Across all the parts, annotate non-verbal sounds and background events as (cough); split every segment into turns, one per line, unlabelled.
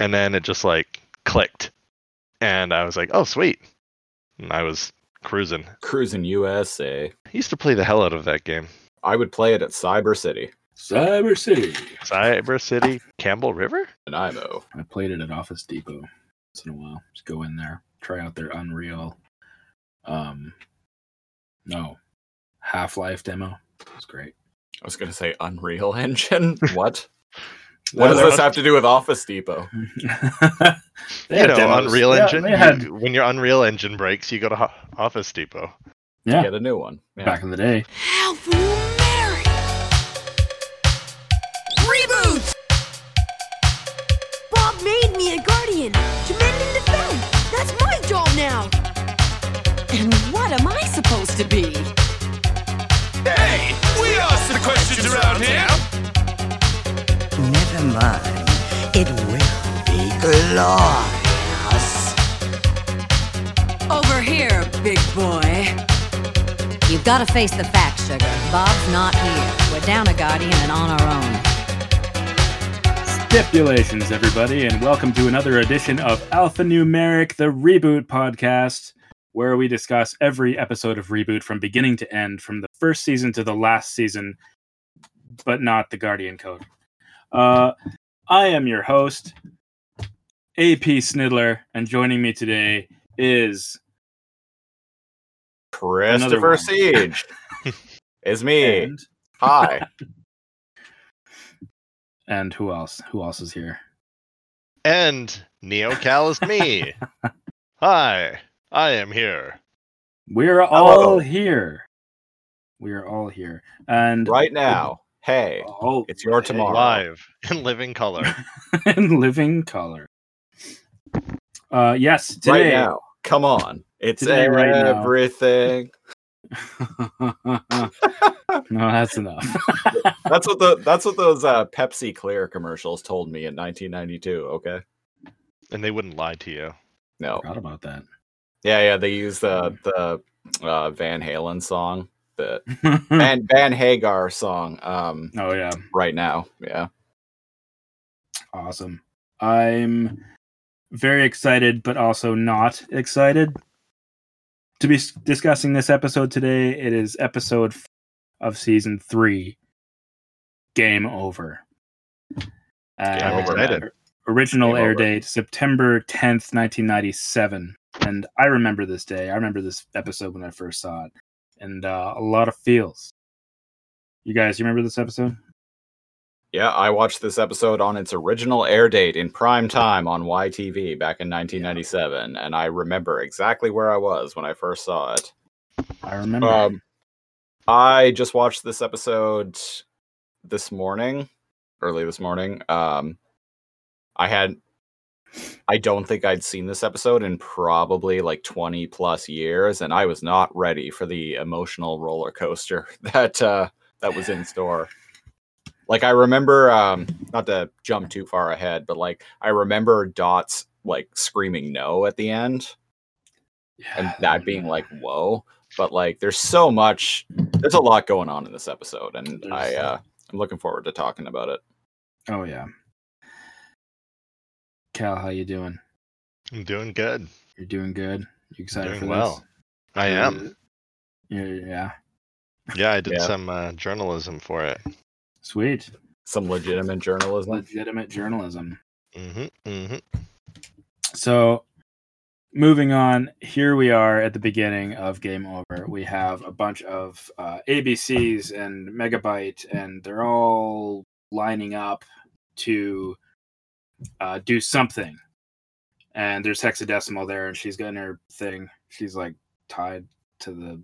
and then it just like clicked, and I was like, oh sweet, and I was cruising.
Cruising USA.
I used to play the hell out of that game.
I would play it at Cyber City,
Cyber City.
Cyber City, Campbell River.
Nanaimo.
I played it at Office Depot once in a while. Just go in there, try out their Unreal. Um, no, Half Life demo. It was great.
I was going to say Unreal (laughs) Engine.
(laughs)
What?
Well,
what does
there
this
must-
have to do with Office Depot?
you
You know, Unreal Engine.
They had
you- when your Unreal Engine breaks, you go to Ho- Office Depot.
yeah,
Get a new one. Yeah.
back in the day.
How Mary. Reboot! Bob made me a guardian to mend and defend. That's my job now. And what am I supposed to be?
Hey, we ask the questions around here.
Never mind. It will be glorious.
Over here, big boy.
You've got to face the facts, Sugar. Bob's not here. We're down a Guardian and on our own.
Stipulations, everybody, and welcome to another edition of Alphanumeric, the Reboot Podcast, where we discuss every episode of Reboot from beginning to end, from the first season to the last season, but not the Guardian Code. Uh, I am your host, AP Snidler, and joining me today is Another
Christopher
one. (laughs)
Siege. is me.
and,
Hi.
and who else? Who else is here?
And NeoCal is
(laughs)
me. Hi, I am here.
We're
Hello.
all here. We are all here, and
Right now. Hey,
all
it's your
Hey.
tomorrow.
Live in living color.
(laughs) in living color. Uh, yes,
Right
today.
now. Come on. It's
Today, right now.
everything.
(laughs) no, that's
(laughs)
enough. (laughs)
That's what the that's what those uh, Pepsi Clear commercials told me in 1992. Okay,
and they wouldn't lie to you.
no,
Forgot about that.
yeah, yeah, they used the the uh, Van Halen song, the
Hmm.
Van Van Hagar song, um,
(laughs) oh yeah,
right now. Yeah,
awesome. I'm very excited, but also not excited to be s- discussing this episode today. It is episode f- of season three. Game over. Uh,
I'm
And- uh,
excited.
original
Game
air
over.
date September 10th, 1997. And I remember this day. I remember this episode when I first saw it. And uh, a lot of feels. You guys, you remember this episode?
yeah. I watched this episode on its original air date in prime time on YTV back in 1997, and I remember exactly where I was when I first saw it.
I remember.
Um, I just watched this episode this morning, early this morning. Um, I had, I don't think I'd seen this episode in probably like 20 plus years, and I was not ready for the emotional roller coaster (laughs) that uh, that was in store. Like I remember, um, not to jump too far ahead, but like I remember Dot's like screaming no at the end
Yeah,
and that being like whoa but like there's so much there's a lot going on in this episode and
There's-
i uh i'm looking forward to talking about it
Oh, yeah. Cal, how you doing?
I'm doing good.
You're doing good? You excited
Doing
for
well. I
(laughs)
am.
this? Yeah, yeah.
Yeah, I did
Yeah.
some uh, journalism for it.
Sweet.
some legitimate journalism
Legitimate journalism.
hmm hmm
So, moving on, here we are at the beginning of Game Over. We have a bunch of uh, ABCs and Megabyte, and they're all lining up to uh, do something. And there's hexadecimal there, and she's got her thing. She's like tied to the.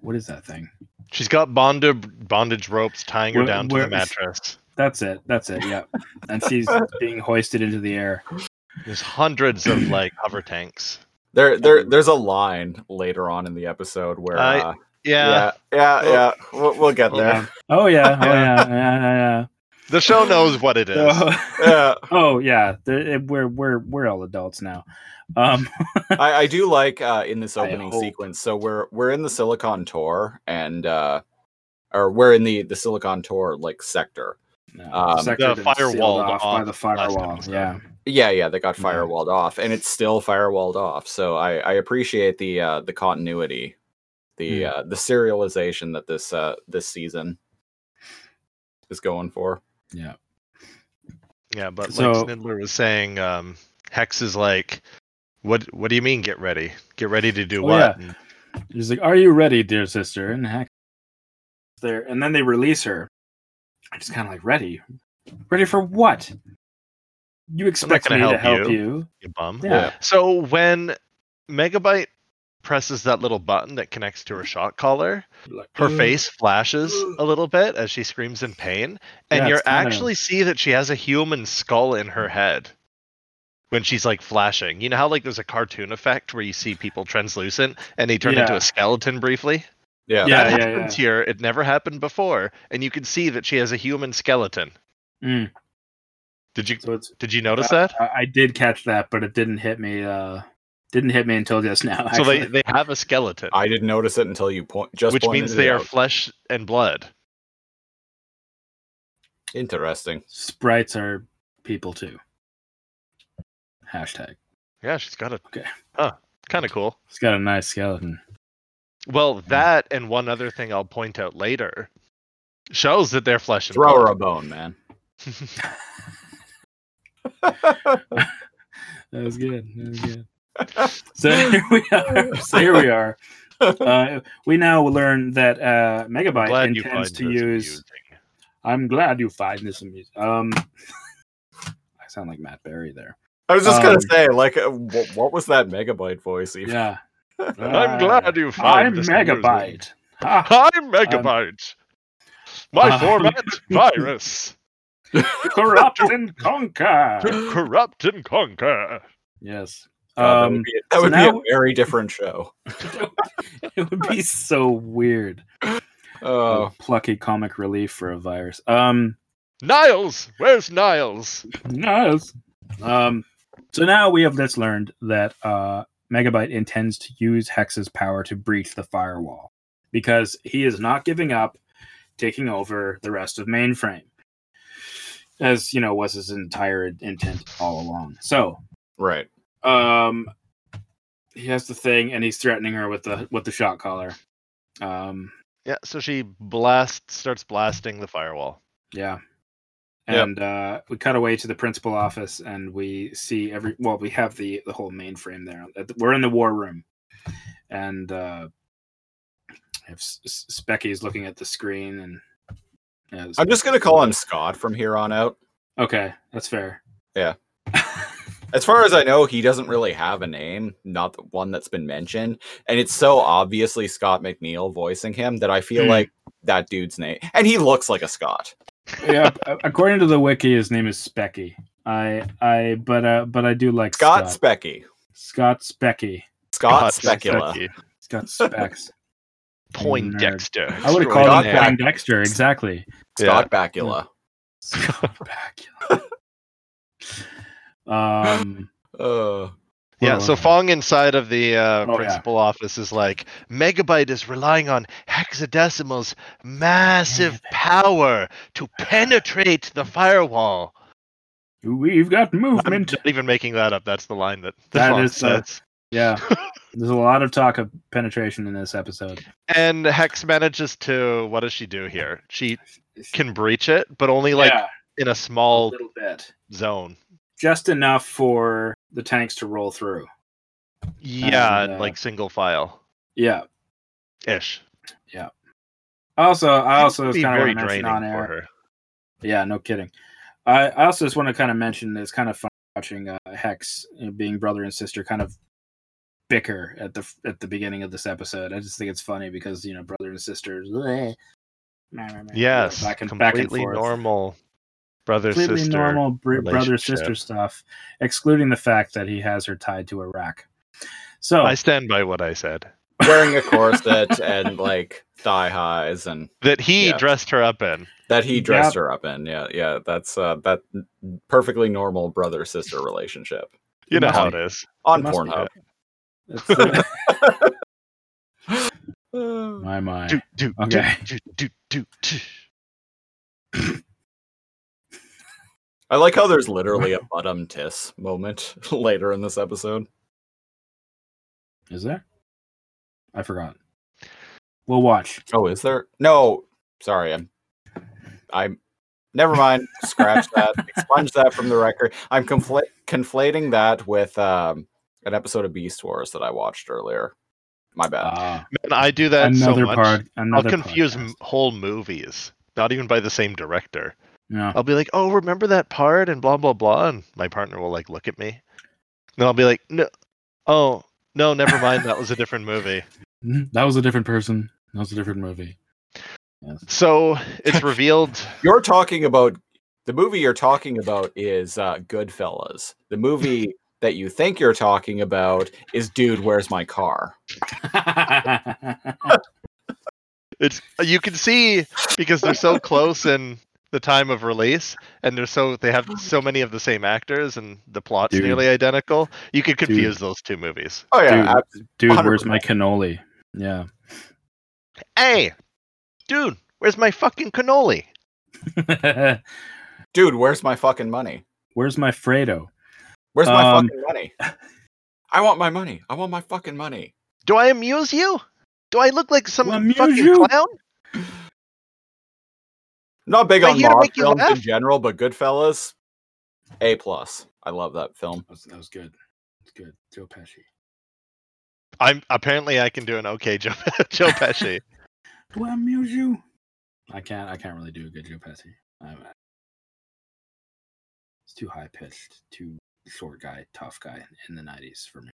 What is that thing?
She's got bondage bondage ropes tying her
Where-
down to
where-
the mattress.
That's it. That's it. Yeah. and she's being hoisted into the air.
There's hundreds
(clears throat)
of like hover tanks.
there there there's a line later on in the episode where
I-
uh,
Yeah,
yeah yeah yeah, We'll, we'll get
Hold
(laughs)
there
on.
Oh, yeah. Oh, yeah. Yeah.
the show knows what it
Yeah.
is.
yeah. So- (laughs)
yeah
Oh yeah, the- it- we're we're we're all adults now. Um,
I, I do like uh, in this
I
opening
hope.
sequence. So we're we're in the Silicon Tour and uh, or we're in the the Silicon Tour like sector,
No,
Um,
the sector
The
been sealed
firewalled
off by
off
the
last
firewall.
episode.
Yeah,
Yeah, yeah, they got
Mhm.
firewalled off, and it's still firewalled off. So I, I appreciate the uh, the continuity, the
Mm.
uh, the serialization that this uh, this season is going for.
Yeah.
Yeah, but
So-
like Snidler was saying, um, Hex is like, what What do you mean get ready? Get ready to do
Oh,
what? And
He's like, "Are you ready, dear sister?" And heck, there. And then they release her. I'm just kind of like, "Ready? Ready for what? You expect me
gonna
to
help
help
you."
you?
You bum.
Yeah.
So when Megabyte presses that little button that connects to her shock collar,
Like,
her
"Ugh."
face flashes a little bit as she screams in pain, and
Mm. Yeah,
you
it's
you
kinda-
actually see that she has a human skull in her head when she's like flashing. You know how like there's a cartoon effect where you see people translucent and they turn into
Yeah.
a skeleton briefly?
Yeah,
Yeah.
that happens here. It never happened before, and you can see that she has a human skeleton.
Mm. Uh,
Did you
So it's.
did you notice that?
I, I did catch that, but it didn't hit me. Uh, didn't hit me until just now.
So they,
actually.
they have a skeleton,
I didn't notice it until you point. Just
which
pointed
means
it
they are
out.
flesh and blood.
interesting.
sprites are people too. Hashtag.
Yeah, she's got a
Okay.
Huh. Kind of cool.
It's got a nice skeleton.
Well, that and one other thing I'll point out later shows that they're flesh and
Throw her
blood.
a bone, man.
That was good. That
(laughs)
was good. So here we are. So here we are. Uh, we now learn that uh,
I'm
Megabyte
glad you
intends
find this
to use.
amusing.
I'm glad you find this amusing. Um, (laughs) I sound like Matt Berry there.
I was just gonna
Um,
say, like, uh, wh- what was that megabyte voice? Even?
Yeah.
(laughs) I'm glad you find
uh, I'm
this amusing.
Megabyte.
(laughs)
Ha!
I'm Megabyte. My
uh, (laughs)
format virus
Corrupt and conquer.
to corrupt and conquer.
Yes.
God, that
Um,
would be, that
so
would be
now-
a very different show.
(laughs) it would be so weird.
Oh,
Plucky comic relief for a virus. Um,
Niles, where's Niles?
Nice. Um, so now we have just learned that uh, Megabyte intends to use Hex's power to breach the firewall because he is not giving up taking over the rest of mainframe, as you know was his entire intent all along. So
right.
um, he has the thing, and he's threatening her with the with the shot collar. Um,
Yeah, so she blasts, starts blasting the firewall.
Yeah.
Yep.
And uh, we cut away to the principal office, and we see every. Well, we have the the whole mainframe there. At the- We're in the war room, and uh, if S- S- Specky is looking at the screen, and yeah,
I'm just gonna call him Scott from here on out.
Okay, that's fair.
Yeah. As far as I know, he doesn't really have a name, not the one that's been mentioned. And it's so obviously Scott McNeil voicing him that I feel
Hmm.
like that dude's name. And he looks like a Scott.
yeah. a- According to the wiki, his name is Specky. I I but uh but I do like
Scott
Scott
Specky.
Scott Specky.
Scott
God,
Specula.
Specky.
(laughs)
Scott Specs.
Poindexter.
I would have
Scott
called him
Extraordinaire.
Bac-
Dexter. Exactly.
Scott
Hmm.
Bakula.
(laughs)
um.
Uh,
Yeah, so Fong inside of the uh,
Oh, yeah.
principal office is like, Megabyte is relying on Hexadecimal's massive power to penetrate the firewall.
We've got
I'm
movement.
not even making that up. That's the line that the
That
Fong
is uh, the-
says.
Yeah.
(laughs)
There's a lot of talk of penetration in this episode.
And Hex manages to, what does she do here? She can breach it, but only like
Yeah,
in a
a
small
little bit.
zone.
Just enough for the tanks to roll through.
Yeah,
uh,
like single file
Yeah.
ish.
Also, I also
It'd
was
be
kind of
very
want to mention
draining
on
for
air.
her.
Yeah, no kidding. I, I also just want to kind of mention it's kind of fun watching uh, Hex you know, being brother and sister kind of bicker at the at the beginning of this episode. I just think it's funny because you know brother and sister. bleh, meh, meh, meh,
Yes,
back and back and
completely
forth.
normal brother
completely
sister.
normal br- brother sister
relationship.
stuff, excluding the fact that he has her tied to a rack. So
I stand by what I said.
wearing a corset
(laughs)
and like thigh highs and
That he
Yeah.
dressed her up in.
that he dressed
Yep.
her up in. Yeah, yeah. That's uh that perfectly normal brother sister relationship.
You know
Must
how it
be.
is.
On
must be
Pornhub.
(laughs)
that's the-
Uh,
my my
Do, do,
Okay.
do, do, do, do.
(sighs) I like how there's literally a bottom tiss moment (laughs) later in this episode.
Is there? I forgot. We'll watch.
Oh, is there? No, sorry, I'm. I'm. Never mind.
(laughs)
Scratch that. Expunge that from the record. I'm confl- conflating that with um, an episode of Beast Wars that I watched earlier. My bad.
Ah,
Man, I do that
another
so much.
part.
I'll
Another
confuse
podcast.
m- whole movies, not even by the same director.
No.
I'll be like, "Oh, remember that part?" and blah blah blah, and my partner will like look at me, and I'll be like, "No, oh no, never mind. That was a different movie."
Mhm. That was a different person. That was a different movie. Yes. (laughs)
So it's revealed.
Ah.
You're talking about the movie you're talking about is uh, Goodfellas. The
(laughs)
movie that you think you're talking about is Dude, Where's My Car?
It's you can see because they're so close in the time of release, and they're so they have so many of the same actors, and the plot's
Dude.
nearly identical. You could
Dude.
confuse those two movies.
Oh yeah,
Dude.
ab-
Dude, where's my cannoli? Yeah. (laughs)
Hey, dude, where's my fucking cannoli?
dude, where's my fucking money?
where's my Fredo?
Where's my
Um,
fucking
(laughs)
money? I want my money. I want my fucking money.
Do I amuse you? Do I look like some
Amuse
fucking
you?
clown?
Not big
Am I
on
here to
mob
make you
films in
laugh?
general, but Goodfellas, A plus. I love that film.
That was, that was good. That's good. Joe Pesci.
I'm apparently I can do an okay Joe, (laughs)
(laughs)
Joe Pesci.
Do I amuse you? I can't. I can't really do a good Joe Pesci. I'm, uh, it's too high pitched, too short guy, tough guy in the '90s for me.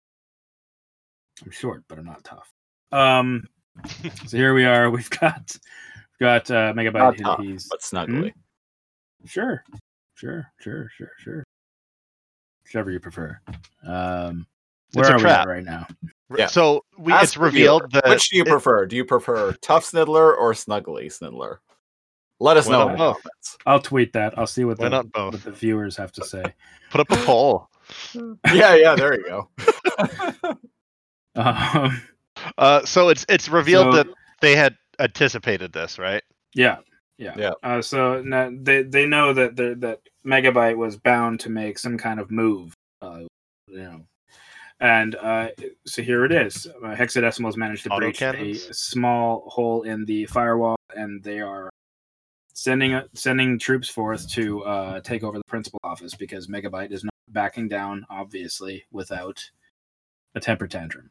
I'm short, but I'm not tough. (laughs) Um. so here we are. We've got we've got uh,
Not
megabyte.
tough,
He's
but
Hmm?
snuggly.
Sure. Sure, sure, sure, sure. Whichever you prefer. Um where
It's a
are we at
trap.
right now?
Yeah.
So we,
Ask
it's
the viewer,
revealed that
Which do you
it-
prefer? Do you prefer tough sniddler or snuggly sniddler? Let us
Why
know
not
in the
both?
comments.
I'll tweet that. I'll see what
why
the,
not
what (laughs)
both?
the viewers have to say.
Put up a poll.
Yeah, yeah, there you
(laughs)
go.
Um,
Uh, so it's it's revealed
So-
that they had anticipated this, right?
yeah. Yeah.
Yeah.
Uh, so now they they know that they're- that Megabyte was bound to make some kind of move. Uh, you know. And uh, so here it is. Uh, Hexadecimal's managed to breach a
Autocannons?
small hole in the firewall, and they are sending uh, sending troops forth to uh, take over the principal office because Megabyte is not backing down, obviously, without a temper tantrum.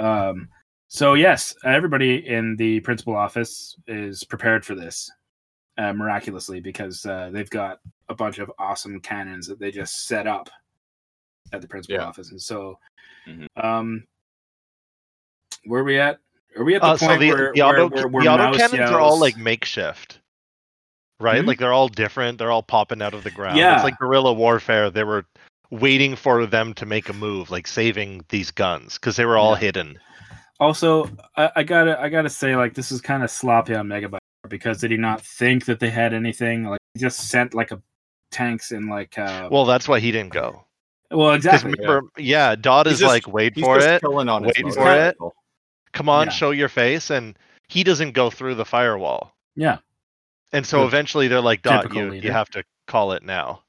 Um, so yes, everybody in the principal office is prepared for this uh, miraculously because uh, they've got a bunch of awesome cannons that they just set up at the principal
Yeah.
office, and so.
Mhm.
Um, where are we at? Are we at the
Uh,
point
so the,
where,
the
where,
auto
where, where
the
Mouse
auto cannons are all
yells-
like makeshift, right?
Mhm.
Like they're all different. They're all popping out of the ground.
Yeah.
It's like guerrilla warfare. They were waiting for them to make a move, like saving these guns because they were all
Yeah.
hidden.
Also, I, I gotta I gotta say, like this is kind of sloppy on Megabyte because did he not think that they had anything? Like he just sent like a tanks and like uh, well,
Well, that's why he didn't go. Because
exactly.
remember, yeah, Dodd
He's
is
just-
like, wait
He's
for
just
it.
killing on his
Waiting
for
motorcycle.
Come on,
Yeah.
show your face, and he doesn't go through the firewall.
Yeah,
And so
Good.
eventually they're like, "Dot,
Typical
you
leader.
you have to call it now."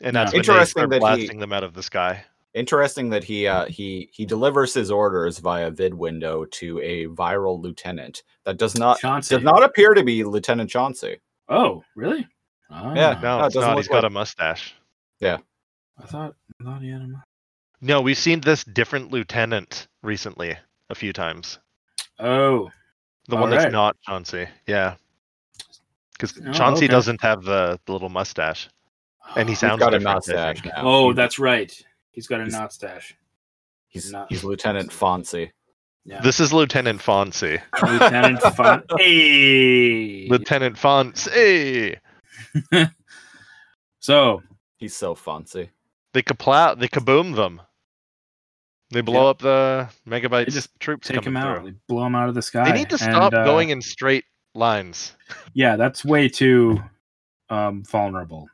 And
Yeah.
that's when
Interesting
they
that
start
he-
blasting them out of the sky.
Interesting that he uh, he he delivers his orders via vid window to a viral lieutenant that does not
Chauncey.
does not appear to be Lieutenant Chauncey.
Oh, really? Ah,
Yeah,
No,
No, it
it's not.
doesn't look
He's got a
like-
mustache.
I thought I thought he had a. mu-
No, we've seen this different lieutenant recently a few times.
Oh,
The
All
one
right.
that's not Chauncey. Yeah. Because
Oh,
Chauncey
okay.
doesn't have the, the little mustache. And he
he's
sounds
he's got a
different, I
mustache
think.
now.
Oh,
He's-
that's right. He's got a
He's-
knot stash.
he's
not-
he's Lieutenant Fonzie.
Yeah.
This is Lieutenant Fonzie. (laughs)
(laughs)
Lieutenant Fun. Hey.
Lieutenant Fonzie.
so
He's so Fonzie.
They kaplow, they kaboom them. They blow
Yeah.
up the megabytes
just
troops
take him
coming
out.
through.
They blow him out of the sky.
They need to
and,
stop
uh,
going in straight lines.
yeah that's way too um vulnerable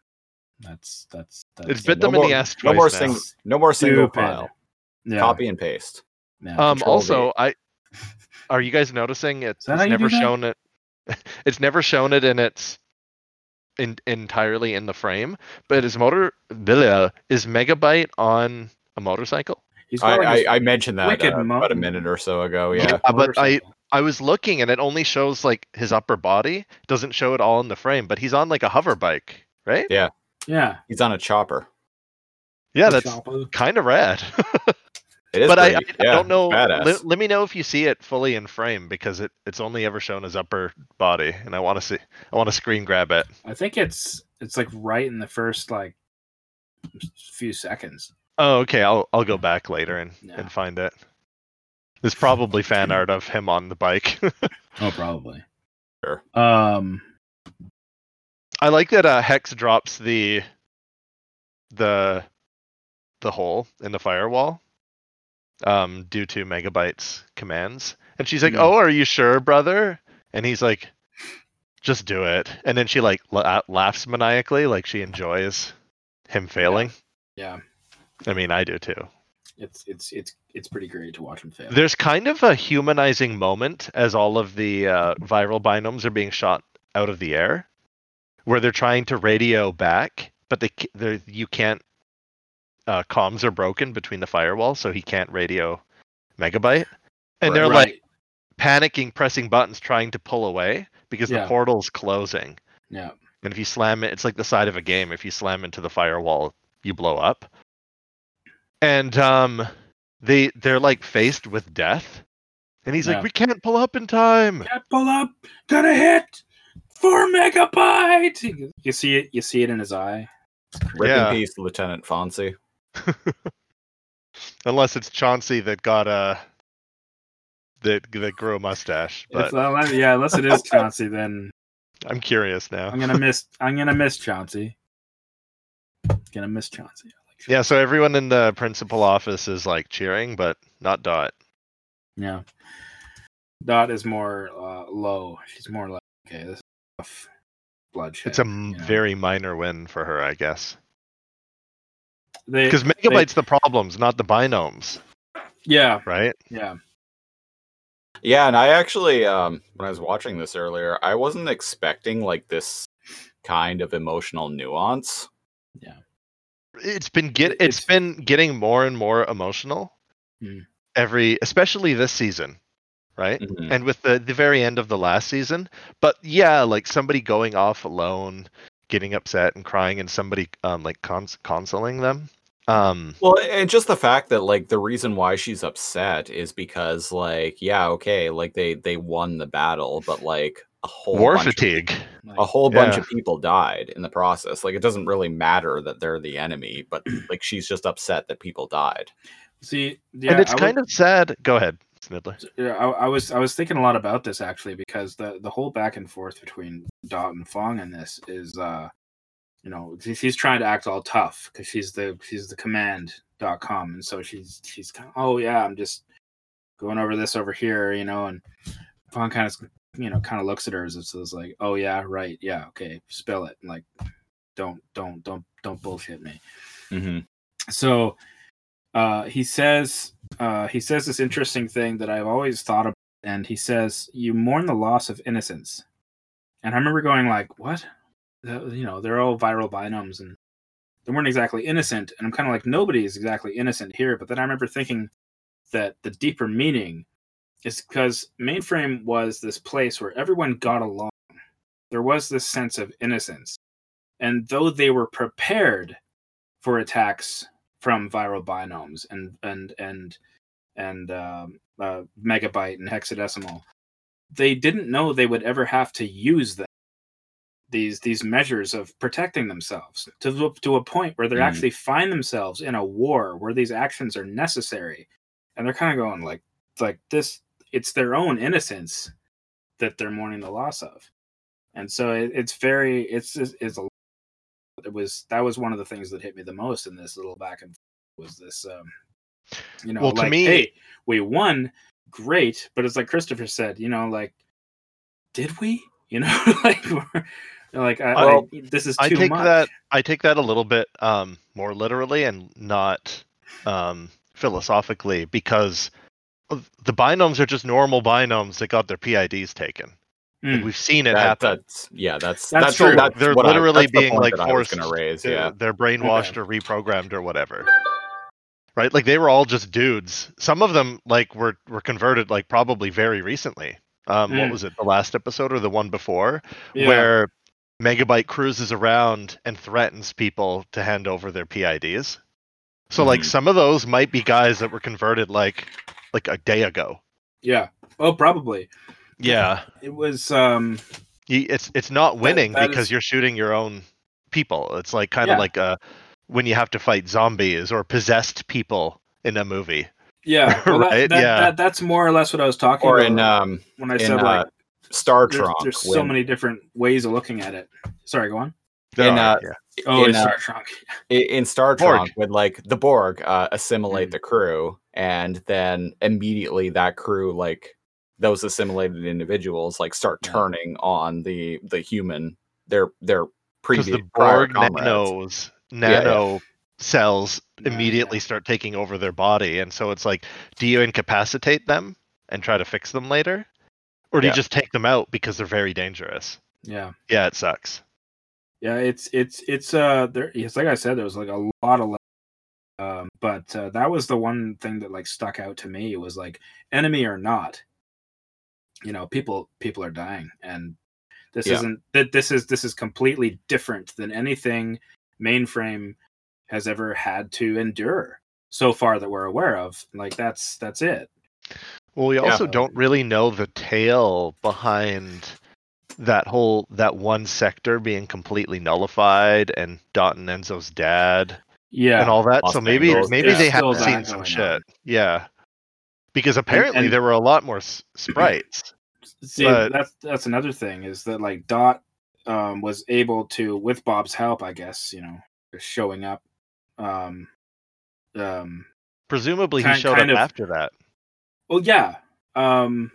that's that's that's
It's bit
no
them in
more-
the ass twice
No more
now.
sing, no more single
Stupid.
file.
yeah,
Copy and paste.
yeah.
Um,
Control
also, I are you guys noticing it's,
(laughs) that how
it's
you do
never (laughs)
that?
shown it? It's never shown it in its in, entirely in the frame, but is motor blah, is Megabyte on a motorcycle?
He's got, like,
I,
this
I, I mentioned that
wicked
uh,
mo-
about a minute or so ago. Yeah.
Yeah, but I-
motorcycle.
I was looking and it only shows like his upper body, doesn't show it all in the frame, but he's on like a hover bike, right?
yeah.
He's on a chopper.
Yeah,
the
that's
chopper.
kind of rad. (laughs)
It is
but I, I,
pretty-
I
yeah,
don't know.
Badass.
Let, let me know if you see it fully in frame because it, it's only ever shown as upper body, and I want to see. I want to screen grab it.
I think it's it's like right in the first like few seconds.
Oh, okay. I'll I'll go back later and,
Yeah.
and find it. There's
(laughs)
probably fan art of him on the bike. (laughs)
Oh, probably.
Sure.
Um,
I like that uh, Hex drops the the the hole in the firewall um, due to Megabyte's commands, and she's like,
Hmm.
"Oh, are you sure, brother?" And he's like, "Just do it." And then she like la- uh, laughs maniacally, like she enjoys him failing.
Yeah.
I mean, I do too.
It's it's it's it's pretty great to watch him fail.
There's kind of a humanizing moment as all of the uh, viral binomes are being shot out of the air, where they're trying to radio back, but they, ca- they're, you can't. Uh, comms are broken between the firewall, so he can't radio Megabyte. And they're like
Right.
panicking, pressing buttons, trying to pull away because
Yeah.
the portal's closing.
yeah.
And if you slam it, it's like the side of a game. If you slam into the firewall, you blow up. And um, they they're like faced with death, and he's
Yeah.
like, "We can't pull up in time."
Can't pull up. Gonna hit four megabyte. You- You see it. You see it in his eye.
Rip
Yeah.
in peace, Lieutenant Fonzie.
Unless it's Chauncey that got a that that grew a mustache.
If-
But
unless- yeah, unless
(laughs)
it is Chauncey, then
I'm curious now.
I'm gonna miss. I'm gonna miss Chauncey. Gonna miss Chauncey. I like Chauncey.
Yeah, so everyone in the principal office is like cheering, but not Dot.
Yeah. Dot is more uh, low. She's more like, okay, this is tough bloodshed.
It's a m-
you know.
very minor win for her, I guess.
They-
Because Megabyte's the problems, not the binomes,
yeah,
right?
yeah,
Yeah, and I actually, um, when I was watching this earlier, I wasn't expecting like this kind of emotional nuance.
it's been get
It's-
it's been getting more and more emotional
Mm.
every especially this season right
Mm-hmm.
and with the the very end of the last season but yeah like somebody going off alone getting upset and crying and somebody um like cons- consoling them um
Well, and just the fact that like the reason why she's upset is because like yeah, okay, like they they won the battle, but like a whole
war
bunch of-
fatigue
Like,
a whole bunch
Yeah.
of people died in the process. Like it doesn't really matter that they're the enemy,
(clears throat)
but like she's just upset that people died.
see, yeah,
and it's
I
kind of sad go ahead snidler
of. Yeah, I, I was I was thinking a lot about this actually because the the whole back and forth between Dot and Fong in this is, uh you know, she- she's trying to act all tough because she's the she's the command dot com, and so she's she's kind of oh yeah, I'm just going over this over here, you know, and Fong kind of you know kind of looks at her as if it's like oh yeah right yeah okay spill it like don't don't don't don't bullshit me
Mm-hmm.
so uh, he says uh, he says this interesting thing that I've always thought about, and he says you mourn the loss of innocence. And I remember going like, "What? The- you know, they're all viral binomes, and they weren't exactly innocent." And I'm kind of like, "Nobody is exactly innocent here." But then I remember thinking that the deeper meaning is because mainframe was this place where everyone got along. There was this sense of innocence, and though they were prepared for attacks from viral binomes and and and and um, uh, megabyte and hexadecimal. They didn't know they would ever have to use them. These these measures of protecting themselves to the- to a point where they
Mm.
actually find themselves in a war where these actions are necessary, and they're kind of going like like this. It's their own innocence that they're mourning the loss of, and so it, it's very it's just- it's a it was that was one of the things that hit me the most in this little back and forth was this um you know
Well, to
like
me-
hey we won great but it's like christopher said you know like did we (laughs) you know like we're, like I, I-
Well,
this is too
i take
much
that i take that a little bit um more literally and not um philosophically because the binomes are just normal binomes that got their pids taken Like,
Mm.
we've seen it
That-
happen.
that's yeah, that's
That's
that's,
true.
that's
They're
what I-
literally
that's the
being,
point
like,
that I was
forced
gonna raise.
They're-
Yeah,
They're brainwashed or reprogrammed or whatever. Right? Like they were all just dudes. Some of them like were were converted like probably very recently. Um,
Mm.
What was it? The last episode or the one before,
Yeah.
where Megabyte cruises around and threatens people to hand over their PIDs. So like
Mhm.
some of those might be guys that were converted like like a day ago.
Yeah. Oh, probably.
Yeah,
It was um
you, it's it's not winning
that
because
is-
you're shooting your own people. It's like kind of
Yeah.
like uh when you have to fight zombies or possessed people in a movie. (laughs)
yeah, well, that-
Right,
that-
yeah.
that- that's more or less what I was talking
or
about
in um
when I
in
said like
uh, Star
there's,
Trunk.
there's so
when-
many different ways of looking at it. Sorry, go on.
There
In,
are,
uh,
yeah.
Oh,
in,
it's
uh,
Star Trunk.
i- in Star
Borg.
Trek would like the Borg uh, assimilate
Mm.
the crew, and then immediately that crew, like those assimilated individuals, like start
Yeah.
turning on the the human their their
because
previous
the
prior
Borg
comrades.
nanos
yeah.
nano cells
Yeah,
immediately start taking over their body, and so it's like, do you incapacitate them and try to fix them later, or do
Yeah.
you just take them out because they're very dangerous?
Yeah.
Yeah, it sucks.
Yeah, it's it's it's uh there it's like I said, there was like a lot of um but uh, that was the one thing that like stuck out to me was like enemy or not. You know, people people are dying and this
Yeah.
isn't that this is this is completely different than anything mainframe has ever had to endure so far that we're aware of. Like that's that's it.
Well, we also
Yeah.
don't really know the tale behind that whole that one sector being completely nullified and Dot and Enzo's dad
Yeah.
and all that.
Los
so maybe
Angeles,
maybe
yeah.
they
Still
haven't
that
seen some
going
shit.
on.
Yeah, because apparently
and-
there were a lot more
(clears throat)
s- sprites.
See,
But-
that's that's another thing is that like Dot um, was able to, with Bob's help, I guess you know, just showing up. Um, um,
Presumably he
Kind-
showed
kind
up
of-
after that.
well, yeah. Um,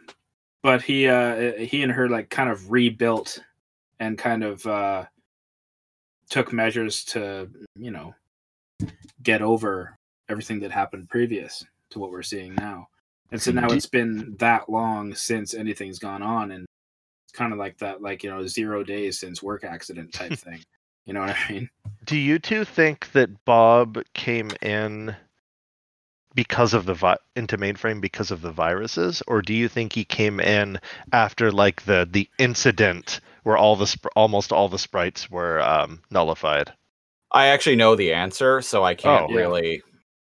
but he uh, he and her like kind of rebuilt and kind of uh, took measures to you know get over everything that happened previous to what we're seeing now. And so now
Do-
it's been that long since anything's gone on, and it's kind of like that, like you know, zero days since work
(laughs)
accident type thing. You know what I mean?
Do you two think that Bob came in because of the vi- into mainframe because of the viruses, or do you think he came in after like the the incident where all the sp- almost all the sprites were um, nullified?
I actually know the answer, so I can't
Oh.
Yeah.
really.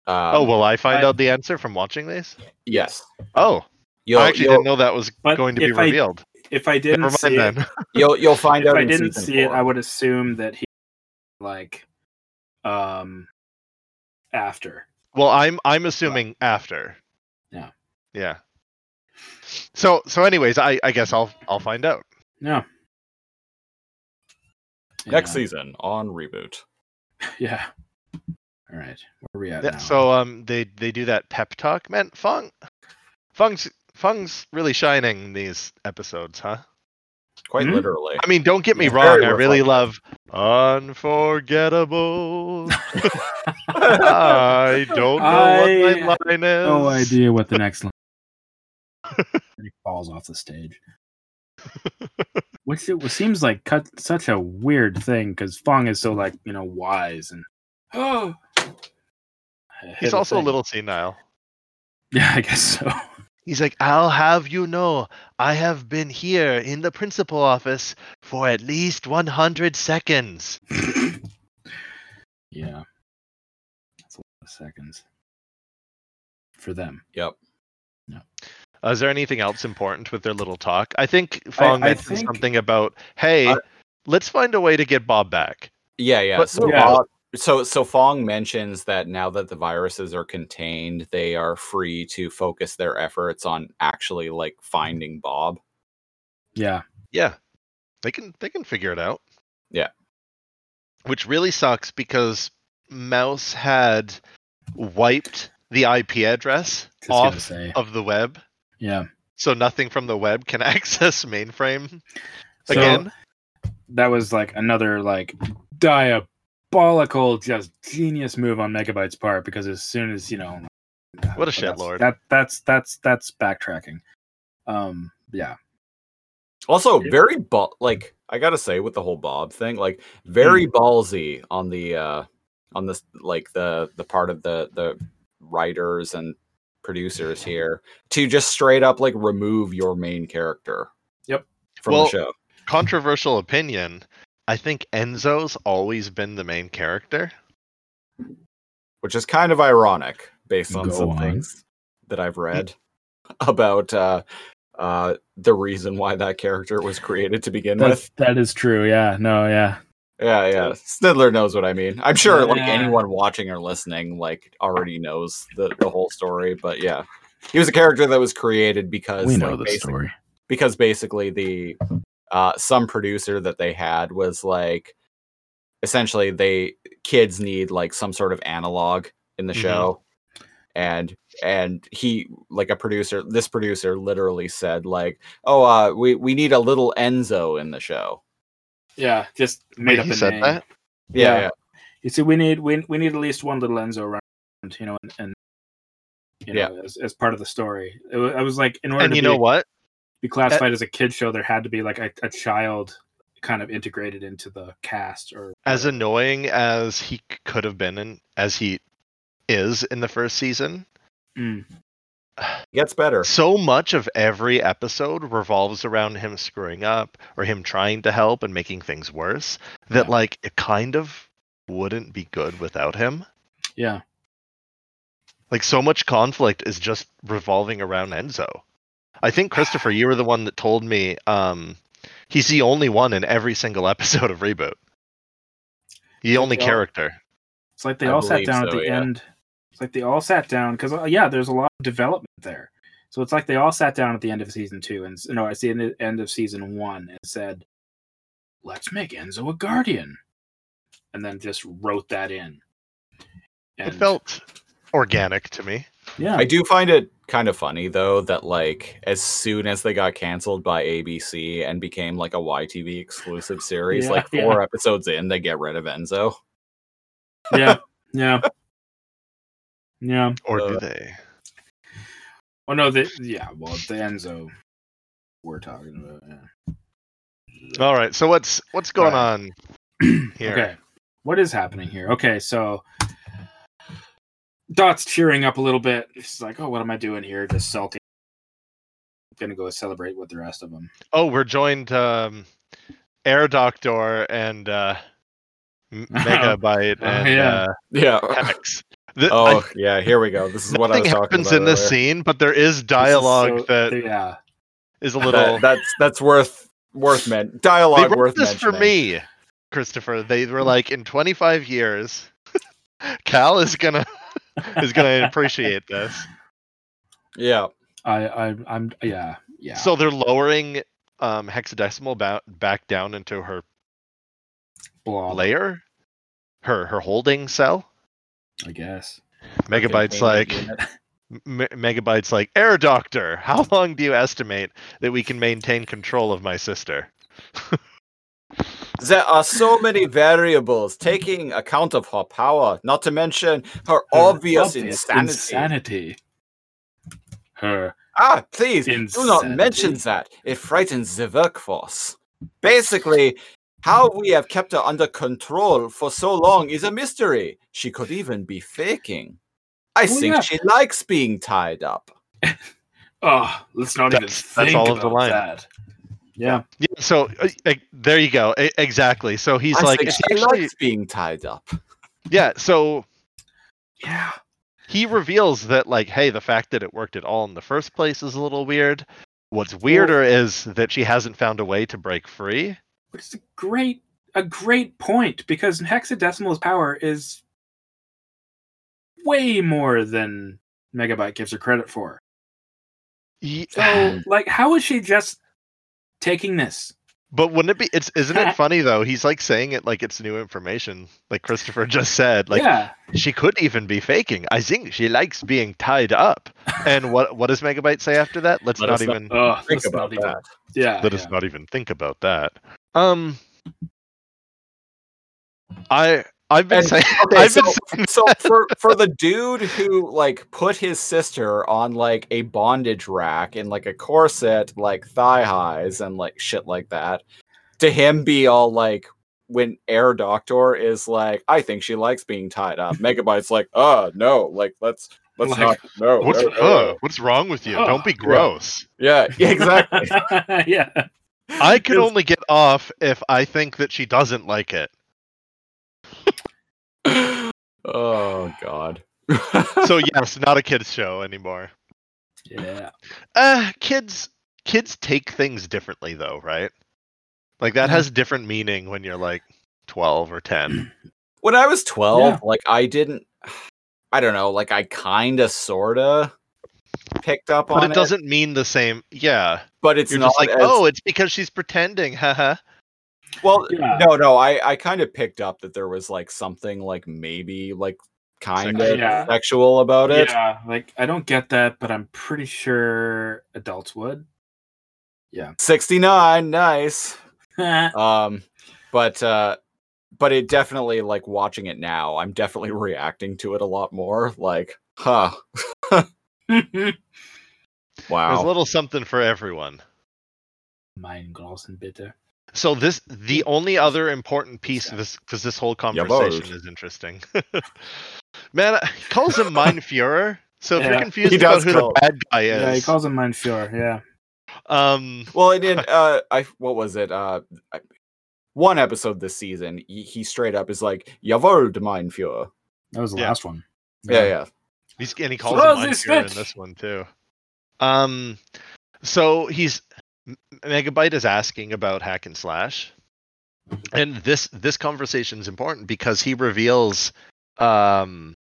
Um,
oh, will I find
I-
out the answer from watching these?
yes.
Oh,
You'll,
I actually
you'll,
didn't know that was
But
going to be
if I
revealed.
If I didn't
Never mind
see it,
then.
you'll you'll find
if
out.
I
in
didn't
season
see it,
four.
I would assume that he like um after.
Well, I'm I'm assuming after.
Yeah.
Yeah. So so anyways, I I guess I'll I'll find out.
No.
next
Yeah.
season on reboot.
Yeah. All right. Where are we at
Yeah,
(laughs)
now?
so um they they do that pep talk man Fung Fung's Fung's really shining in these episodes, huh?
Quite
Mm-hmm.
Hmm?
literally.
I mean, don't get me
Yeah,
wrong,
very
I really
reflective.
love unforgettable. I don't know
I
what my line is.
No idea what the next
(laughs)
line. he falls off the stage. Which it seems like cut, such a weird thing because Fong is so like you know wise
(gasps)
and (gasps)
oh.
He's also a little senile.
(laughs) yeah I guess so
He's like, I'll have you know, I have been here in the principal office for at least 100 seconds.
(clears throat) yeah that's a lot of seconds for them
Yep.
Uh, is there anything else important with their little talk? I think Fong
I
mentioned
think-
something about, hey,
Uh,
let's find a way to get Bob back.
Yeah, yeah.
But-
so,
Yeah.
Bob- so so Fong mentions that now that the viruses are contained, they are free to focus their efforts on actually like finding Bob.
yeah
Yeah, they can they can figure it out.
Yeah.
which really sucks because Mouse had wiped the IP address
just gonna
off
say
of the web,
yeah
so nothing from the web can (laughs) access mainframe
So-
again.
that was like another like diabolical just genius move on Megabyte's part because as soon as you know "Ah,
What
that's-
a shitlord.
that that's that's that's backtracking um yeah
Also, very ball like I gotta say with the whole Bob thing, like very
Mm.
ballsy on the uh on this like the the part of the the writers and
(laughs)
producers here to just straight up like remove your main character.
Yep.
From
Well,
the show.
Controversial opinion. I think Enzo's always been the main character.
Which is kind of ironic based on
Go
some
on. Mm.
things that I've read (laughs) about uh uh the reason why that character was created to begin with.
That's, that is true. Yeah. No. Yeah.
Yeah, yeah. Snidler knows what I mean. I'm sure like
Yeah.
anyone watching or listening like already knows the, the whole story, but yeah. He was a character that was created because
We know
like,
the
basic-
story.
because basically the uh some producer that they had was like essentially they kids need like some sort of analog in the
Mm-hmm.
Mhm.
show and and he like a producer this producer literally said like oh uh we we need a little enzo in the show
Yeah, just
Wait,
made up
he
a
said
name.
that.
Yeah. You see, we need we, we need at least one little Enzo around, you know, and, and you know, as, as part of the story. It wa- I was like, in order
And
to
you
be,
know what?
be classified as a kid show, there had to be like a, a child kind of integrated into the cast or
As annoying as he c- could have been, and as he is in the first season,
Mm.
gets better
so much of every episode revolves around him screwing up or him trying to help and making things worse that
Yeah.
like it kind of wouldn't be good without him
yeah.
like so much conflict is just revolving around enzo i think christopher you were the one that told me um he's the only one in every single (laughs) episode of reboot the only
Yeah.
character
It's like they
I
all sat
believe
down at
so,
the
yeah.
end. It's like they all sat down because uh, yeah, there's a lot of development there. So it's like they all sat down at the end of season two, and s- no, it's the end, end of season one, and said, "Let's make Enzo a guardian," and then just wrote that in.
it felt organic to me
yeah,
I do find it kind of funny though that like as soon as they got canceled by ABC and became like a YTV exclusive series,
Yeah,
like
yeah.
four episodes in, they get rid of Enzo.
(laughs) yeah, yeah, yeah.
or do
Uh,
they
Oh no, the yeah, well, the Enzo we're talking about. Yeah.
all right so what's what's going
Right.
on
(clears throat)
here
Okay. What is happening here? Okay, so Dot's cheering up a little bit. She's like, "Oh, what am I doing here? Just salty." I'm gonna go celebrate with the rest of them.
Oh, we're joined um, Air Doctor and uh,
(laughs)
M- Megabyte
Oh,
and
yeah.
Yeah.
uh, Hex. The- (laughs) I-
oh yeah, here we go. This is what I
nothing
was talking
happens
about.
in this
earlier.
scene, but there is
This is
dialogue
so-
that is
yeah,
a
That-
little.
that's that's worth worth men
they
dialogue
wrote
worth
this for
mentioning.
me, Christopher. They were like, in 25 years, (laughs) Cal is gonna (laughs) is gonna appreciate
(laughs)
this.
Yeah.
I, I, I'm, yeah, yeah.
So they're lowering um, hexadecimal ba- back down into her
Blob,
layer, her her holding cell.
I guess.
Megabyte's like. (laughs) M- Megabyte's like, Air Doctor, how long do you estimate that we can maintain control of my sister?
There are so many variables taking account of her power, not to mention her obvious insanity.
insanity. Her
Ah, please do not mention
Insanity.
that. It frightens the workforce. Basically, how we have kept her under control for so long is a mystery. She could even be faking. I
Oh,
think
yeah.
she likes being tied up.
Oh, let's not even
That's-
think
that's all
about
of the line.
that. Yeah,
Yeah, so uh, uh, there you go. E- exactly. So he's
I
like,
think
it's
she
actually,
likes being tied up.
yeah. So
yeah.
he reveals that, like, hey, the fact that it worked at all in the first place is a little weird. What's weirder is that she hasn't found a way to break free.
which is a great a great point because hexadecimal's power is way more than megabyte gives her credit for
Ye-
so like how is she just taking this
(sighs) But wouldn't it be? It's isn't it funny though? He's like saying it like it's new information, like (laughs) Christopher just said. Like
yeah
She could even be faking. I think she likes being tied up. And what what does Megabyte say after that? Let's
Let
not
us not-
even
oh
Think about
even,
that.
yeah
let
yeah.
us not even think about that. Um I I've been
And-
saying. (laughs)
okay,
I've
so,
been saying
so for for the dude who like put his sister on like a bondage rack in like a corset, like thigh highs and like shit like that, to him be all like when Air Doctor is like, I think she likes being tied up. Megabyte's like, uh no, like let's let's
Like,
not no.
What's
Oh, no, no, no."
uh, what's wrong with you? Don't
(gasps)
be
Yeah.
gross.
Yeah, (laughs) yeah, exactly.
(laughs) yeah.
I could
It's-
only get off if I think that she doesn't like it.
oh god. (laughs)
So yes, not a kids show anymore.
Yeah.
Uh kids kids take things differently though, right? Like that
Mm-hmm.
Mhm.
has different meaning when you're like 12 or
(clears throat)
10.
when I was 12,
Yeah.
like I didn't (sighs) I don't know, like I kind of sort of picked up
but
on
it doesn't mean the same. Yeah.
but it's
You're
not
just like,
as,
"Oh, it's because she's pretending." Haha.
well
Yeah.
no no I I kind of picked up that there was like something like maybe like kind
Sexual.
of
Yeah.
sexual about it.
Yeah. Like, I don't get that, but I'm pretty sure adults would. (laughs)
69 nice.
yeah.
Um but uh but it definitely like watching it now, I'm definitely (laughs) reacting to it a lot more like, huh,
There's a
wow.
little something for everyone.
Mein Großen bitte.
So this the only other important piece of this because this whole
Yeah,
conversation
bold.
is interesting. (laughs) Man, I- he calls him Mein
(laughs)
Fuhrer. So if
Yeah,
you're
he
confused about
does
who
call-
the bad guy is,
he calls him Mind Fuhrer. Yeah.
um,
Well,
(laughs)
it did. Uh, I what was it? Uh, I- one episode this season, he, he straight up is like "Jawohl, mein Führer."
That was the
Yeah.
last one.
Yeah, yeah.
He's and he calls
Throw
him
the
Mein Fuhrer
switch.
in this one too. Um, so he's M- Megabyte is asking about hack and slash, and this this conversation is important because he reveals um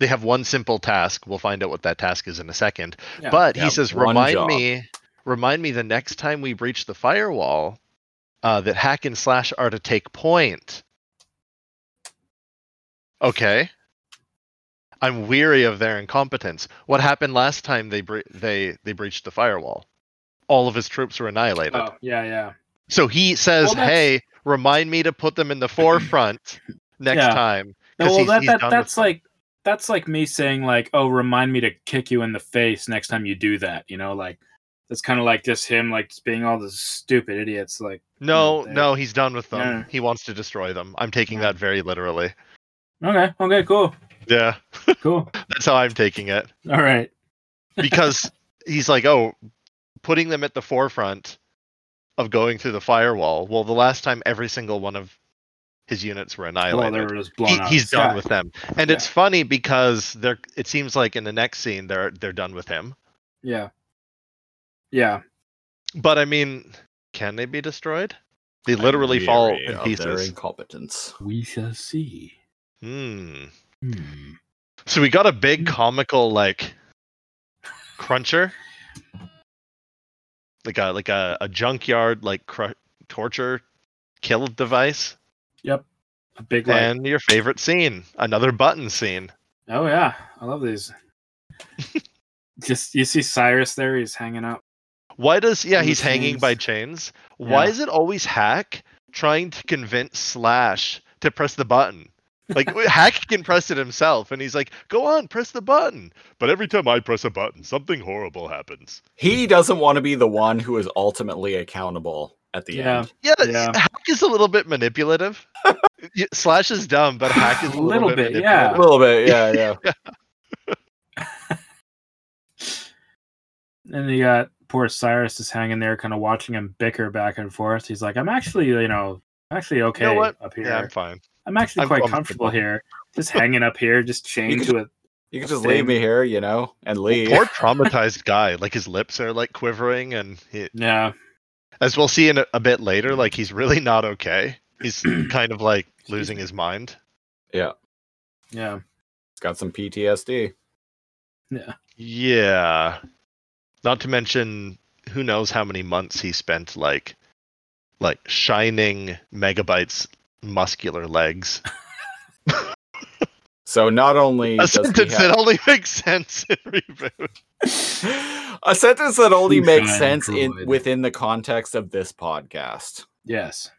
they have one simple task. We'll find out what that task is in a second.
Yeah.
but
Yeah,
he says,
one
remind
job."
me, remind me the next time we breach the firewall. Uh, that hack and slash are to take point. Okay. I'm weary of their incompetence. What happened last time they bre- they they breached the firewall? All of his troops were annihilated.
Oh, yeah. Yeah.
So he says,
Well, that's-
"Hey, remind me to put them in the
(laughs)
forefront next
Yeah. Mm,
time."
No,
'cause
well,
he's-
that,
he's
that
done with
that's
them.
like that's like me saying like, oh, remind me to kick you in the face next time you do that. You know, like that's kind of like just him like just being all the stupid idiots. Like,
No,
they-
no, he's done with them.
Yeah.
He wants to destroy them. I'm taking
Yeah.
that very literally.
okay, okay, cool,
Yeah,
cool,
that's how I'm taking it
all right,
because he's like, "Oh, putting them at the forefront of going through the firewall." Well, the last time every single one of his units were
well,
annihilated.
they were just blown
He-
out.
he's
Yeah.
done with them, and
Yeah.
it's funny because they're. It seems like in the next scene they're they're done with him.
Yeah, yeah,
But I mean, can they be destroyed? They literally
I'm
fall
weary
in
of Their
pieces.
incompetence.
We shall see.
Hmm.
Hmm.
So we got a big comical like cruncher, like a like a, a junkyard like cru- torture kill device,
a big like,
and your favorite scene, another button scene.
oh yeah, I love
(laughs)
these. just you see Cyrus there, he's hanging up.
Why does yeah
And the
he's hanging by chains? Why
Yeah.
is it always Hack trying to convince Slash to press the button? Like (laughs) w- Hack can press it himself, and he's like, "Go on, press the button." But every time I press a button, something horrible happens.
He doesn't want to be the one who is ultimately accountable at the
Yeah.
end.
Yeah,
Yeah.
Hack is a little bit
(laughs)
manipulative. Y- Slash is dumb, but Hack is a little,
Little
bit,
bit, yeah.
A
manipulative.
little bit, yeah, yeah.
(laughs)
And you got poor Cyrus just hanging there, kind of watching him bicker back and forth. He's like, I'm actually, you know, I'm actually okay
what?
up
Yeah,
here.
I'm fine.
I'm actually
I'm
quite
comfortable.
comfortable here. Just hanging up here, just chained
can-
to it.
You can just leave me here, you know, and leave.
Poor traumatized guy. Like his lips are like quivering, and he,
Yeah.
as we'll see in a, a bit later, like he's really not okay.
(clears throat)
He's kind of like losing his mind.
Yeah.
Got some PTSD.
Yeah. Not to mention, who knows how many months he spent like, like shining megabytes muscular legs.
So not only
A
does he
sentence
(laughs) have-
(laughs) that only makes sense in reboot.
(laughs) a sentence that only
Who
makes
shall
sense in
droid?
within the context of this podcast.
Yes.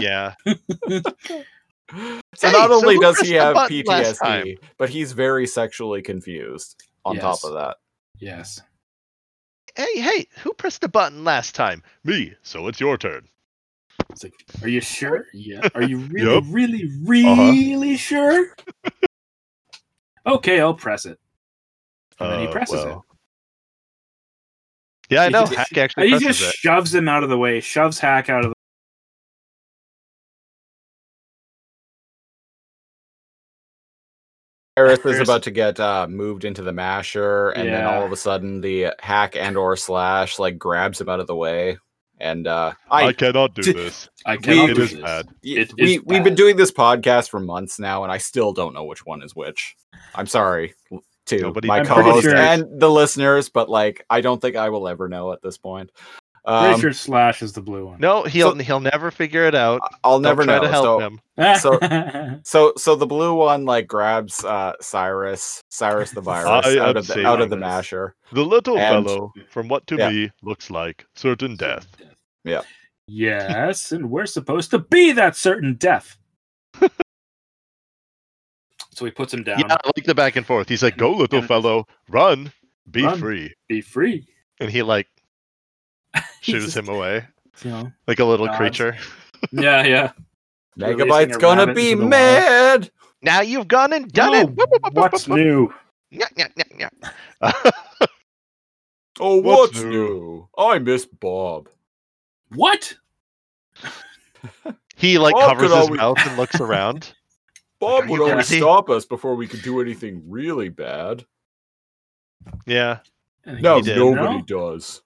yeah.
So
Hey,
not
so
only
who
does
pressed
he
the
have
button last
PTSD, but he's very sexually confused on
Yes.
top of that.
Yes.
Hey, hey, who pressed the button last time? Me. So it's your turn.
It's like, are you sure? Yeah. Are you really,
Yep.
really, really sure? okay, I'll press it. And
Oh,
then he presses
Uh, Yeah, I
He
know.
just-
Hack actually
it. Uh, He
presses
just
it.
shoves him out of the way. Shoves Hack out of the.
Eris is
Eris-
about to get uh, moved into the masher, and then all
Yeah.
of a sudden the hack and or slash like grabs him out of the way. And uh, I,
cannot
(laughs)
do
T-
this.
I
cannot
It
do
is bad.
y-
it
we
is
we've been
bad.
doing this podcast for months now, and I still don't know which one is which. I'm sorry to
Nobody-
my
I'm pretty
co-host
sure-
and the listeners, but like I don't think I will ever know at this point. Um,
Richard Slash is the blue one.
No, he'll
So-
he'll never figure it out.
I'll
Don't
never
try
know.
to help
so,
him.
so-
(laughs)
So so the blue one like grabs uh Cyrus, Cyrus
(laughs)
the virus
I
out
am
of the
saving
out of the
this.
masher.
The little
And-
fellow, from what to
Yeah.
me looks like certain death.
Yeah.
Yes, and we're supposed to be that certain death. (laughs) so he puts him down.
Yeah, I like the back and forth. He's like, "Go, little
And-
fellow, run, be
Run.
free,"
Be free.
and he
(laughs)
like
He's
shoos
just-
him away
You know.
like a little
Nods.
creature.
Yeah, yeah. Releasing
Megabyte's
a
gonna
rabbit
be
into the wild.
mad.
Now you've gone and done
No,
it. Whoop, whoop, whoop, whoop,
What's
whoop,
new?
whoop. Nyah, nyah, nyah, (laughs)
Oh
What's
what's,
new?
new? I miss Bob.
What?
nyah. He like
Oh,
covers
could
his
always-
mouth
(laughs)
and looks around.
Bob
Are
would
you
always
crazy?
stop us before we could do anything really bad.
Yeah,
And
Now
he said,
nobody
"No,
does.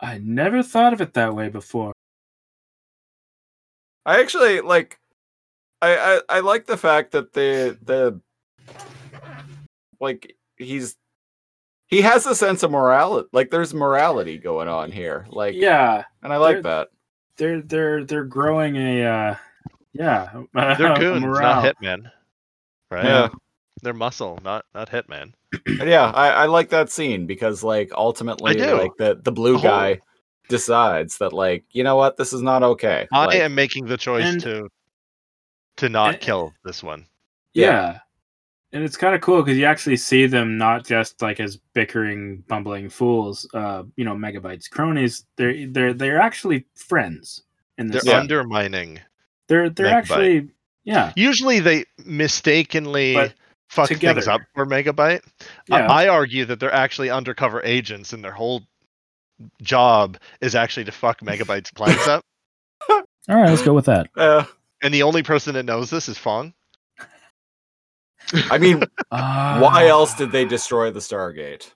I never thought of it that way before.
I actually like I, I I like the fact that the the like he's he has a sense of morality like there's morality going on here. Like
yeah,
and I like
there-
that.
they're they're they're growing a uh, yeah. (laughs) a
they're goons,
morale.
not hitmen. Right?
Yeah.
They're muscle, not not hitman.
But yeah, I, I like that scene because like ultimately
do.
like the, the blue
The whole-
guy decides that like, you know what, this is not okay.
I
Like,
am making the choice
And-
to to not
and-
kill this one.
Yeah.
Yeah. And it's kind of cool because you actually see them not just like as bickering, bumbling fools, uh, you know, megabytes cronies. They're they're they're actually friends in
They're
this.
Yeah.
They're
undermining.
they're, they're
Megabyte.
actually yeah
Usually they mistakenly
But
fuck things
together.
up for Megabyte.
Uh,
I-
yeah
I argue that they're actually undercover agents and their whole job is actually to fuck
(laughs)
Megabyte's plans up.
All right, let's go with that.
uh,
And the only person that knows this is Fong.
I
(laughs)
mean, why
Ah.
else did they destroy the Stargate?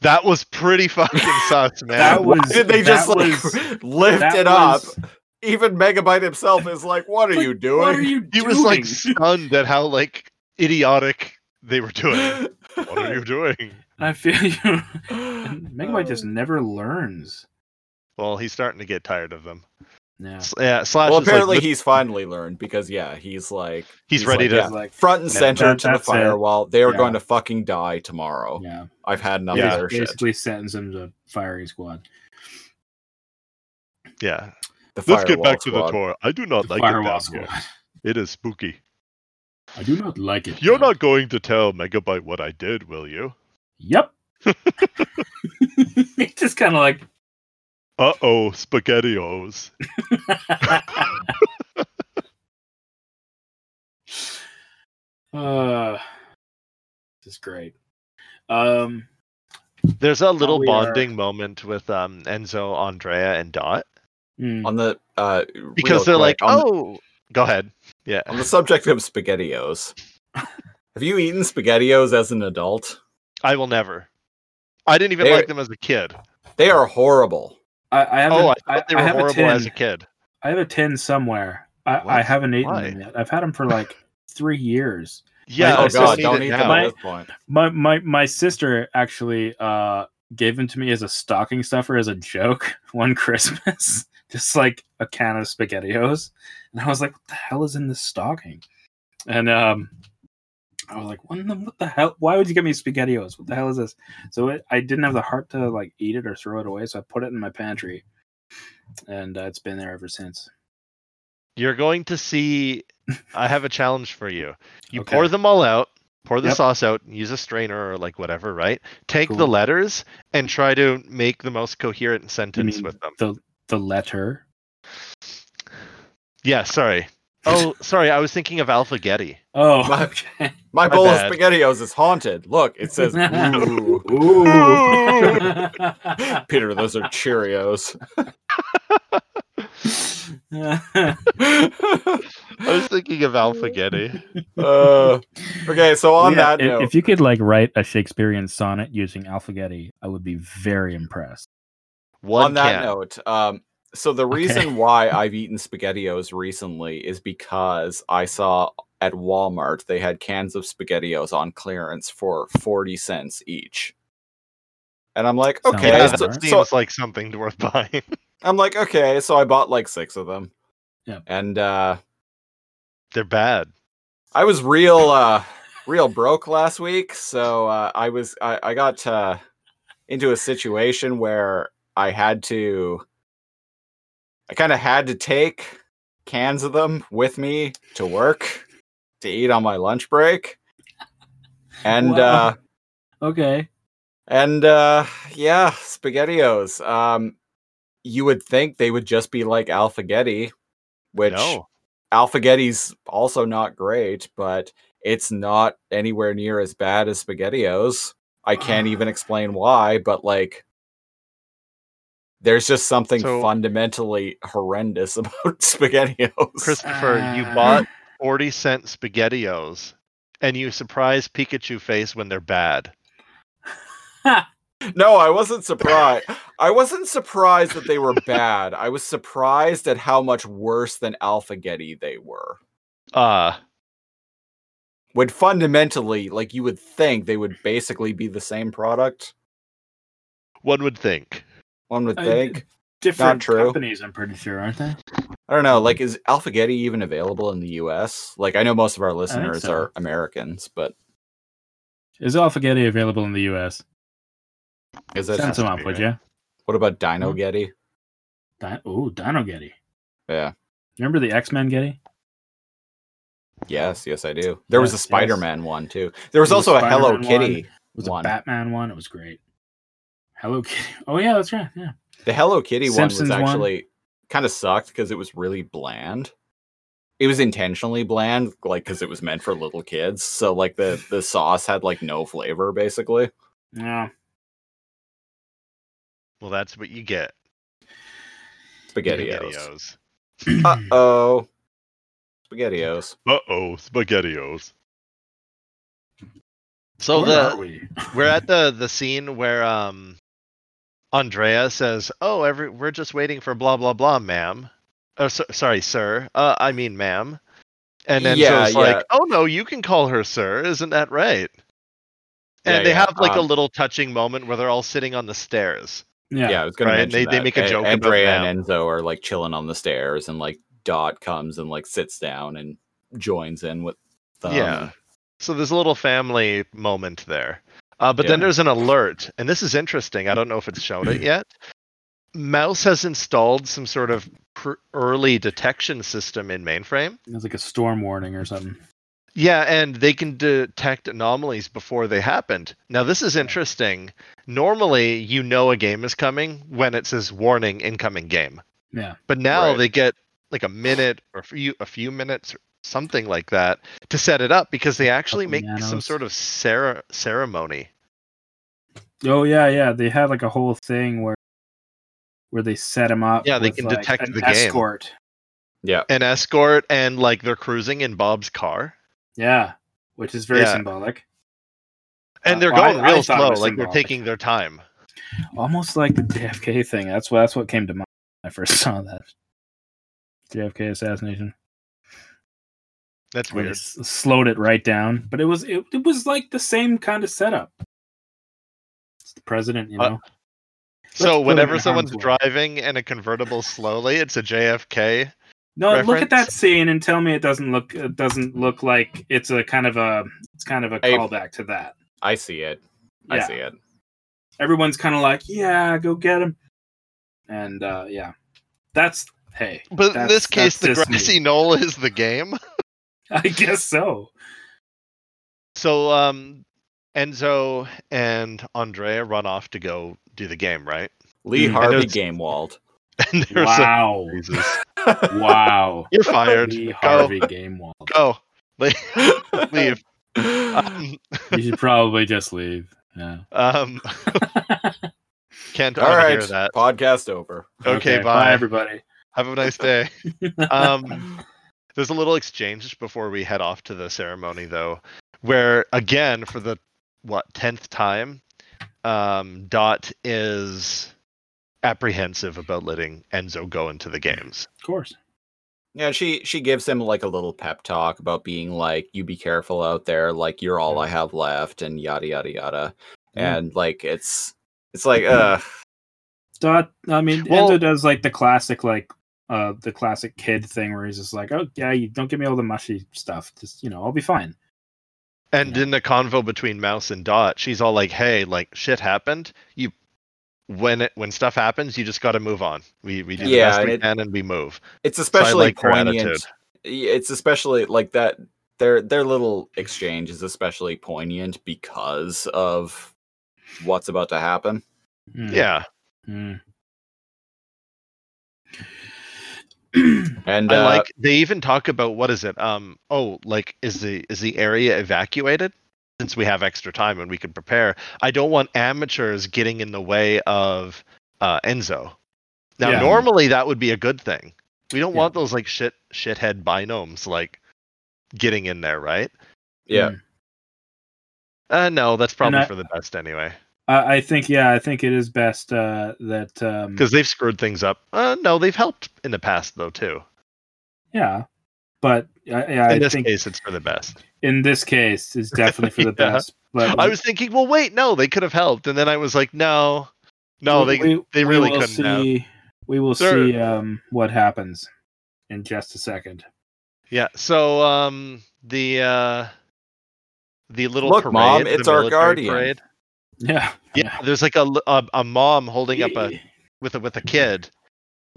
That was pretty
(laughs)
fucking sus, man.
That
Why
was-
did they just
that
like (laughs)
was-
lift
that
it up?
was-
Even Megabyte himself is like, "What are
Like,
you doing?"
(laughs) What are you
he
doing? (laughs)
was like stunned at how like idiotic they were
(laughs)
doing. What are you doing?
I feel you. (laughs) And Megabyte
Uh,
just never learns.
Well, he's starting to get tired of them.
Yeah.
S- Yeah, Slash
Well,
is
apparently
like,
he's finally learned because yeah, he's like
He's ready
like,
to-
yeah,
Like,
front and
Yeah,
center
that-
to the
that's it.
firewall. They are
Yeah.
going to fucking die tomorrow.
yeah.
I've had enough
Yeah.
of their oh, shit.
Basically sentence him to firing squad.
yeah.
The
Let's get
firewall
back to the
squad.
tour. I do not
The
like it
firewall
down
squad.
here. It is spooky.
I do not like it.
You're not going to tell Megabyte what I did, will you?
Yep.
He's just kind of like (laughs)
Uh oh, spaghettios.
Uh, this is great. Um,
There's a little
we are-
bonding moment with um, Enzo, Andrea, and Dot
mm,
on the uh, real
because they're
quick,
like,
on, the-
"Oh, go ahead." Yeah,
on the subject
(laughs)
of spaghettios. Have you eaten spaghettios as an adult?
I will never. I didn't even
They're-
like them as a kid.
They are horrible.
I, I have.
Oh, I
a-
thought they
I
were
have a
horrible
tin.
as a kid.
I have a tin somewhere. I,
What?
I haven't eaten
Why?
them yet. I've had them
(laughs)
for like three years.
Yeah,
I
oh
I
just
god,
need
don't
it
eat
now.
them at this
(laughs)
point.
My my my sister actually uh gave them to me as a stocking stuffer as a joke (laughs) one Christmas, (laughs) just like a can of Spaghettios, and I was like, "What the hell is in this stocking?" And um, I was like, "What, in the, what the hell? Why would you give me Spaghettios? What the hell is this?" So it, I didn't have the heart to like eat it or throw it away, so I put it in my pantry, and uh, it's been there ever since.
You're going to see. I have a challenge for you. You
Okay.
pour them all out, pour the
Yep.
sauce out, use a strainer or like whatever, right? Take the
Cool.
letters and try to make the most coherent sentence
Mm.
mean
with them.
The the letter.
Yeah, sorry. Oh, sorry. I was thinking of Alpha Getty.
Oh,
My-
okay.
My bowl
bad.
of spaghettios is haunted. Look, it says
(laughs)
ooh. Peter, those are Cheerios.
(laughs)
(laughs)
(laughs)
I was thinking of Alpha Getty.
uh, okay, so on
Yeah,
that
if,
note,
if you could like write a Shakespearean sonnet using Alphagetti, I would be very impressed.
One
on that
can.
note, um, so the reason why I've eaten spaghettios recently is because I saw at Walmart they had cans of spaghettios on clearance for 40 cents each. And I'm like,
Sounds
okay,
Yeah,
Yeah,
Oh, that
so,
alright.
so
seems like something worth (laughs) buying.
I'm like, okay, so I bought like six of them.
Yeah.
And uh
They're bad.
I was real uh real broke last week, so uh I was I, I got uh into a situation where I had to I kind of had to take cans of them with me to work to eat on my lunch break. And
Wow.
uh
Okay.
and uh yeah, spaghettios. Um you would think they would just be like alphagetti, which
no.
Alphaghetti's also not great, but it's not anywhere near as bad as Spaghettios. I can't even explain why, but like, there's just something
So-
fundamentally horrendous (laughs) about Spaghettios.
Christopher, you
Uh.
(laughs)
bought 40 cent SpaghettiOs and you surprise Pikachu face when they're bad.
no, I wasn't surprised. I wasn't surprised that they were bad. I was surprised at how much worse than Alphaghetti they were.
Uh,
Would fundamentally, like, you would think they would basically be the same product.
one would think.
One would
I-
think.
Different
true.
companies, I'm pretty sure, aren't they?
I don't know. Like, is Alphagetti even available in the U.S.? Like, I know most of our listeners
so.
are Americans, but
Is Alphagetti available in the U.S.?
is it?
Send some
to
up,
be,
would
right?
you?
What about
Hmm?
Dino Getty?
Di- oh, Dino Getty.
Yeah.
Remember the X Men Getty?
Yes, yes, I do. There was a
Yes, yes.
Spider-Man one too. There was
There was
also a Hello
Spider-Man one.
Kitty.
It was
One.
a Batman one. It was great. Hello Kitty. Oh yeah, that's right. Yeah.
The Hello Kitty
Simpsons
one
one.
was actually kind of sucked because it was really bland. It was intentionally bland, like because it was meant for little kids. So like
(laughs)
the the sauce had like no flavor, basically.
Yeah.
Well, that's what you get.
Spaghettios. Uh oh. Spaghettios.
Uh oh, SpaghettiOs. So
Where
the
are we? (laughs)
we're at the the scene where um Andrea says, "Oh, every we're just waiting for blah blah blah, ma'am." Oh, so, sorry, sir. Uh, I mean, ma'am. And then
Yeah,
Joe's
yeah.
like, "Oh no, you can call her sir, isn't that right?" And
Yeah,
they
yeah,
have like a
um,
little touching moment where they're all sitting on the stairs.
Yeah.
Yeah, I was gonna
Right,
mention
they- they
that.
make a
A-
joke about
Andrea and Enzo are like chilling on the stairs, and like Dot comes and like sits down and joins in with them.
Yeah. So there's a little family moment there. Uh, but then
Yeah.
there's an alert, and this is interesting. I don't know if it's shown it yet. Mouse has installed some sort of pr- early detection system in mainframe.
It was like a storm warning or something.
Yeah, and they can detect anomalies before they happened. Now this is interesting. Normally, you know a game is coming when it says warning incoming game.
Yeah.
But now
Right.
they get like a minute or a few, a few minutes or something like that to set it up because they actually make
Couple
some
nanos.
sort of cere- ceremony.
Oh yeah, yeah. They had like a whole thing where where they set him up.
Yeah, they
with,
can
like,
detect
an
the game.
escort.
yeah.
An escort and like they're cruising in Bob's car
Yeah, which is very
Yeah.
symbolic.
and
Uh,
they're
well, I-
going
I
real
thought it
slow
was
like they're
symbolic.
taking their time.
Almost like the JFK thing. That's what that's what came to mind when I first (laughs) saw that JFK assassination.
That's
Where they
weird.
s- slowed it right down, but it was it, it was like the same kind of setup. It's the president, you
Uh,
know. put
So
him
whenever
in harm's
someone's
way.
driving in a convertible slowly, it's a JFK.
No, look at that
reference?
scene and tell me it doesn't look it doesn't look like it's a kind of a it's kind of a
Hey.
callback to that.
I see it. I see it.
everyone's kind of like, yeah, go get him. And uh, yeah, that's (laughs)
hey.
But in
that's-
this case, the
that's just me.
grassy knoll is the game. (laughs)
I guess so.
So um, Enzo and Andrea run off to go do the game, right? (laughs)
Lee
Mm. I know
Harvey
it's-
Game Walled.
And there's a-
Wow. Wow.
you're fired.
Lee
Go,
Harvey Game Wall.
go, (laughs) Le-
(laughs)
leave. Um,
You should probably just leave. Yeah.
um, can't
All
unhear
right,
that.
podcast over.
Okay, bye.
Bye,
(laughs)
everybody.
Have a nice day. um, there's a little exchange just before we head off to the ceremony, though, where again for the what tenth time, um, Dot is apprehensive about letting Enzo go into the games.
Of course.
Yeah, she she gives him like a little pep talk about being like, "You be careful out there. Like you're all I have left," and yada yada yada.
Yeah.
And like it's it's like uh
Dot. I mean,
Well-
Enzo does like the classic, like uh, the classic kid thing, where he's just like, "Oh yeah, you don't give me all the mushy stuff. Just you know, I'll be fine."
And in the convo between Mouse and Dot, she's all like, "Hey, like shit happened. You when it when stuff happens, you just got to move on. We we do the
Yeah,
best
and
we
it-
can and we move."
it's especially
like her attitude.
poignant. Yeah, It's especially like that their their little exchange is especially poignant because of what's about to happen.
Mm,
Mm-hmm.
Yeah,
mm.
I
And
(clears throat)
Hmm. (clears throat)
uh,
like they even talk about what is it? Um oh, like is the is the area evacuated? Since we have extra time and we can prepare. I don't want amateurs getting in the way of uh Enzo. Now
Yeah.
normally that would be a good thing. We don't
Yeah.
want those like shit shithead binomes like getting in there, right?
yeah,
Uh no, that's probably
I-
for the best anyway.
I, I think yeah, I think it is best uh, that um,
Because they've screwed things up. Uh no, they've helped in the past though too.
yeah, but I, yeah,
in
I
this
think
case it's for the best.
in this case is definitely for the
(laughs) Yeah.
best. But
I was thinking, well, wait, no, they could have helped, and then I was like, no, no,
we-
they
we-
they
we
really
will
couldn't have.
See, we will
They're-
see um, what happens in just a second. (laughs)
Yeah. So um, the uh, the little
Look,
parade,
Mom,
the
it's our
military
guardian.
parade.
Yeah,
Yeah, there's like a, l- a a mom holding up a with a with a kid.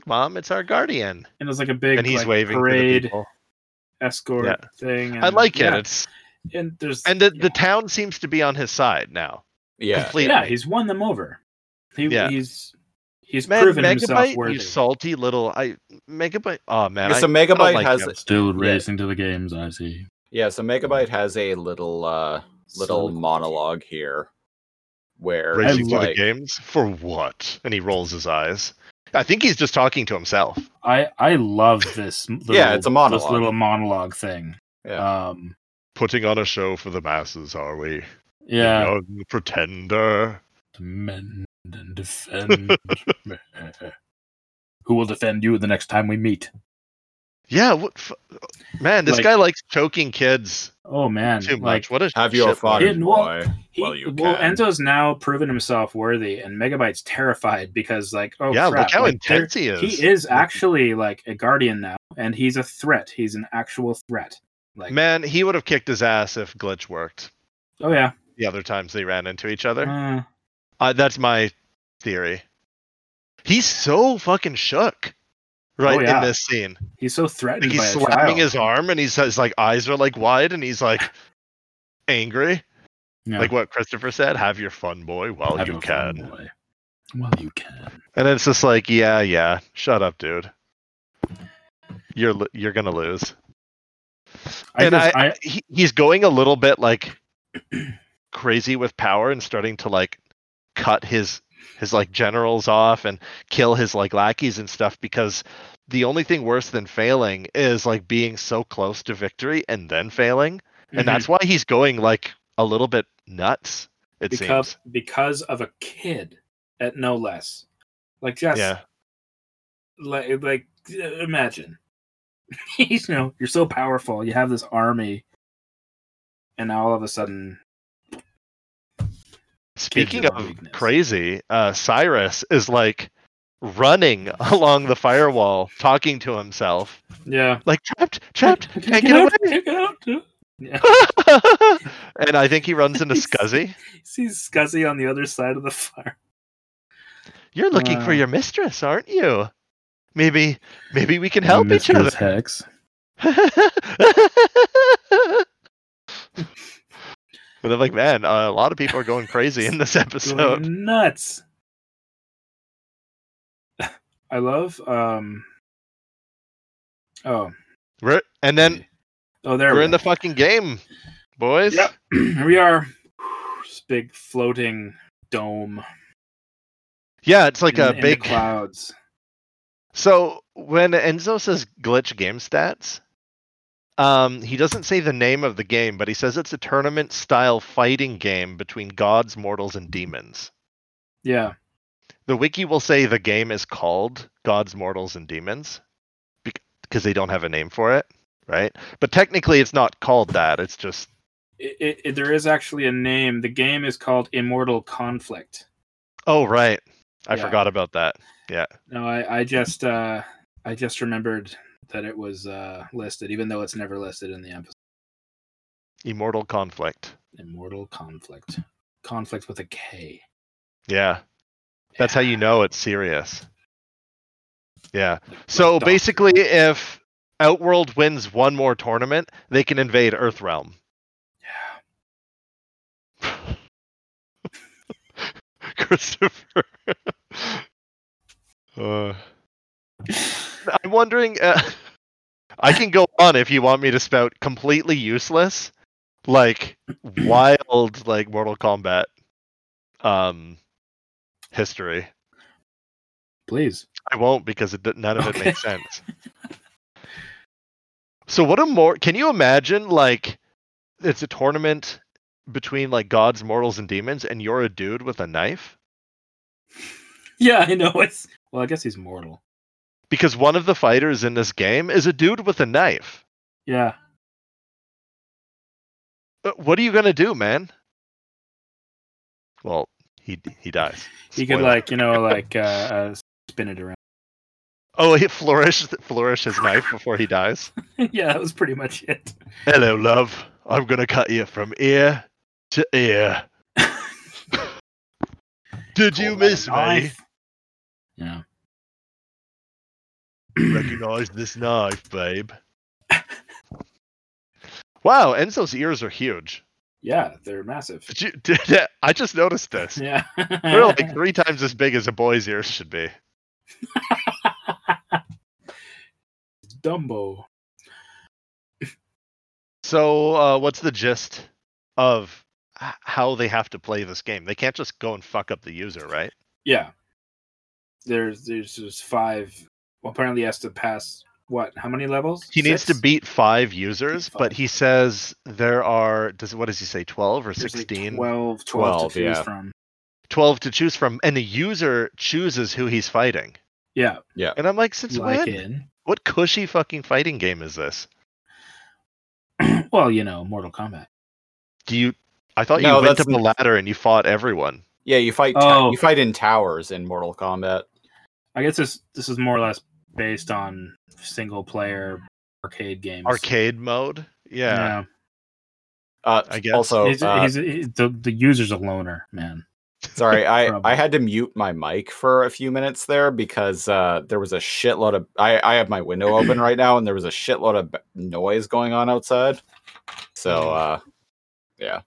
Mom, it's our guardian,
and it's like a big
and he's
like,
waving to the
parade
people.
escort
Yeah.
thing. And,
I like it.
yeah,
It's
And there's
and the,
yeah.
the town seems to be on his side now.
yeah.
Completely.
yeah, he's won them over. He,
Yeah.
he's he's
Man,
proven himself
Megabyte,
worthy.
you salty little I Megabyte. Oh man, I,
so Megabyte
like
has
him.
Still
racing
to the games, I see.
yeah, so Megabyte has a little uh little monologue here where
racing
he's
through the
like,
games for what? And he rolls his eyes. I think he's just talking to himself.
I I love this. Little,
it's a monologue.
This little monologue thing.
Uh,
Yeah.
Um.
Putting on a show for the masses, are we?
Yeah.
The young pretender.
Mend and
(laughs)
defend. Who will defend you the next time we meet?
Yeah. What? F- man, this
Like-
guy likes choking kids
Oh man,
too
like
much. What a
"Have your
shit
fun,
Hidden
boy."
Wolf. he,
Well, you
well
can.
Enzo's now proven himself worthy, and Megabyte's terrified because like oh
yeah,
crap,
look how
like, there-
intense he is.
He is actually like a guardian now, and he's a threat. He's an actual threat. Like
Man, he would have kicked his ass if glitch worked.
oh yeah,
The other times they ran into each other.
Uh,
Uh, that's my theory. He's so fucking shook, right
Oh, yeah.
in this scene.
he's so
Like
threatened.
he's
by a
slapping
child.
his arm and he's his like eyes are like wide and he's
(laughs)
like angry.
Yeah.
Like what Christopher said, have your fun boy while
Have
you
a
can.
fun boy. Well, you can.
And it's just like, yeah, yeah, shut up, dude. You're lo- you're gonna lose.
I
and
just-
I,
I-
he, he's going a little bit like crazy with power and starting to like cut his his like generals off and kill his like lackeys and stuff because the only thing worse than failing is like being so close to victory and then failing and that's
Mm-hmm.
why he's going like a little bit nuts. It
because
seems.
because of a kid, at no less. Like just
Yeah.
like like uh, imagine. (laughs) you know, you're so powerful. You have this army, and now all of a sudden,
Speaking
Kids are
of
weakness.
crazy, uh, Cyrus is like running (laughs) along the firewall, talking to himself,
yeah,
like trapped, trapped,
(laughs)
can't get
out,
away.
Get out. Yeah.
(laughs) and I think he runs into
He's-
Scuzzy.
sees Scuzzy on the other side of the fire.
You're looking for
Uh,
your mistress, aren't you? Maybe maybe we can (laughs) help each
Mistress
other.
Hex.
(laughs) but I'm like, man, uh, a lot of people are going crazy in this
(laughs) Going
episode.
nuts. (laughs) I love. um Oh,
We're, and then
oh, there
we're
we
in the fucking game, boys.
Yep. (clears throat) are. we are. This big floating dome,
Yeah, it's like
in-
a
in the
big.
clouds.
So when Enzo says glitch game stats, um, he doesn't say the name of the game, but he says it's a tournament style fighting game between gods, mortals, and demons.
Yeah,
The wiki will say the game is called Gods, Mortals, and Demons because they don't have a name for it, right? But technically, it's not called that. It's just
it, it, it- there is actually a name. The game is called Immortal Conflict.
oh right, I
Yeah.
forgot about that.
No, I, I just uh I just remembered that it was uh listed, even though it's never listed in the episode.
Immortal conflict.
Immortal Conflict, conflict with a K.
Yeah, that's how you know it's serious. Yeah.
Like
So
Doctor.
basically, if Outworld wins one more tournament, they can invade Earthrealm.
Yeah.
(laughs) Christopher. (laughs) Uh, I'm wondering. Uh, (laughs) I can go on if you want me to spout completely useless,
(clears throat)
like wild, like Mortal Kombat, um, history.
Please. (laughs)
I won't because it, d- none of it
Okay.
makes sense. so what a more can you imagine like it's a tournament between like gods, mortals, and demons, and you're a dude with a knife?
Yeah, I know it's. Well, I guess he's mortal.
Because one of the fighters in this game is a dude with a knife.
Yeah.
Uh, What are you gonna do, man? Well, he he dies.
He could
Spoiler.
like you know like uh, uh spin it around. (laughs)
oh he flourish flourish his knife before he dies.
yeah, that was pretty much it.
Hello, love. I'm gonna cut you from ear to
(laughs)
ear. Did you
Hold that
miss me?
knife. (clears throat)
Yeah.
Recognize this knife, babe. wow, Enzo's ears are huge.
(clears throat) Yeah, they're massive.
(laughs) Did you, did, I just noticed this.
Yeah.
They're like three times as big as a boy's ears should be.
(laughs) Dumbo.
So, uh, what's the gist of h- how they have to play this game? They can't just go and fuck up the user, right?
Yeah. There's there's just five. Well, apparently he has to pass what? How many levels?
He needs to
Six?
beat five users, but
five.
he says there are. Does what does he say? Twelve or
There's like
sixteen?
12, 12,
Twelve,
to choose
yeah.
from.
12 to choose from and the user chooses who he's fighting
Yeah,
and i'm like since
like
when what cushy fucking fighting game is this
in. (clears throat) well, you know, Mortal Kombat.
do you i thought
No,
you went
that's
up a ladder and you fought everyone
Yeah, you fight. ta-
Oh.
you fight in towers in Mortal Kombat.
I guess this this is more or less based on single player arcade games.
arcade mode yeah, Oh,
Yeah.
Uh,
I guess.
Also,
he's,
uh,
he's, he- the the user's a loner, man. (laughs)
sorry, I,
Probably.
I had to mute my mic for a few minutes there because uh, there was a shitload of. I, I have my window open right now, and there was a shitload of b- noise going on outside. So,
Mm-hmm.
uh, yeah,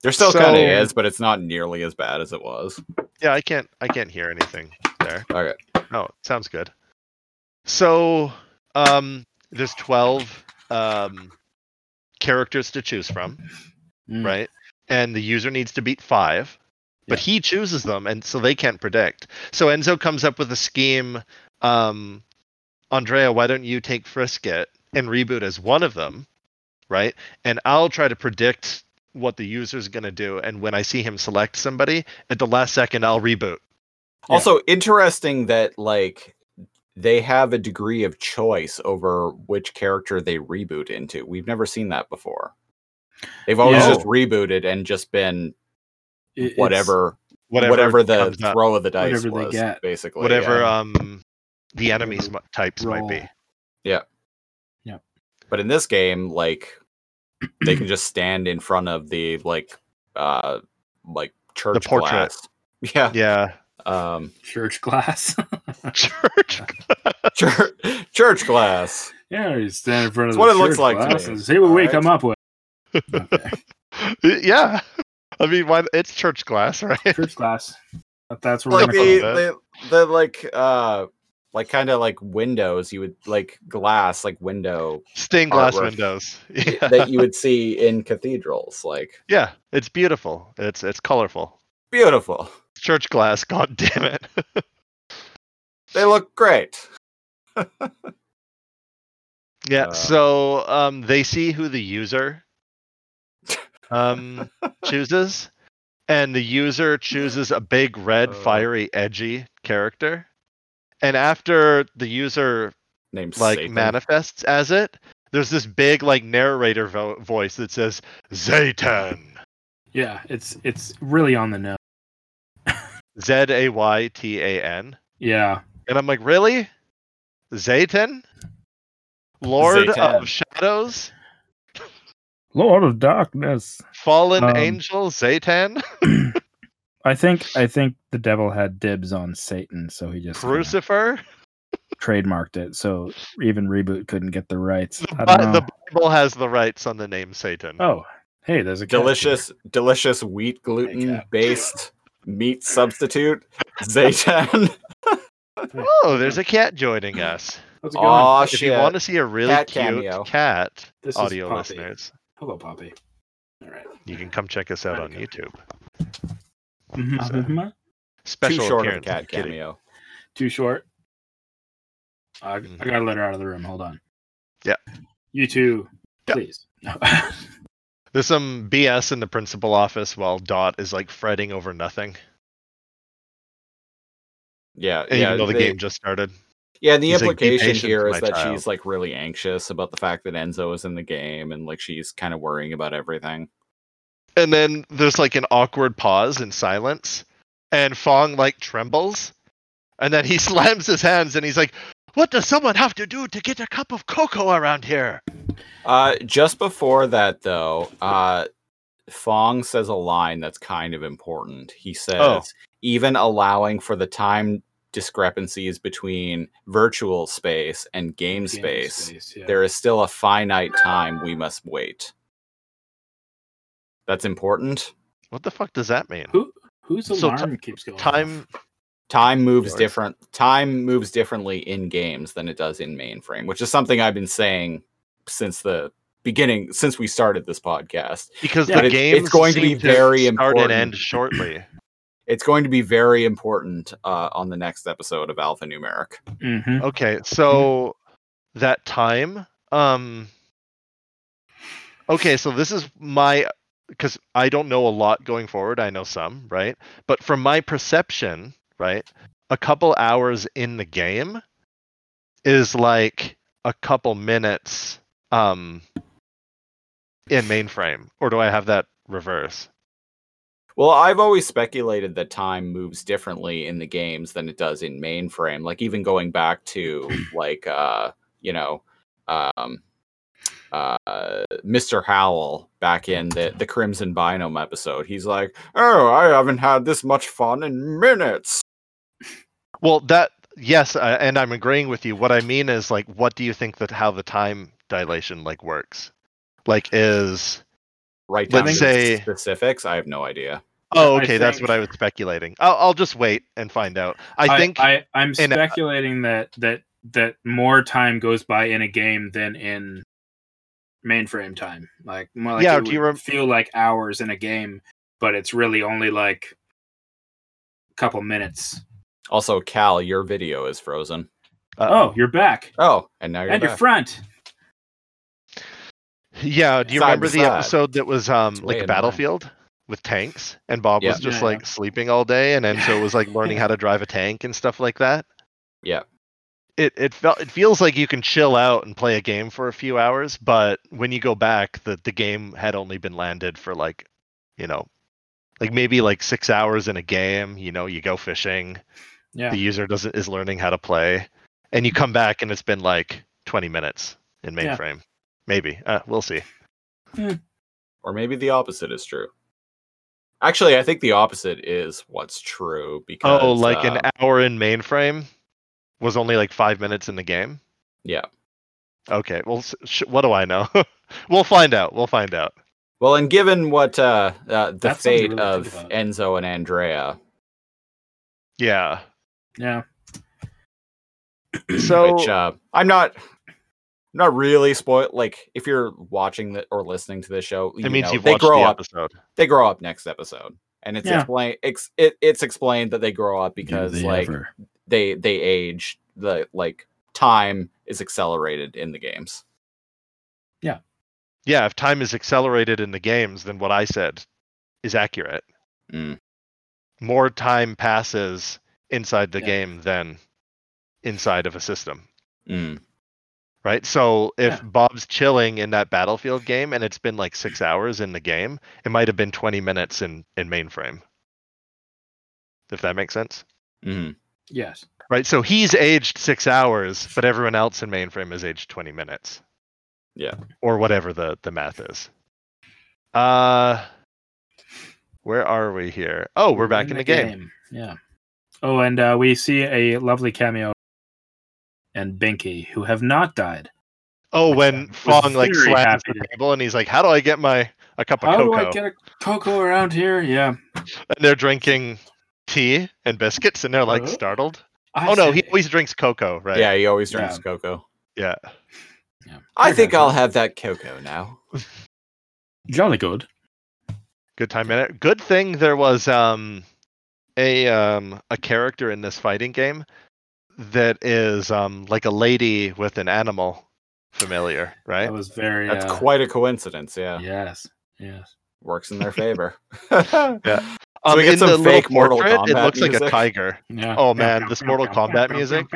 there still
So-
kind of is, but it's not nearly as bad as it was.
yeah i can't i can't hear anything there
Okay.
oh sounds good so um there's 12 um characters to choose from
Mm.
right? And the user needs to beat five, but he chooses them, and so they can't predict. So Enzo comes up with a scheme. Um, Andrea, why don't you take Frisket and reboot as one of them, right? And I'll try to predict what the user's going to do. And when I see him select somebody at the last second, I'll reboot.
Yeah.
Also, interesting that like they have a degree of choice over which character they reboot into. We've never seen that before. They've always
Yeah.
just rebooted and just been
It- it's-
whatever, whatever, the
comes up,
throw of the dice
whatever they
was,
get.
basically.
whatever
yeah.
um the enemy
Whatever
sm- types might be.
role.
but in this game, like
(clears throat)
they can just stand in front of the like, uh, like church
portrait.
glass. (laughs) Yeah,
Yeah, (laughs)
Um,
Church class.
Church.
church, (laughs) church glass.
(laughs) yeah, you stand in front of
That's
the
what it looks
church
like to
class
me.
and see what we
Alright.
come up with.
(laughs) yeah. I mean, why it's church glass, (laughs) right?
Church class. But That's where
Like
we're gonna
the,
they-
go.
that.
the the like uh like kind of like windows you would like glass like window
Stained glass
Artwork.
windows. (laughs) Yeah.
that you would see in cathedrals. Like
(laughs) yeah, it's beautiful. It's it's colorful.
beautiful.
Church glass. (laughs) God damn it.
They look great.
yeah.
Uh.
so um, they see who the user
(laughs)
um, chooses, and the user chooses a big red,
Uh.
fiery, edgy character. And after the user
Named
like
Satan.
manifests as it, there's this big like narrator vo- voice that says Zaytan,
Yeah, it's it's really on the nose.
Z A Y T A N,
Yeah.
and I'm like, really, Zaytan, Lord
Zaytan.
of Shadows,
Lord of Darkness.
Fallen
Um,
Angel, Zaytan,
I think I think the devil had dibs on Satan, so he just kinda
Crucifer.
trademarked it. So even reboot couldn't get the rights. I
But
don't know.
the Bible has the rights on the name Satan.
Oh, hey, there's a cat here.
delicious, delicious wheat gluten
cat.
based meat substitute Zaytan.
Oh, there's a cat joining us.
How's it going?
Oh
if you
shit!
want to see a really
Cat
cute
cameo.
cat,
This is
audio
Poppy.
listeners,
Hello, Poppy. All right.
you can come check us out on
Okay.
YouTube.
Mhm,
So-
mhm.
(laughs) Special
Too short of a
appearance
cat
Kitty.
cameo.
Too short. I,
Mhm.
I gotta let her out of the room. Hold on.
Yeah.
You two,
Yeah.
please. (laughs)
There's some BS in the principal office while Dot is like fretting over nothing,
Yeah,
even
yeah.
though the
they-
game just started.
Yeah, the
He's like, "Be
implication
patient,
here is
my
that
child."
she's like really anxious about the fact that Enzo is in the game and like she's kind of worrying about everything.
And then there's like an awkward pause in silence, and Fong like trembles, and then he (laughs) slams his hands and he's like, "What does someone have to do to get a cup of cocoa around here?"
Uh, just before that, though, uh, Fong says a line that's kind of important. He says,
Oh.
even allowing for the time discrepancies between virtual space and game,
Game
space,
yeah.
there is still a finite time we must wait. That's important.
What the fuck does that mean?
Who whose
So ti-
alarm keeps going? off?
Time.
Time moves
Yours.
different. Time moves differently in games than it does in mainframe, which is something I've been saying since the beginning, since we started this podcast.
Because
Yeah,
but
the
it's-
game
it's going to be very
start
important.
and end shortly.
It's going to be very important uh, on the next episode of Alphanumeric.
Mhm.
Okay, so that time. Um Okay, so this is my because I don't know a lot going forward. I know some, right? But from my perception, right, a couple hours in the game is like a couple minutes um in mainframe. Or do I have that reverse?
Well, I've always speculated that time moves differently in the games than it does in mainframe. Like even going back to like uh, you know, um uh Mr. Howell back in the the Crimson Binome episode. He's like, "Oh, I haven't had this much fun in minutes."
Well, that yes, uh, and I'm agreeing with you. What I mean is like what do you think that how the time dilation like works? Like is
Right
Let's
down to the
say-
specifics. I have no idea.
Oh,
I
okay. That's what I was speculating. I'll, I'll just wait and find out. I think
I, I, am
in a-
speculating that that that more time goes by in a game than in mainframe time. Like more like
Yeah,
it
do you
would
rem-
feel like hours in a game, but it's really only like a couple minutes.
Also, Cal, your video is frozen.
uh,
Oh, you're back.
Oh, and now you're
and your
back.
front.
yeah. Do you
side
remember
to
the
side.
episode that was um
It's way
like
annoying.
battlefield with tanks and Bob
Yeah.
was just
Yeah, yeah.
like sleeping all day and Enzo
(laughs)
was like learning how to drive a tank and stuff like that.
Yeah.
It it felt it feels like you can chill out and play a game for a few hours, but when you go back, the the game had only been landed for like, you know, like maybe like six hours in a game. You know, you go fishing.
Yeah.
the user doesn't is learning how to play and you come back and it's been like 20 minutes in
Yeah.
mainframe maybe uh, we'll see
or maybe the opposite is true. Actually, I think the opposite is what's true because
Oh, like
um,
an hour in mainframe was only like five minutes in the game.
Yeah.
Okay. Well, s- sh- what do I know? (laughs) we'll find out. We'll find out.
Well, and given what uh, uh the
That's something to
fate
really
of
think about.
Enzo and Andrea,
Yeah.
Yeah.
So
(clears throat) which uh, I'm not, I'm not really spoiled. Like, if you're watching the, or listening to this show, you
it means
know,
you've
they
watched the
grow up.
episode.
They grow up next episode, and it's
Yeah.
explained. Ex, it, it's explained that they grow up
Do
because
they
like
ever?
they they age. The like time is accelerated in the games.
Yeah. If time is accelerated in the games, then what I said is accurate.
Mm.
More time passes inside the
Yeah.
game than inside of a system.
Mm.
right? So if
Yeah.
Bob's chilling in that battlefield game and it's been like six hours in the game, it might have been 20 minutes in, in mainframe. If that makes sense.
Mm.
Yes.
Right. So he's aged six hours, but everyone else in mainframe is aged 20 minutes.
Yeah.
Or whatever the, the math is. Uh, where are we here? Oh, we're back in, the, game.
Yeah. Oh, and uh, we see a lovely cameo and Binky, who have not died.
Oh,
Which
when
I'm
Fong like
very
slams the
happy to-
table and he's like, "How do I get my a cup of
How do
cocoa?"
I get a cocoa around here? Yeah.
and they're drinking tea and biscuits and they're like
Uh-huh.
startled.
I
Oh no, he
said-
always drinks cocoa, right?
Yeah, he always drinks
Yeah.
cocoa.
Yeah.
I
Very
think
good.
I'll have that cocoa now.
Jolly good.
Good time in it. Good thing there was um a um a character in this fighting game that is um like a lady with an animal familiar, right?
That was very.
That's
uh,
quite a coincidence. Yeah,
Yes. Yes.
works (laughs) in their favor.
Yeah. Um,
we get
in
some
the little
fake Mortal
portrait, it
Kombat
looks like a
music. (laughs)
tiger.
Yeah.
Oh man, this Mortal Kombat music.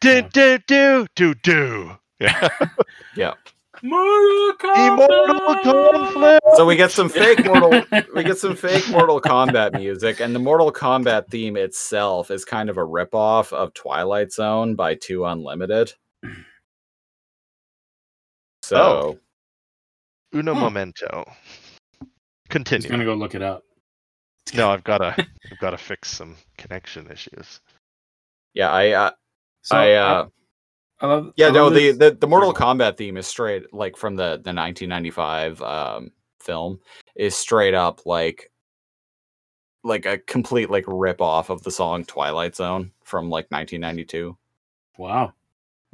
Do
Yeah.
do do do do. Yeah.
Mortal
Immortal conflict.
So we get some fake Mortal we get some fake Mortal Kombat music, and the Mortal Kombat theme itself is kind of a ripoff of Twilight Zone by Two (clears throat) Unlimited. So
Uno
Hmm.
Huh.
momento.
He's
Continue.
gonna go look it up.
No, I've gotta I've gotta fix some connection issues.
yeah, I uh,
So,
I uh,
I love. I
yeah no
love
the,
this-
the the Mortal
Sorry.
Kombat theme is straight like from the the 1995 um film is straight up like like a complete like rip off of the song Twilight Zone from like 1992.
Wow.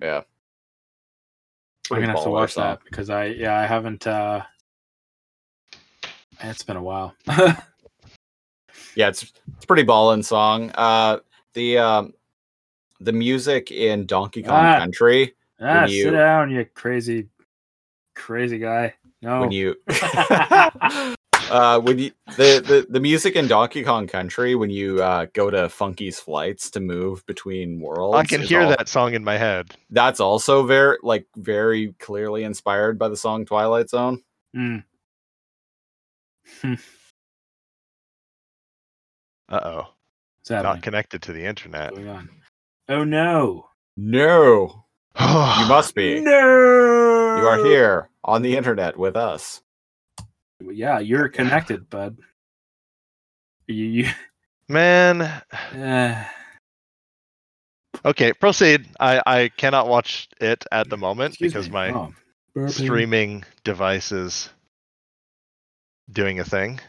Yeah.
I'm gonna have to
Baller
watch
song.
that because I yeah I haven't. uh It's been a while.
yeah it's it's a pretty ballin song uh the um the music in donkey kong
Ah.
country
ah,
you-
sit down, you crazy, crazy guy. No.
when you uh when you the, the the music in donkey kong country when you uh go to funky's flights to move between worlds
I can
is
hear
all-
that song in my head.
that's also very like very clearly inspired by the song twilight zone
Mm.
Uh oh.
What's happening?
Not connected to the internet.
What's going on? Oh no!
no you
(sighs) you (gasps)
must be
No!
you are here on the internet with us
Yeah, you're connected, bud. You, you (laughs)
Man.
uh,
Okay, proceed. I, I cannot watch it at the moment
excuse
because
me.
my
Oh, burping.
streaming device is doing a thing.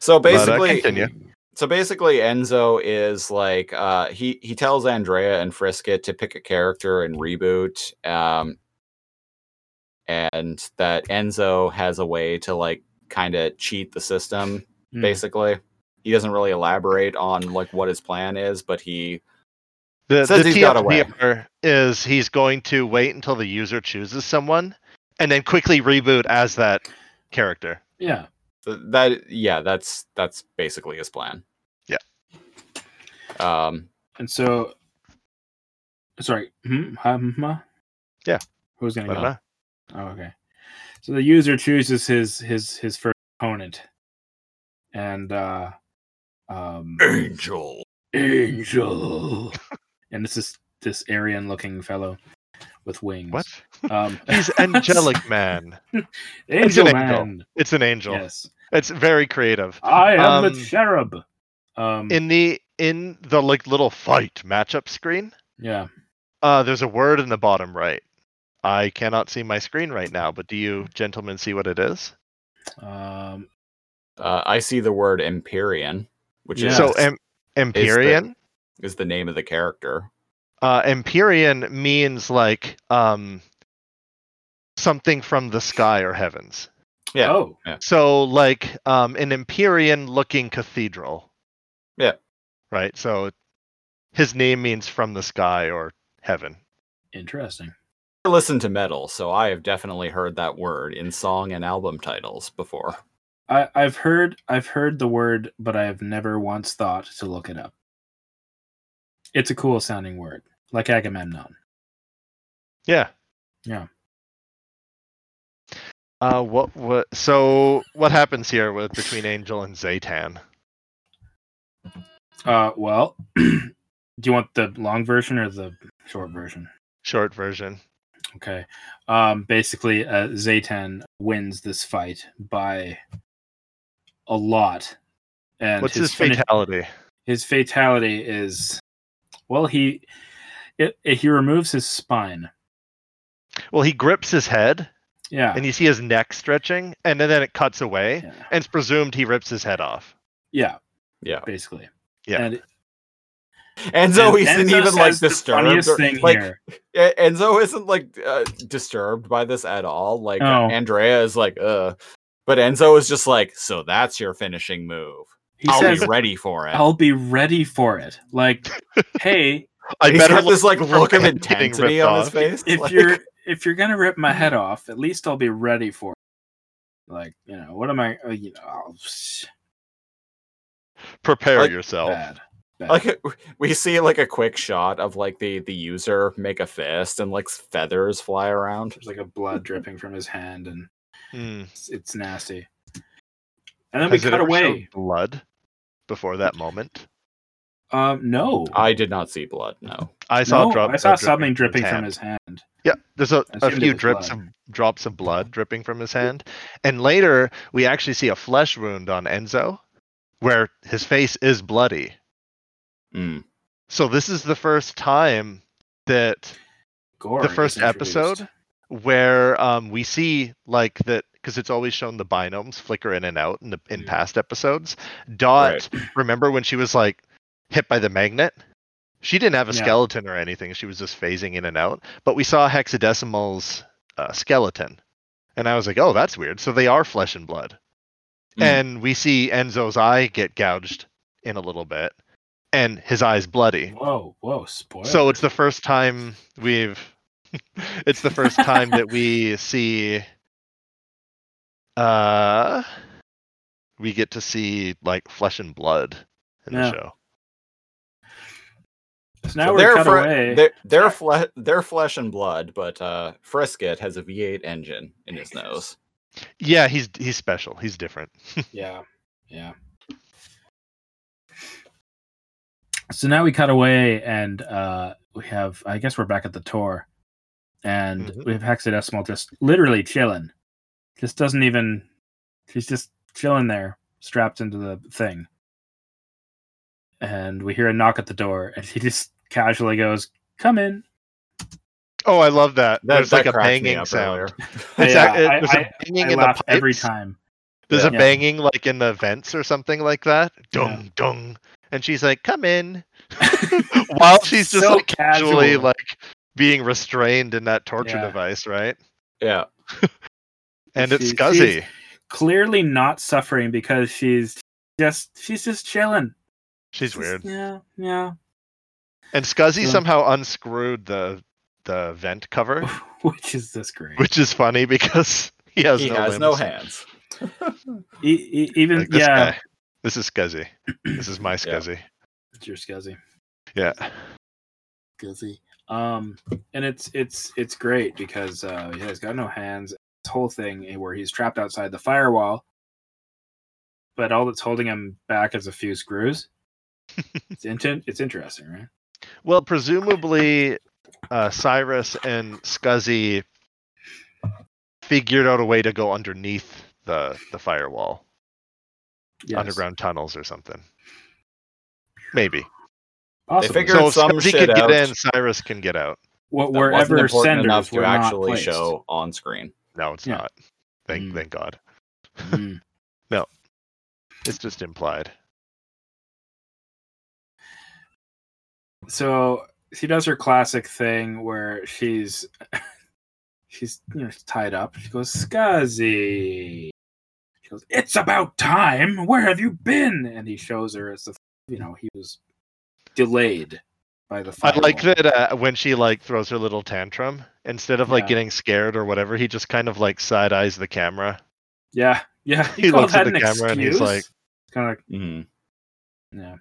so
But, uh,
basically
continue.
so basically enzo is like uh he he tells andrea and friskett to pick a character and reboot um and that enzo has a way to like kind of cheat the system
Hmm.
basically he doesn't really elaborate on like what his plan is but he
The,
Says
the
he's got away.
TLDR is he's going to wait until the user chooses someone and then quickly reboot as that character.
Yeah.
th- that yeah that's that's basically his plan
Yeah.
um
And so, sorry. Hmm? Huh, hmm, huh?
Yeah.
Who's gonna
I
go?
don't know.
Oh, okay. So the user chooses his his his first opponent, and uh, um,
Angel.
(laughs) Angel, and this is this Aryan looking fellow with wings.
What?
Um,
(laughs) He's
(laughs)
angelic man. It's
Angel
an
Man.
angel. It's an angel.
Yes,
It's very creative.
I am
Um,
the cherub. Um,
In the in the like little fight matchup screen,
yeah,
uh, there's a word in the bottom right. I cannot see my screen right now, but do you gentlemen see what it is?
um,
Uh, I see the word Empyrean, which
Yeah.
is
So em- Empyrean.
is the name of the character.
uh, Empyrean means like um, something from the sky or heavens.
Yeah.
oh,
So like um, an Empyrean looking cathedral.
Yeah.
Right. So his name means from the sky or heaven.
interesting.
I listen to metal, so I have definitely heard that word in song and album titles before. (laughs)
I, I've heard I've heard the word, but I have never once thought to look it up. It's a cool sounding word, like Agamemnon.
Yeah.
Yeah.
Uh, what what? So what happens here with between Angel and Zaytan?
Uh, well, (clears throat) do you want the long version or the short version?
Short version.
Okay. Um, basically, uh, Zaytan wins this fight by a lot. And
What's his,
fini-
fatality?
his fatality is, well, he it, it- he removes his spine.
Well, he grips his head,
Yeah.
and you see his neck stretching, and then it cuts away.
yeah.
and it's presumed he rips his head off.
Yeah.
Yeah.
Basically.
Yeah.
(laughs)
And,
Enzo
and
isn't
Enzo
even like
says the
disturbed.
funniest
or-
thing
like
here.
E- Enzo isn't like uh, disturbed by this at all. Like
No.
Andrea is like, uh, but Enzo is just like, so that's your finishing move.
He
I'll
says,
be ready for it.
I'll be ready for it.
(laughs)
Like, hey,
I
He's
better
got this like
for
look of
my head getting
intensity
ripped
on his
off.
face. (laughs)
if
like-
you're if you're gonna rip my
mm-hmm.
head off, at least I'll be ready for it. Like you know, what am I? uh, You know, I'll, psh,
Prepare
Like
yourself.
bad, bad.
like we see like a quick shot of like the the user make a fist and like feathers fly around.
There's like a
(laughs)
blood dripping from his hand, and
Mm.
it's, it's nasty. And
Has
then we
it
cut
ever shown
away.
blood before that moment.
Um, no,
I did not see blood. No,
I saw uh,
No,
drops.
I saw
of
something dripping from
hand.
his hand.
Yeah, there's a,
I
a
assumed it
few
was
drips
blood. Mm-hmm.
of drops of blood dripping from his hand, and later we actually see a flesh wound on Enzo, where his face is bloody.
Mm.
So this is the first time that
Gore.
the
is
first
introduced.
episode where um, we see like that because it's always shown the binomes flicker in and out in the in
Yeah.
past episodes. Dot, remember when she was like hit by the magnet? She didn't have a
Yeah.
skeleton or anything. She was just phasing in and out. But we saw Hexadecimal's uh, skeleton, and I was like, "Oh, that's weird." So they are flesh and blood,
Mm.
and we see Enzo's eye get gouged in a little bit, and his eye's bloody.
Whoa, whoa, spoiler.
So it's the first time we've (laughs) it's the first time that we see uh we get to see like flesh and blood in
Yeah.
the show.
So now
So
we're
they're
cut
fre-
away.
they're they're, fle- they're flesh and blood, but uh, Frisket has a V8 engine in his nose.
Yeah, he's he's special. He's different. (laughs)
Yeah, yeah. So now we cut away, and uh, we have, I guess, we're back at the tour, and
Mhm.
we have Hexadecimal just literally chilling. Just doesn't even. She's just chilling there, strapped into the thing. And we hear a knock at the door, and she just casually goes, "Come in."
Oh, I love that.
That,
There's
that
like a
cracked me
banging
up
sound.
earlier.
(laughs) It's
Yeah,
ac-
I-
there's a
I-
banging
I
in
laugh
the
every
pipes.
time.
There's a
Yeah.
banging like in the vents or something like that. Dung
Yeah.
dung. And she's like, "Come
(laughs)
in." (laughs) While she's just
So
like casually
casual.
like being restrained in that torture
Yeah.
device, right?
Yeah,
And it's
She-
scuzzy.
she's- Clearly not suffering because she's just she's just chilling.
She's,
Just-
weird.
Yeah, yeah. (laughs)
And Scuzzy
Yeah.
somehow unscrewed the the vent cover,
Which is this great?
which is funny because (laughs) he has
he
no
has
limbs.
no hands.
E- e- even
Like this
yeah,
guy. This is Scuzzy. This is my Scuzzy.
it's your scuzzy.
Yeah.
Scuzzy. Um, and it's it's it's great because uh, yeah, he's got no hands. This whole thing where he's trapped outside the firewall, but all that's holding him back is a few screws. it's intent. It's interesting, right?
Well, presumably uh, Cyrus and Scuzzy figured out a way to go underneath the the firewall,
Yes.
underground tunnels or something. Maybe.
Awesome.
They figured
so if
some
Scuzzy
shit
could
out
get in, Cyrus can get out.
What,
that wasn't
wherever
important
senders
enough
were
to
actually
actually
not show.
show on screen.
No, it's
Yeah.
not. Thank
Mm.
thank God. (laughs) It's just implied.
so she does her classic thing where she's (laughs) she's you know tied up. She goes, Scuzzy. She goes, It's about time. Where have you been? And he shows her as the you know, he was delayed by the
I like
firewall.
that uh, when she like throws her little tantrum, instead of like
Yeah.
getting scared or whatever, he just kind of like side eyes the camera.
Yeah, yeah.
He
called
looks at
that
the
an
camera and he's
excuse?
like-
It's kinda like
Mm-hmm.
yeah.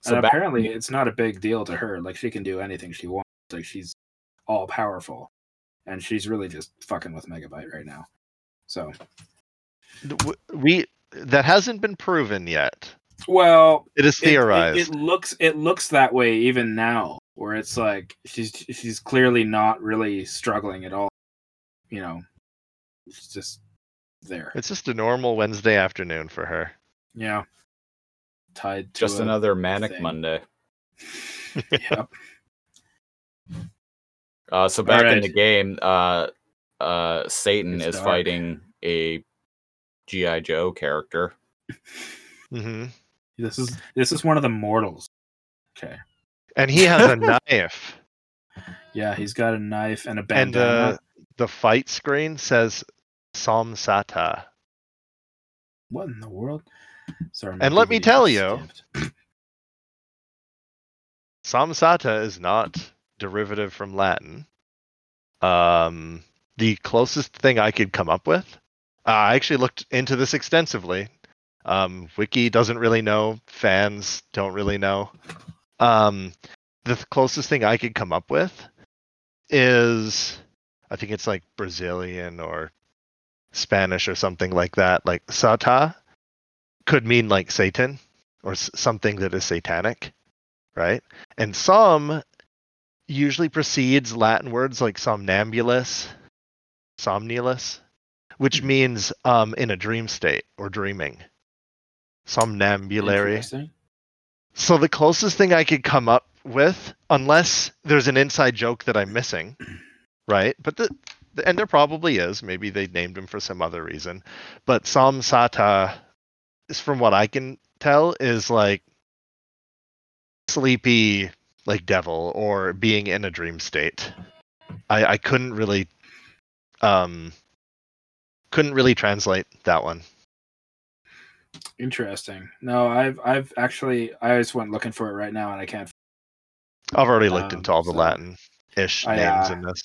So
and
back-
apparently, it's not a big deal to her. Like she can do anything she wants. Like she's all powerful, and she's really just fucking with Megabyte right now. So
W- We that hasn't been proven yet.
well,
It is
it- it-
theorized.
It, looks it looks that way even now, where it's like she's she's clearly not really struggling at all. You know, it's just there.
It's just a normal Wednesday afternoon for her.
Yeah, tied to
Just
a-
another manic
thing.
Monday.
(laughs) Yep.
Uh, so back in
Alright.
the game, uh, uh, Satan
It's
is
dark.
fighting a GI Joe character. (laughs)
hmm
This is this is one of the mortals. Okay.
And he
(laughs)
has a knife.
Yeah, he's got a knife and a
and uh,
bandana.
the fight screen says Samsata.
what in the world? Sorry.
And let me
DVD
tell
is
you-
stamped.
Samsata is not derivative from Latin. Um, the closest thing I could come up with, uh, I actually looked into this extensively. Um, Wiki doesn't really know, fans don't really know. Um, the th- closest thing I could come up with is, I think it's like Brazilian or Spanish or something like that. Like Sata could mean like Satan or s- something that is satanic, right? and some usually precedes Latin words like somnambulus, somnolus, which means um, in a dream state or dreaming. Somnambulary.
Interesting.
So the closest thing I could come up with, unless there's an inside joke that I'm
(clears throat)
missing, right? But the, the and there probably is. Maybe they named him for some other reason. But Samsata, is from what I can tell, is like sleepy, like devil, or being in a dream state. I I couldn't really, um, couldn't really translate that one.
Interesting. No, I've I've actually I just went looking for it right now and I can't.
I've already looked
Um,
into all the
so-
Latin-ish
I,
names
uh,
in this.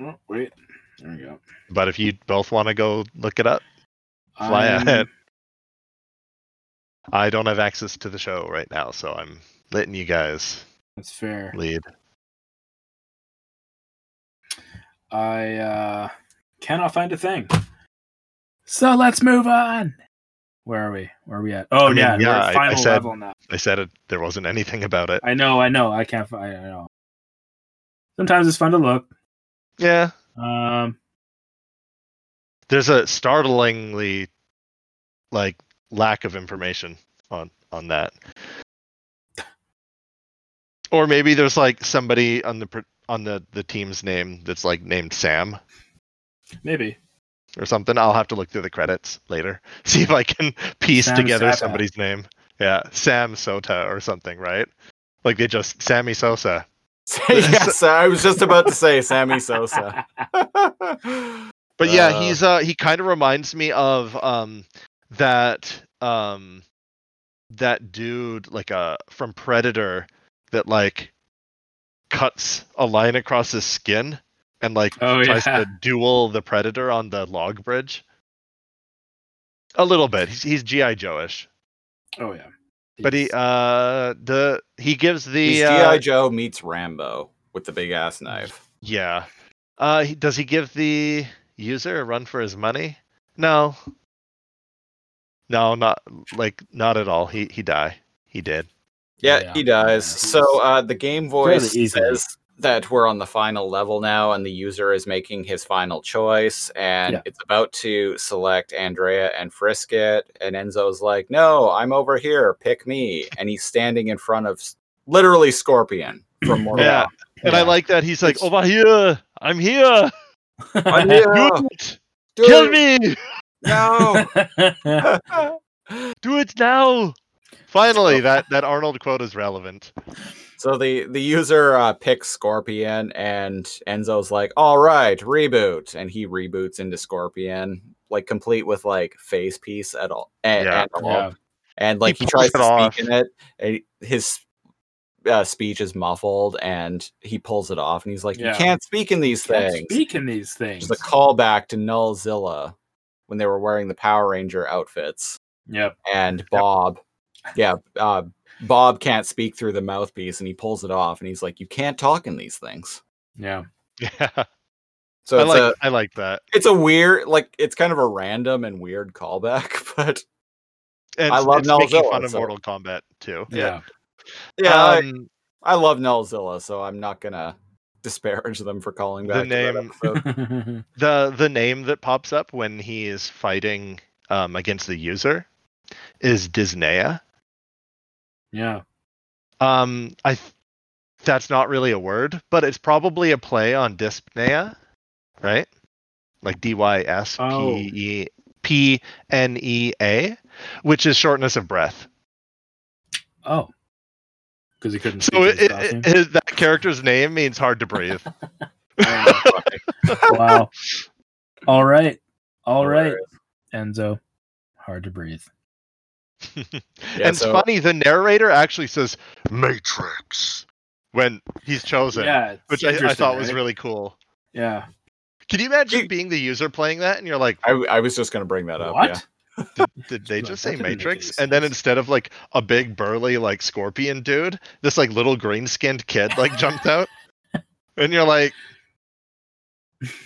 Oh, wait. There we go.
But if you both want to go look it up, Fly
Um,
ahead. I don't have access to the show right now, so I'm letting you guys
That's fair.
lead.
I uh cannot find a thing. So let's move on. Where are we? Where are we at? Oh
I mean, yeah,
yeah, we're
I- I
at final
said-
level now.
I said it, there wasn't anything about it.
I know, I know. I can't. fi- I know. Sometimes it's fun to look.
Yeah,
Um,
there's a startlingly like lack of information on on that. Or maybe there's like somebody on the pr- on the the team's name that's like named Sam
maybe.
(laughs)
or something. I'll have to look through the credits later, (laughs) see if I can piece
Sam
together
Sata.
somebody's name. Yeah, Sam Sota or something, right? Like they just Sammy Sosa.
yes, I was just about to say Sammy Sosa. (laughs)
But yeah,
Uh,
he's uh he kind of reminds me of um that um that dude like uh from Predator that like cuts a line across his skin and like
(laughs) Oh
tries
yeah.
to duel the Predator on the log bridge. A little bit. He's he's GI Joe-ish.
(laughs) Oh yeah.
But he uh the he gives the
He's
uh,
GI Joe meets Rambo with the big ass knife.
yeah. Uh he, does he give the user a run for his money? No. No, not like not at all. He he die. He did.
Yeah,
Yeah.
he dies. so uh, the game voice
easily.
says that we're on the final level now, and the user is making his final choice, and
Yeah.
it's about to select Andrea and Frisket. And Enzo's like, "No, I'm over here. Pick me." And he's standing in front of s- literally Scorpion from Mortal.
Yeah. And I
Yeah.
(laughs)
like that he's like,
It's-
over here, I'm here.
Kombat.
(laughs)
Yeah,
Do it.
do
Kill
it
me.
now.
Do it now. Finally, that, that Arnold quote is relevant. (laughs)
So the the user uh, picks Scorpion, and Enzo's like, "All right, reboot," and he reboots into Scorpion, like complete with like face piece at all, and,
Yeah.
and, all.
Yeah.
and like
He
he, tries
pulls it
to
off.
speak in it, and his uh, speech is muffled, and he pulls it off, and he's like,
Yeah.
"You can't speak in these
Can't
things."
speak in these things.
Just a callback to Nullzilla when they were wearing the Power Ranger outfits
Yep.
and Bob. Yeah, uh, Bob can't speak through the mouthpiece, and he pulls it off, and he's like, "You can't talk in these things."
Yeah.
Yeah.
So
I
it's
like
a
I like that.
it's a weird, like it's kind of a random and weird callback, (laughs) but
And
I
it's-
love
it's making
Noelzilla,
fun of
so-
Mortal Kombat too.
Yeah.
yeah, I,
Um,
uh, I love Nullzilla, so I'm not gonna disparage them for calling
The
back to that
name-
episode.
(laughs)
the the name that pops up when he is fighting um, against the user is Disneya.
Yeah.
Um, I th- that's not really a word, but it's probably a play on dyspnea, right? Like D Y S
Oh.
P E P N E A, which is shortness of breath.
Oh. Because he couldn't.
So
speak
it,
his
it,
last name.
it- his, that character's name means hard
(laughs)
to breathe.
wow. All right. All right,
Hilarious.
Enzo. Hard to breathe.
and it's
so-
funny, the narrator actually says Matrix when he's chosen,
Yeah. it's
which I, I
interesting,
thought was
right?
really cool.
Yeah.
Can you imagine
You-
being the user playing that and you're like,
I, I was just gonna bring that up.
What?
Yeah.
did they
like,
just
that
say
didn't make any
Matrix? And then
sense.
instead of like a big burly like scorpion dude, this like little green skinned kid like jumped out, and you're like,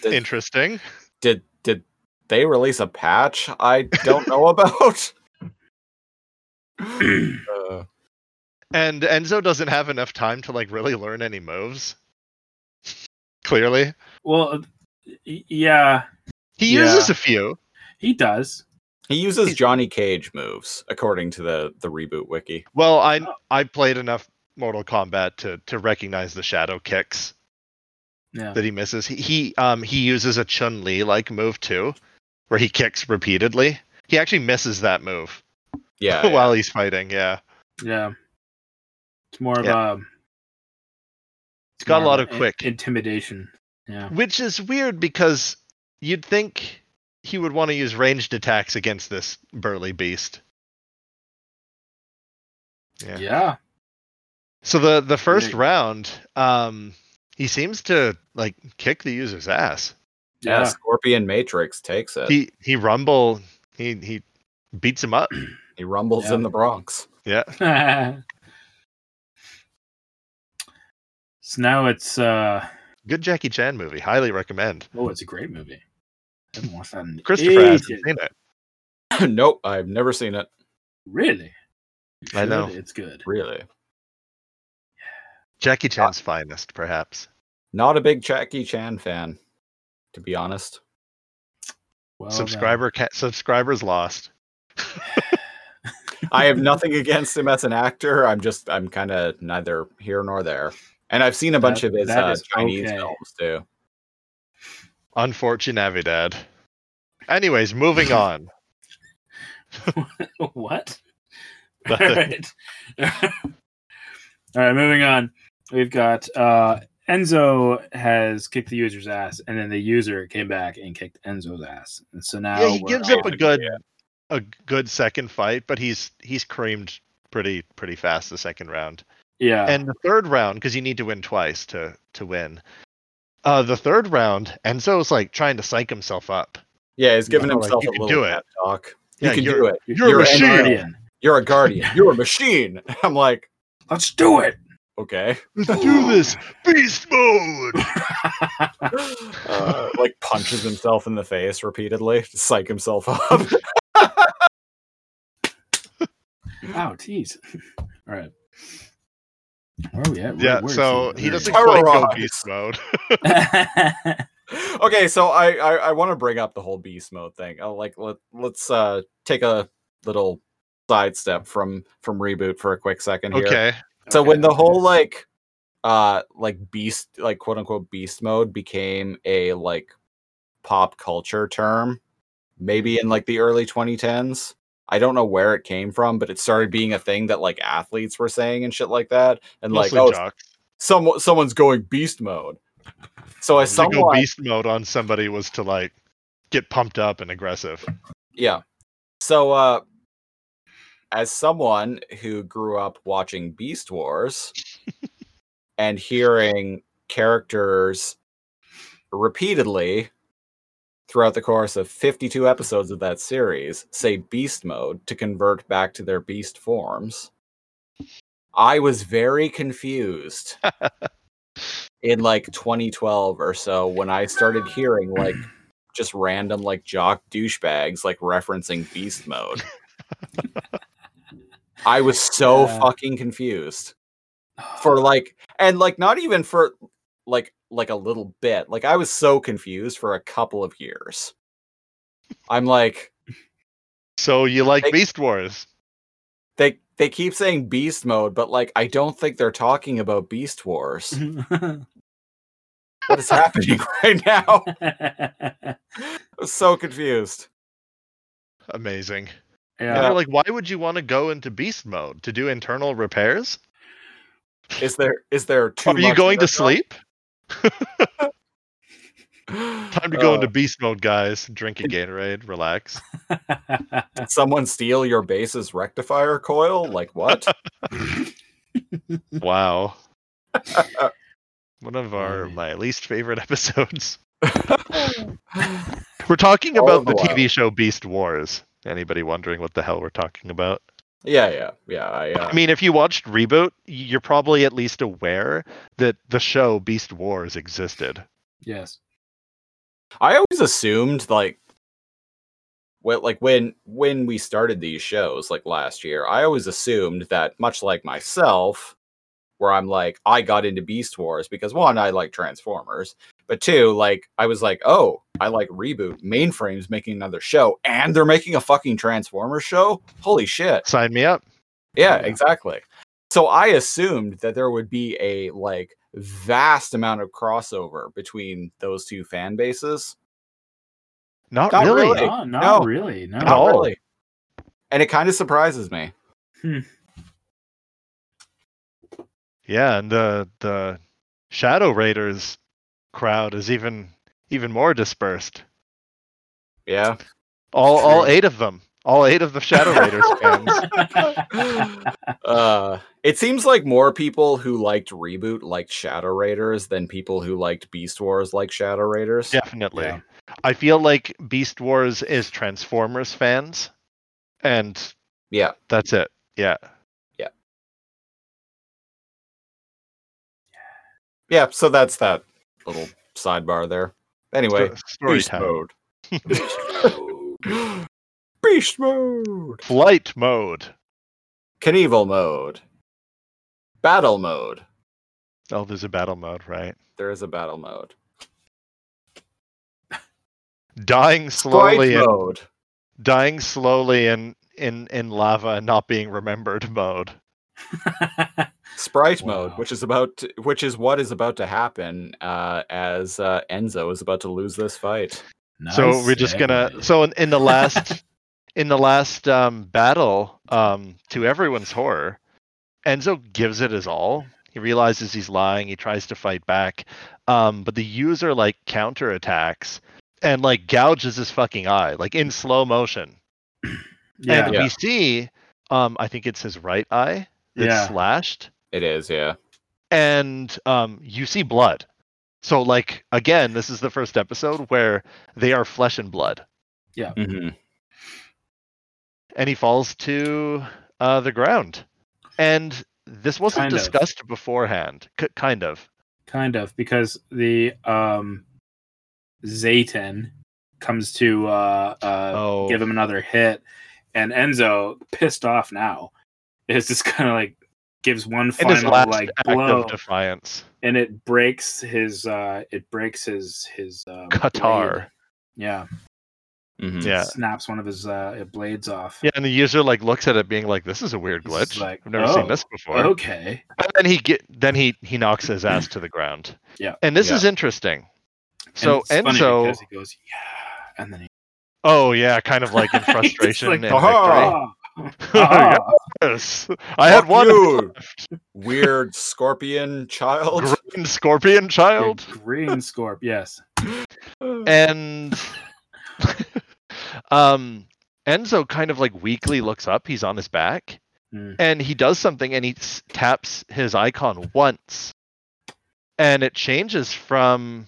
Did-
interesting.
Did did they release a patch? I don't
(laughs)
know about. Uh,
And Enzo doesn't have enough time to like really learn any moves. Clearly,
Well, uh, y- yeah,
he uses a few.
he does.
he uses Johnny Cage moves, according to the the reboot wiki.
Well, I I played enough Mortal Kombat to to recognize the shadow kicks
Yeah.
that he misses. He, he um he uses a Chun Li like move too, where he kicks repeatedly. He actually misses that move. (laughs)
Yeah, yeah.
while he's fighting. Yeah,
Yeah. It's more of a.
it's got a
more
lot of
in-
quick,
intimidation. Yeah.
which is weird because you'd think he would want to use ranged attacks against this burly beast. Yeah.
Yeah.
So the the first
Right.
round, um, he seems to like kick the user's ass.
yeah.
Yeah.
Scorpion Matrix takes it. He,
He he rumble, he he beats him up.
rumbles
Yeah.
in the Bronx. (laughs)
Yeah,
(laughs) so now it's uh
good Jackie Chan movie. Highly recommend.
oh, it's a great movie. I haven't watched that in
Christopher
ages.
hasn't seen it.
nope, I've never seen it.
Really? You
I
should,
know.
It's good.
Really,
Jackie Chan's finest, perhaps.
not a big Jackie Chan fan, to be honest.
Well done.
Subscriber ca- subscribers lost. (laughs)
I have nothing against him as an actor. I'm just I'm kind of neither here nor there. And I've seen a bunch
That-
of his
that
uh,
is
Chinese
okay.
films too.
Unfortunate Navidad. Anyways,
(laughs)
moving on.
(laughs)
(laughs)
what? All right. (laughs) All right, moving on. We've got uh Enzo has kicked the user's ass, and then the user came back and kicked Enzo's ass. And so now
yeah, he
we're
gives
on-
up a good a good second fight, but he's he's creamed pretty pretty fast the second round.
yeah.
And the third round, because you need to win twice to to win. Uh the third round, Enzo's like trying to psych himself up.
Yeah, he's giving
Yeah, like,
himself
you
a
can
little
do it.
pep talk.
Yeah,
you can
you're-
do it.
You're a machine.
guardian.
You're a guardian.
(laughs)
You're a machine. (laughs) I'm like,
Let's do it.
(laughs)
okay.
Let's do this beast mode.
(laughs) Uh, like punches himself in the face repeatedly to psych himself up.
Oh,
(laughs)
jeez. All right. Where are we at? Where-
Yeah,
where is
so
Where
he
is
doesn't
Terror
quite go
Rock.
beast mode. (laughs)
(laughs) okay, so I I, I want to bring up the whole beast mode thing. Oh, like let let's uh take a little sidestep from from reboot for a quick second here.
okay.
So
Okay.
when the
(laughs)
whole like uh like beast like quote unquote beast mode became a like pop culture term, maybe in like the early 2010s. I don't know where it came from, but it started being a thing that like athletes were saying and shit like that. And
Mostly
like, oh,
jocks.
some someone's going beast mode. So as
To go
someone,
beast mode on somebody was to like get pumped up and aggressive.
yeah. So uh, as someone who grew up watching Beast Wars and hearing characters repeatedly throughout the course of 52 episodes of that series say beast mode to convert back to their beast forms i was very confused in like 2012 or so when i started hearing like just random like jock douchebags like referencing beast mode i was so
Yeah.
fucking confused for like and like not even for like like a little bit like i was so confused for a couple of years i'm like
So you like
Like-
Beast Wars?
they they keep saying beast mode but like i don't think they're talking about beast wars
Mm-hmm.
(laughs)
what
(laughs)
is happening right now (laughs) i was so confused
Amazing. And
yeah.
they're like, why would you want to go into beast mode to do internal repairs?
is there is there too
Are you
much
going to
going on?
sleep?
(gasps)
Time to go
Uh,
into beast mode, guys. Drink a Gatorade, relax.
(laughs) Did Uh, someone steal your base's rectifier coil?
(laughs)
Like what? (laughs)
Wow. One of our my least favorite (laughs)
(laughs)
episodes. We're talking
All
about
of
the
the wild.
TV show Beast Wars. Anybody wondering what the hell we're talking about?
yeah, yeah, yeah. I, uh,
I mean, if you watched Reboot, you're probably at least aware that the show Beast Wars existed.
Yes.
I always assumed like well, like when when we started these shows like last year, I always assumed that much like myself, where I'm like I got into Beast Wars because one, I like Transformers, but two, like I was like, oh, I like Reboot, Mainframe's making another show, and they're making a fucking Transformers show. Holy shit!
Sign me up.
Yeah,
Yeah.
exactly. So I assumed that there would be a like vast amount of crossover between those two fan bases.
Not,
Not
really.
really.
No, not
no.
really. No.
No.
Not
all.
really. And it kind of surprises me.
Yeah, and the the Shadow Raiders crowd is even even more dispersed. (laughs)
Yeah.
All all
True.
eight of them. All eight of the Shadow
(laughs)
Raiders fans.
uh, it seems like more people who liked Reboot liked Shadow Raiders than people who liked Beast Wars like Shadow Raiders.
Definitely.
Yeah.
I feel like Beast Wars is Transformers fans, and
Yeah.
that's it. Yeah.
Yeah. So that's that little sidebar there. Anyway,
Sto- story
Beast
time. (laughs)
Mode. Beast Mode.
Flight mode.
Knievel Mode. Battle Mode.
Oh, there's a battle mode, right?
There is a battle mode.
Dying slowly
Slowly
and
mode.
dying slowly in in in lava and not being remembered mode. (laughs)
sprite
Wow.
mode which is about to- which is what is about to happen uh as uh, enzo is about to lose this fight
so we're just gonna so in, in the last in the last um, battle um, to everyone's horror enzo gives it his all he realizes he's lying he tries to fight back um, but the user like counterattacks and like gouges his fucking eye like in slow motion
Yeah.
and
Yeah.
we see um, i think it's his right eye that's
Yeah.
slashed
it is yeah
and um, you see blood so like again this is the first episode where they are flesh and blood Mm-hmm, and he falls to uh, the ground. And this wasn't
Kind of.
discussed beforehand, c- kind of.
Kind of, because the um Zayton comes to uh, uh
oh,
give him another hit, and Enzo, pissed off now,
is just (laughs) kind of like gives one final like blow
defiance,
and it breaks his uh it breaks his his uh,
Qatar.
blade. Yeah,
Mhm.
Yeah.
snaps one of his uh blades off.
Yeah, and the user like looks at it being like, "This is a weird
He's just
glitch.
like,
I've never
"Oh,
seen this before."
Okay.
And then he get then he he knocks his ass to the ground.
Yeah.
And this
Yeah.
is interesting.
And
So
it's funny
Enzo,
because he goes yeah, and then he
oh yeah, kind of
(laughs)
like in
He's just
frustration
like,
and (laughs)
"Aha!"
(laughs)
(laughs)
victory.
ah,
yes, I had
Fuck
one (laughs)
you, weird scorpion child.
green (laughs) scorpion
ah, (laughs)
child,
green scorp. Yes.
and (laughs) um, Enzo kind of like weakly looks up. He's on his back,
Hmm.
and he does something, and he s- taps his icon once, and it changes from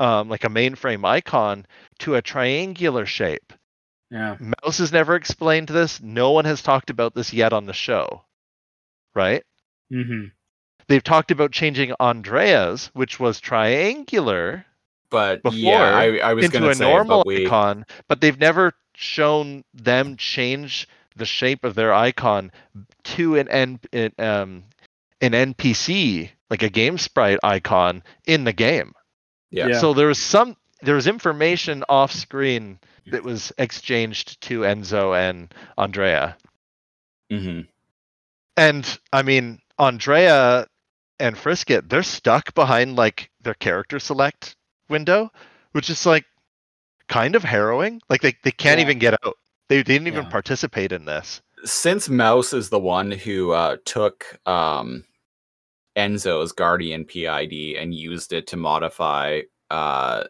um, like a mainframe icon to a triangular shape.
Yeah.
Mouse has never explained this. No one has talked about this yet on the show, right?
Mm-hmm.
They've talked about changing Andrea's, which was triangular,
But
Before,
yeah, I, I was
into
gonna
a
say,
normal
but we,
icon, but they've never shown them change the shape of their icon to an N, an, um, an NPC, like a game sprite icon in the game.
yeah,
So there was some there was information off screen that was exchanged to Enzo and Andrea. Mm-hmm.
hmm
And I mean, Andrea and Frisket, they're stuck behind like their character select window, which is like kind of harrowing. Like they, they can't
Yeah.
even get out. They didn't even
Yeah.
participate in this.
since Mouse is the one who uh, took um, Enzo's Guardian PID and used it to modify uh,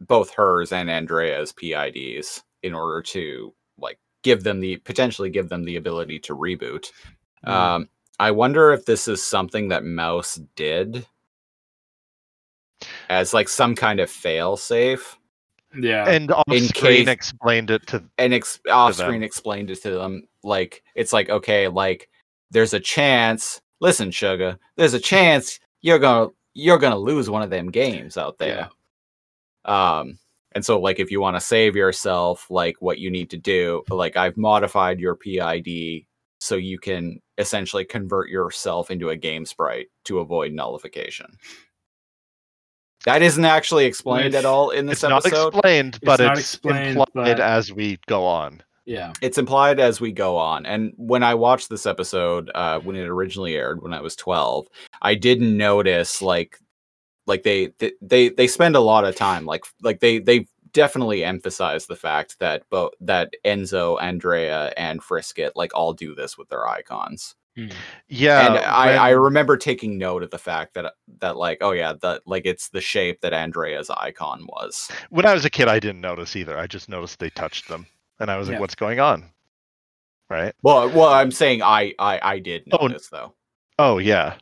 both hers and Andrea's PIDs in order to like give them the potentially give them the ability to reboot.
Hmm.
Um, I wonder if this is something that Mouse did as like some kind of fail safe
Yeah.
and off
in
screen
case-
explained it to
and ex- off
them.
screen explained it to them like it's like okay like there's a chance listen sugar
(laughs)
there's a chance you're gonna you're gonna lose one of them games out there um and so like if you want to save yourself like what you need to do like i've modified your pid so you can essentially convert yourself into a game sprite to avoid nullification that isn't actually explained at
It's-
all in
it's
this
not
episode
explained, but
not
it's
explained,
implied
but-
as we go on.
yeah.
it's implied as we go on. And when I watched this episode, uh, when it originally aired when I was 12, I didn't notice like like they th- they they spend a lot of time like like they they definitely emphasize the fact that both that Enzo, Andrea, and Frisket like all do this with their icons.
Yeah.
and I,
when-
I remember taking note of the fact that that like oh yeah that like it's the shape that Andrea's icon was.
when I was a kid, I didn't notice either. I just noticed they touched them. And I was like,
Yeah.
what's going on? Right.
Well, well, I'm saying I I I did
Oh,
notice though.
Oh yeah.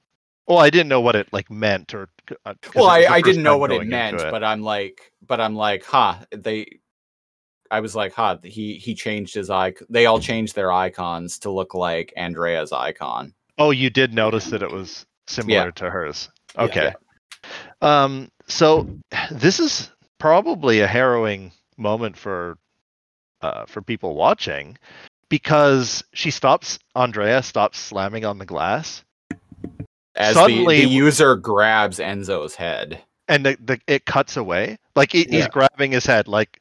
Well, I didn't know what it like meant or. Uh, 'cause
well
it was
I,
the
I
first
didn't know
time
what it
going into
meant but i'm like but i'm like huh they i was like huh he he changed his icon they all changed their icons to look like andrea's icon
oh, you did notice that it was similar to hers.
Yeah.
Okay. Um. So (sighs) this is probably a harrowing moment for, uh, for people watching, because she stops. Andrea stops slamming on the glass,
as
Suddenly-
the, the user grabs enzo's head
and the, the it cuts away. Like he, he's
Yeah.
grabbing his head. Like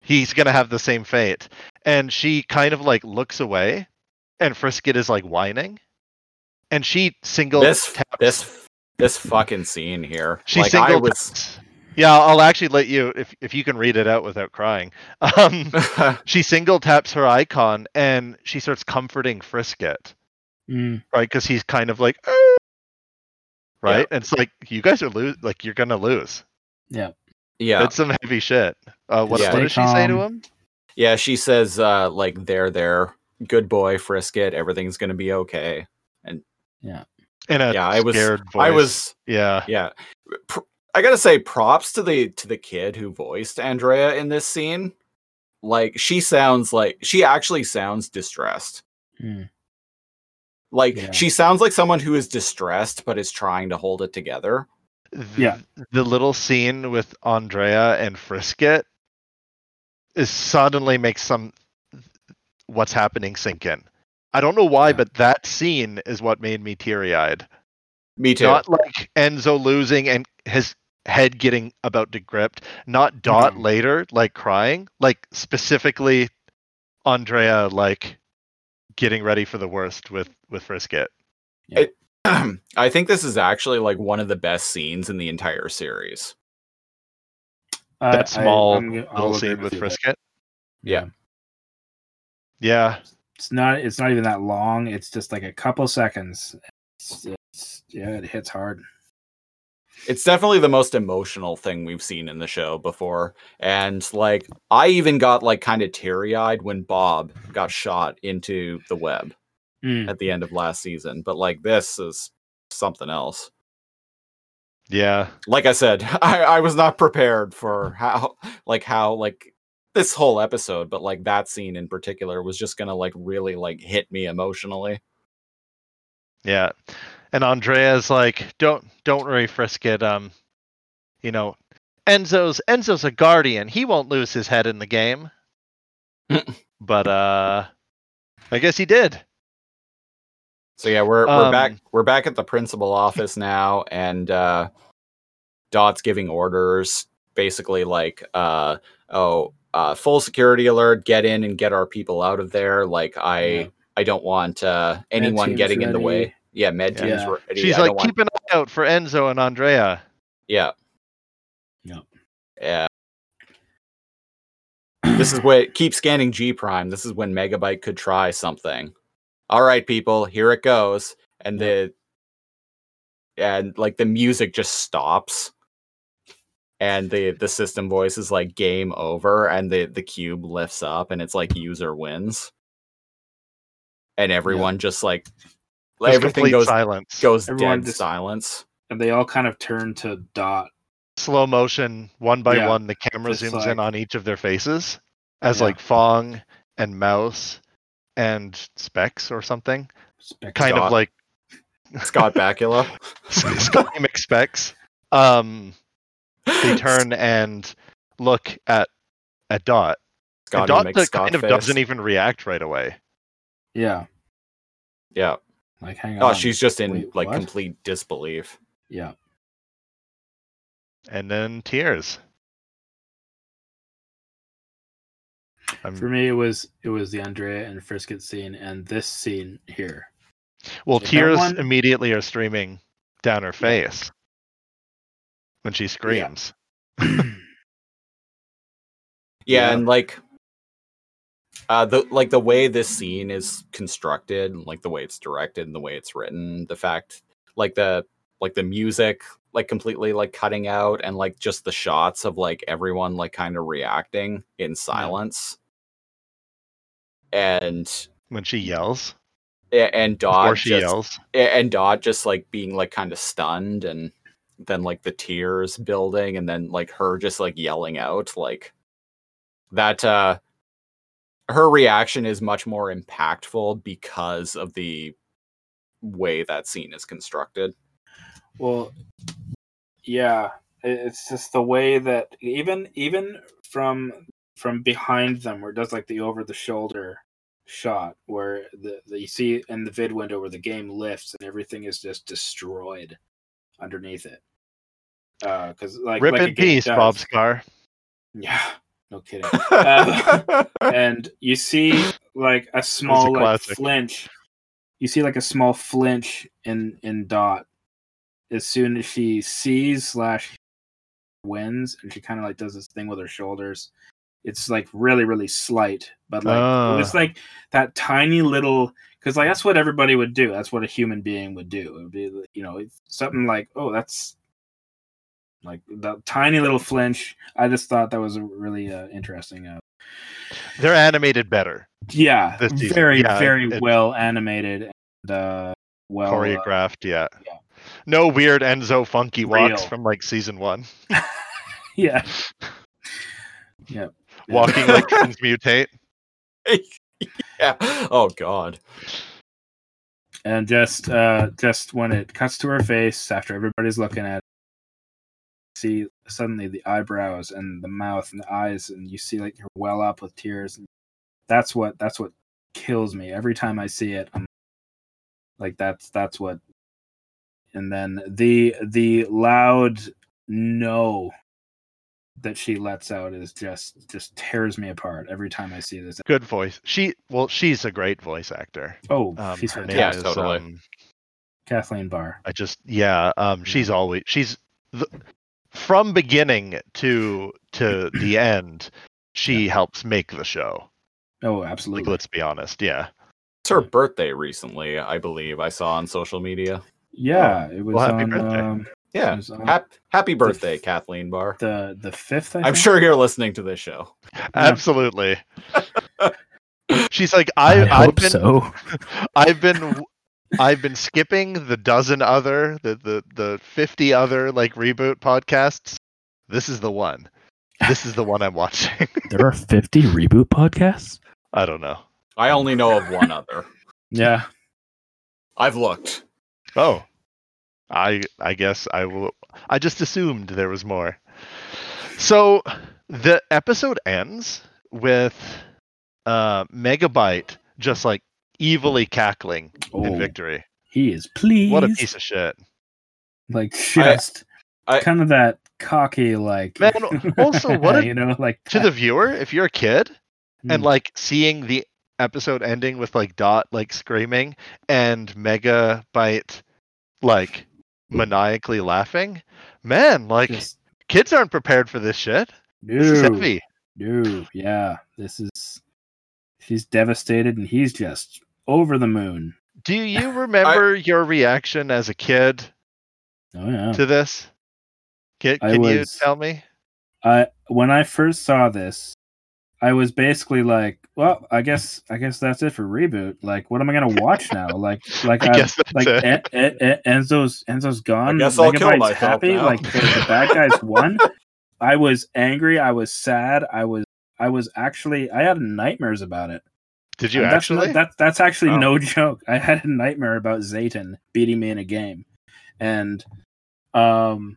he's gonna have the same fate. And she kind of like looks away, and Frisket is like whining, and she single
this
taps.
this this fucking scene here
She
like i
single
was (laughs)
taps. Yeah, I'll actually let you if if you can read it out without crying. (laughs) Um, she single taps her icon and she starts comforting Frisket,
Mm.
right? Because he's kind of like, "Eh," right? And it's like you guys are lose, like you're gonna lose.
yeah
That's some heavy shit. Uh, what,
Yeah.
what does she say to
Stay
him?
yeah she says uh like there there good boy frisket everything's gonna be okay
In a
Yeah, I was-
scared voice.
i was
yeah.
yeah Pr- i gotta say props to the to the kid who voiced andrea in this scene like she sounds like she actually sounds distressed
Hmm.
like
Yeah.
she sounds like someone who is distressed but is trying to hold it together
Th-
Yeah.
The little scene with Andrea and Frisket is suddenly makes some what's happening sink in. I don't know why, yeah. but that scene is what made me teary eyed.
Me too.
Not like Enzo losing and his head getting about to grip. Not Dot mm-hmm. later, like crying. Like specifically Andrea like getting ready for the worst with with Frisket.
Yeah. It, (clears throat) I think this is actually like one of the best scenes in the entire series.
Uh, that small I, I'm, little scene with Frisket.
Yeah.
Yeah.
um, It's not. It's not even that long. It's just like a couple seconds. It's, it's, yeah, it hits hard.
It's definitely the most emotional thing we've seen in the show before, and like I even got like kind of teary eyed when Bob got shot into the web mm.
Hmm.
at the end of last season. But like this is something else.
Yeah,
like I said, (laughs) I, I was not prepared for how like how like this whole episode, but like that scene in particular was just gonna like really like hit me emotionally.
Yeah. And Andrea's like, don't don't worry, Frisket. Um, you know, Enzo's Enzo's a guardian. He won't lose his head in the (laughs) game. but uh I guess he did.
So yeah, we're we're um, back we're back at the principal office now and uh Dot's giving orders basically like uh oh uh, full security alert get in and get our people out of there like i yeah. i don't want uh, anyone getting ready. in the way yeah med yeah. team's ready
she's
I
like keep want... an eye out for enzo and andrea
yeah
yeah
yeah this is what keep scanning g prime this is when megabyte could try something all right people here it goes and the and like the music just stops and the the system voice is like game over and the the cube lifts up and it's like user wins and everyone yeah. just like just everything goes
silence
goes everyone dead just, silence
(clears throat) and they all kind of turn to dot
slow motion one by yeah. one the camera just zooms like, in on each of their faces as yeah. like fong and mouse and specs or something Specs kind dot. of (laughs) like
scott bakula
scotty mcspecs um they
(laughs)
turn and look at at Dot. Scott and Dot kind of face. doesn't even react right away.
Yeah.
Yeah.
Like hang
oh,
on.
she's just in Wait, like what? complete disbelief.
Yeah.
And then tears. Um,
I'm... For me, it was it was the Andrea and Frisket scene and this scene
(laughs)
here.
Well, so tears one... immediately are streaming down her face. Yeah when she screams.
Yeah. yeah, and like uh the like the way this scene is constructed, and, like the way it's directed and the way it's written, the fact like the like the music like completely like cutting out and like just the shots of like everyone like kind of reacting in silence. And
when she yells
and Dot
Before she
Oh, just,
yells.
and Dot just like being like kind of stunned and then like the tears building and then like her just like yelling out like that uh her reaction is much more impactful because of the way that scene is constructed (laughs)
well yeah it's just the way that even even from from behind them where it does like the over the shoulder shot where the, the you see in the vid window where the game lifts and everything is just destroyed underneath it because uh, like
rip
like
in peace, does. Bob's car.
(laughs) Yeah, no kidding. uh, and you see like a small a like, flinch. You see like a small flinch in in Dot as soon as she sees slash wins, and she kind of like does this thing with her shoulders. It's like really, really slight, but like uh. it's like that tiny little because like that's what everybody would do. That's what a human being would do. It would be you know something like oh that's like the tiny little flinch i just thought that was a really uh, interesting uh...
they're animated better
yeah very yeah, very it, well animated and uh, (laughs) well
choreographed yeah. yeah. no weird enzo funky Real. walks from like season one (laughs)
yeah yeah
walking
(laughs)
like transmutate
yeah oh god
and just uh just when it cuts to her face after everybody's looking at it, see suddenly the eyebrows and the mouth and the eyes and you see like her well up with tears and that's what that's what kills me every time I see it. I'm like that's that's what. And then the the loud no that she lets out is just just tears me apart every time I see this.
Good voice. She well, she's a great voice actor.
Oh, um, she's
fantastic. Yeah, totally. Um,
Kathleen Barr.
I just yeah, um, she's always she's the, from beginning to to the end. She yeah. helps make the show.
Oh, absolutely.
Like, let's be honest. Yeah,
it's her birthday recently, I believe. I saw on social media.
Yeah, it was.
Well,
happy
on, birthday. Um,
yeah. Happy, happy, birthday, f- Kathleen Barr.
The the fifth.
I am sure you're listening to this show.
Absolutely. (laughs) She's like, I, I have been,
so.
(laughs) I've been, I've been skipping the dozen other, the the the fifty other like reboot podcasts. This is the one. This is the one I'm watching. (laughs)
there are fifty reboot podcasts.
I don't know.
I only know of one other.
yeah.
I've looked.
Oh. I I guess I will I just assumed there was more. So the episode ends with uh Megabyte just like evilly cackling oh, in victory.
He is pleased.
What a piece of (laughs) shit.
Like just I, I, kind of that cocky like (laughs)
Man also what a,
you know like
to that. the viewer if you're a kid mm. and like seeing the episode ending with like Dot like screaming and Megabyte like maniacally laughing. Man, like Just, kids aren't prepared for this shit.
No,
this is heavy.
No, yeah. This is she's devastated and he's just over the moon.
Do you remember (laughs) I, your reaction as a kid?
Oh yeah.
To this? Can, can was, you tell me?
I when I first saw this, I was basically like, well, I guess I guess that's it for reboot. Like, what am I gonna watch now?
(laughs)
Like, like
I, I guess
like en- en- en- Enzo's Enzo's gone.
I guess I'll kill myself
happy.
Now.
Like the, the bad
(laughs)
guys won. I was angry. I was sad. I was I was actually I had nightmares about it.
Did you and actually?
That's, that, that's actually oh. no (laughs) joke. I had a nightmare about Zayton beating me in a game, and um,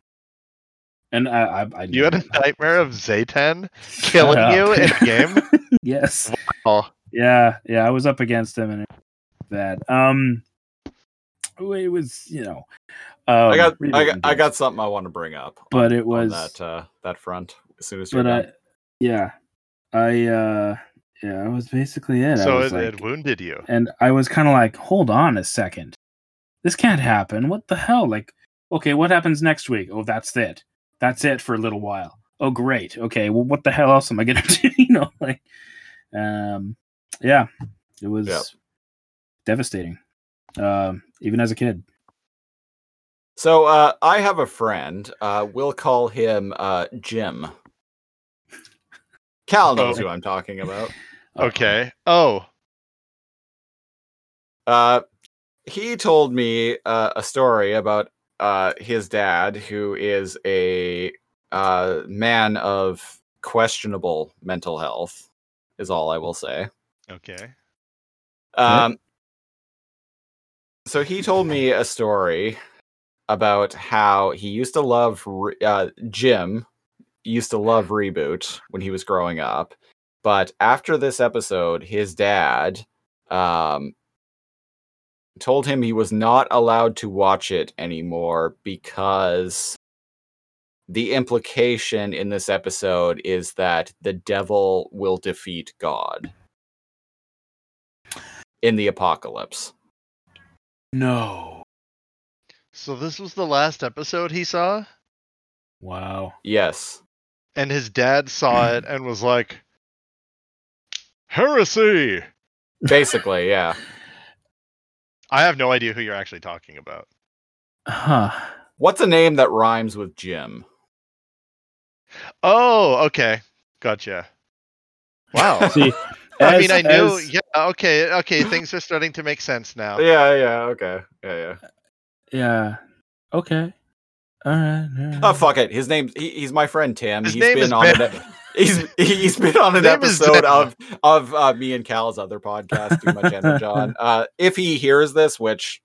and I, I, I
you had a nightmare of Zaytan killing you in
(laughs)
a game.
yes.
Wow.
Yeah, yeah. I was up against him and that. Um, it was you know. Um,
I got I got, I got something I want to bring up,
but on, it was
that uh, that front as soon as you're but done. I,
yeah, I uh, yeah, I was basically it.
So
it,
like, it wounded you,
and I was kind of like, hold on a second, this can't happen. What the hell? Like, okay, what happens next week? Oh, that's it that's it for a little while. Oh, great. Okay. Well, what the hell else am I gonna (laughs) do? you know, like, um, yeah, it was yep. devastating, um, even as a kid.
So uh, I have a friend. Uh, we'll call him uh, Jim. Cal knows oh. who I'm talking about.
Uh,
Okay. Oh.
Uh, he told me uh, a story about uh, his dad, who is a uh, man of questionable mental health, is all I will say.
Okay.
Um, so he told me a story about how he used to love re- uh, Jim, used to love Reboot when he was growing up. But after this episode, his dad um, told him he was not allowed to watch it anymore because the implication in this episode is that the devil will defeat God in the apocalypse.
No.
So this was the last episode he saw?
Wow.
Yes.
And his dad saw it and was like, heresy!
Basically, yeah.
I have no idea who you're actually talking about. (laughs)
Huh.
What's a name that rhymes with Jim?
Oh, okay. Gotcha.
(laughs)
Wow.
See,
I as, mean, I as... knew. Yeah. Okay. Okay. Things are starting to make sense now.
(laughs) Yeah. Yeah. Okay. Yeah. Yeah.
Yeah. Okay. All right. All right.
Oh fuck it. His name. He, he's my friend Tim.
His
he's
name is ben.
An, e-, (laughs) he's he's been on an episode of of uh, me and Cal's other podcast, Too Much Ender (laughs) John. Uh, if he hears this, which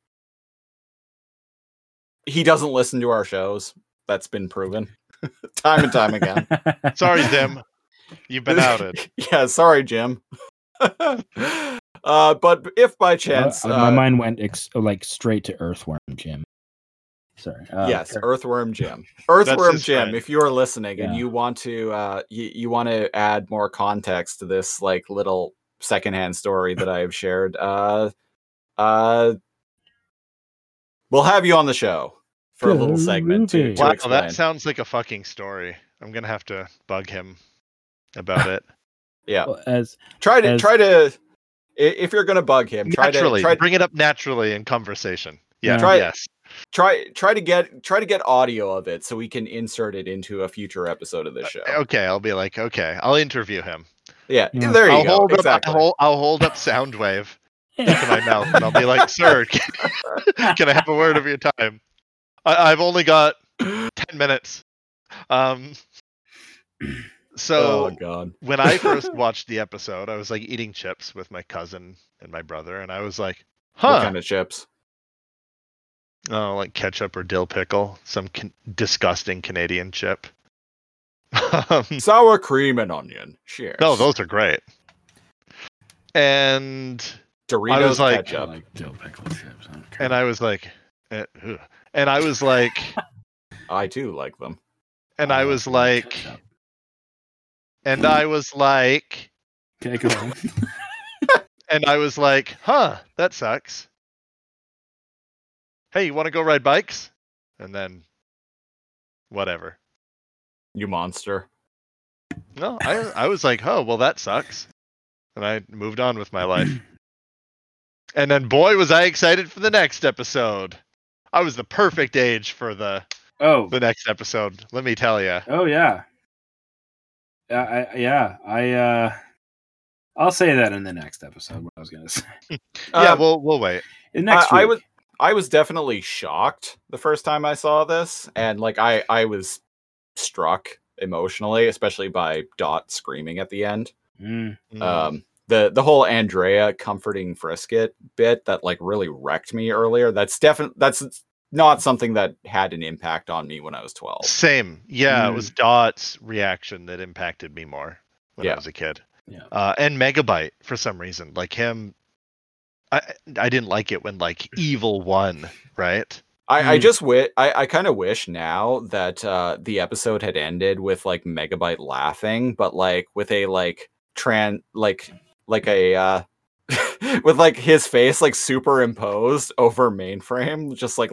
he doesn't listen to our shows, that's been (laughs) proven time and time again. (laughs)
(laughs)
sorry, Jim, you've been outed.
yeah, sorry, Jim. (laughs) Uh, but if by chance,
Uh, my
uh,
mind went ex- like straight to Earthworm Jim. Sorry.
Oh,
Uh,
yes,
Kirk-
Earthworm Jim. Earthworm
his
Jim.
friend.
If you are listening and
Yeah.
you want to, uh, you, you want to add more context to this like little secondhand story that I have shared, uh, uh, we'll have you on the show for a little
Go
segment to, to
Wow,
explain.
that sounds like a fucking story. I'm gonna have to bug him about it.
yeah,
as
try to
as-
try to. i- If you're gonna bug him, (laughs) try
naturally,
to try
bring it up naturally in conversation. Yeah,
Try-
yes.
try try to get try to get audio of it so we can insert it into a future episode of this show.
Uh, Okay, I'll be like, okay, I'll interview him.
Yeah, there you
I'll
go.
Hold
exactly.
up, I'll, hold, I'll hold up
(laughs)
Soundwave to
(laughs)
my mouth, and I'll be like, "Sir, (laughs) can, can I have a word of your time? I, I've only got ten minutes." Um. So
oh god.
when I first watched the episode, I was like eating chips with my cousin and my brother, and I was like, "Huh."
What kind of chips?
Oh, like ketchup or dill pickle, some can- disgusting Canadian chip. (laughs) Um,
Sour cream and onion. Cheers.
No, those are great. And
Doritos
I was like,
ketchup.
dill pickle chips. I don't care.
and I was like, eh, ugh. and I was like,
I too like them.
and I was like, and I was like,
Can I go home?
(laughs) and I was like, huh, that sucks. Hey, you want to go ride bikes? And then, whatever.
You monster.
No, I I was like, oh well, that sucks, and I moved on with my life. and then, boy, was I excited for the next episode. I was the perfect age for the
oh
the next episode. Let me tell you.
Oh yeah. Yeah, I, I- yeah, I uh I'll say that in the next episode what I was going to (laughs) say.
yeah,
Um,
we'll we'll wait.
In next
I, I
week.
was I was definitely shocked the first time I saw this, and like I I was struck emotionally, especially by Dot screaming at the end.
Mm.
Um, the the whole Andrea comforting Frisket bit that like really wrecked me earlier. That's definitely that's not something that had an impact on me when I was twelve.
Same. Yeah,
Mm.
it was Dot's reaction that impacted me more when
Yeah.
I was a kid.
Yeah.
Uh, and Megabyte for some reason, like him. I I didn't like it when like evil won,
(laughs)
right?
I, I
Mm.
just wish I, I kind of wish now that uh, the episode had ended with like Megabyte laughing, but like with a like tran like like a uh, (laughs) with like his face like superimposed over mainframe, just like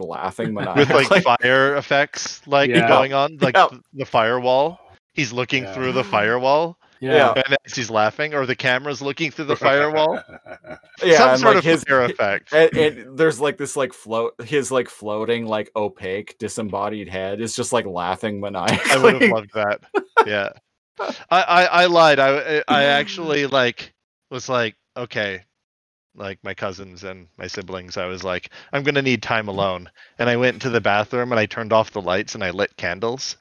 (laughs)
laughing
with
maniacally.
like,
(laughs)
fire effects like
Yeah.
going on like
Yeah.
th- the firewall he's looking
Yeah.
through the firewall
Yeah.
and as he's laughing or the camera's looking through
(laughs)
the firewall
yeah,
some
and,
sort of
like, his-
fire effect
and, and there's like this like float his like floating like opaque disembodied head is just like laughing maniacally.
i would have loved (laughs) that yeah I, I i lied i i (laughs) actually like was like okay like my cousins and my siblings i was like i'm gonna need time alone and i went to the bathroom and i turned off the lights and i lit candles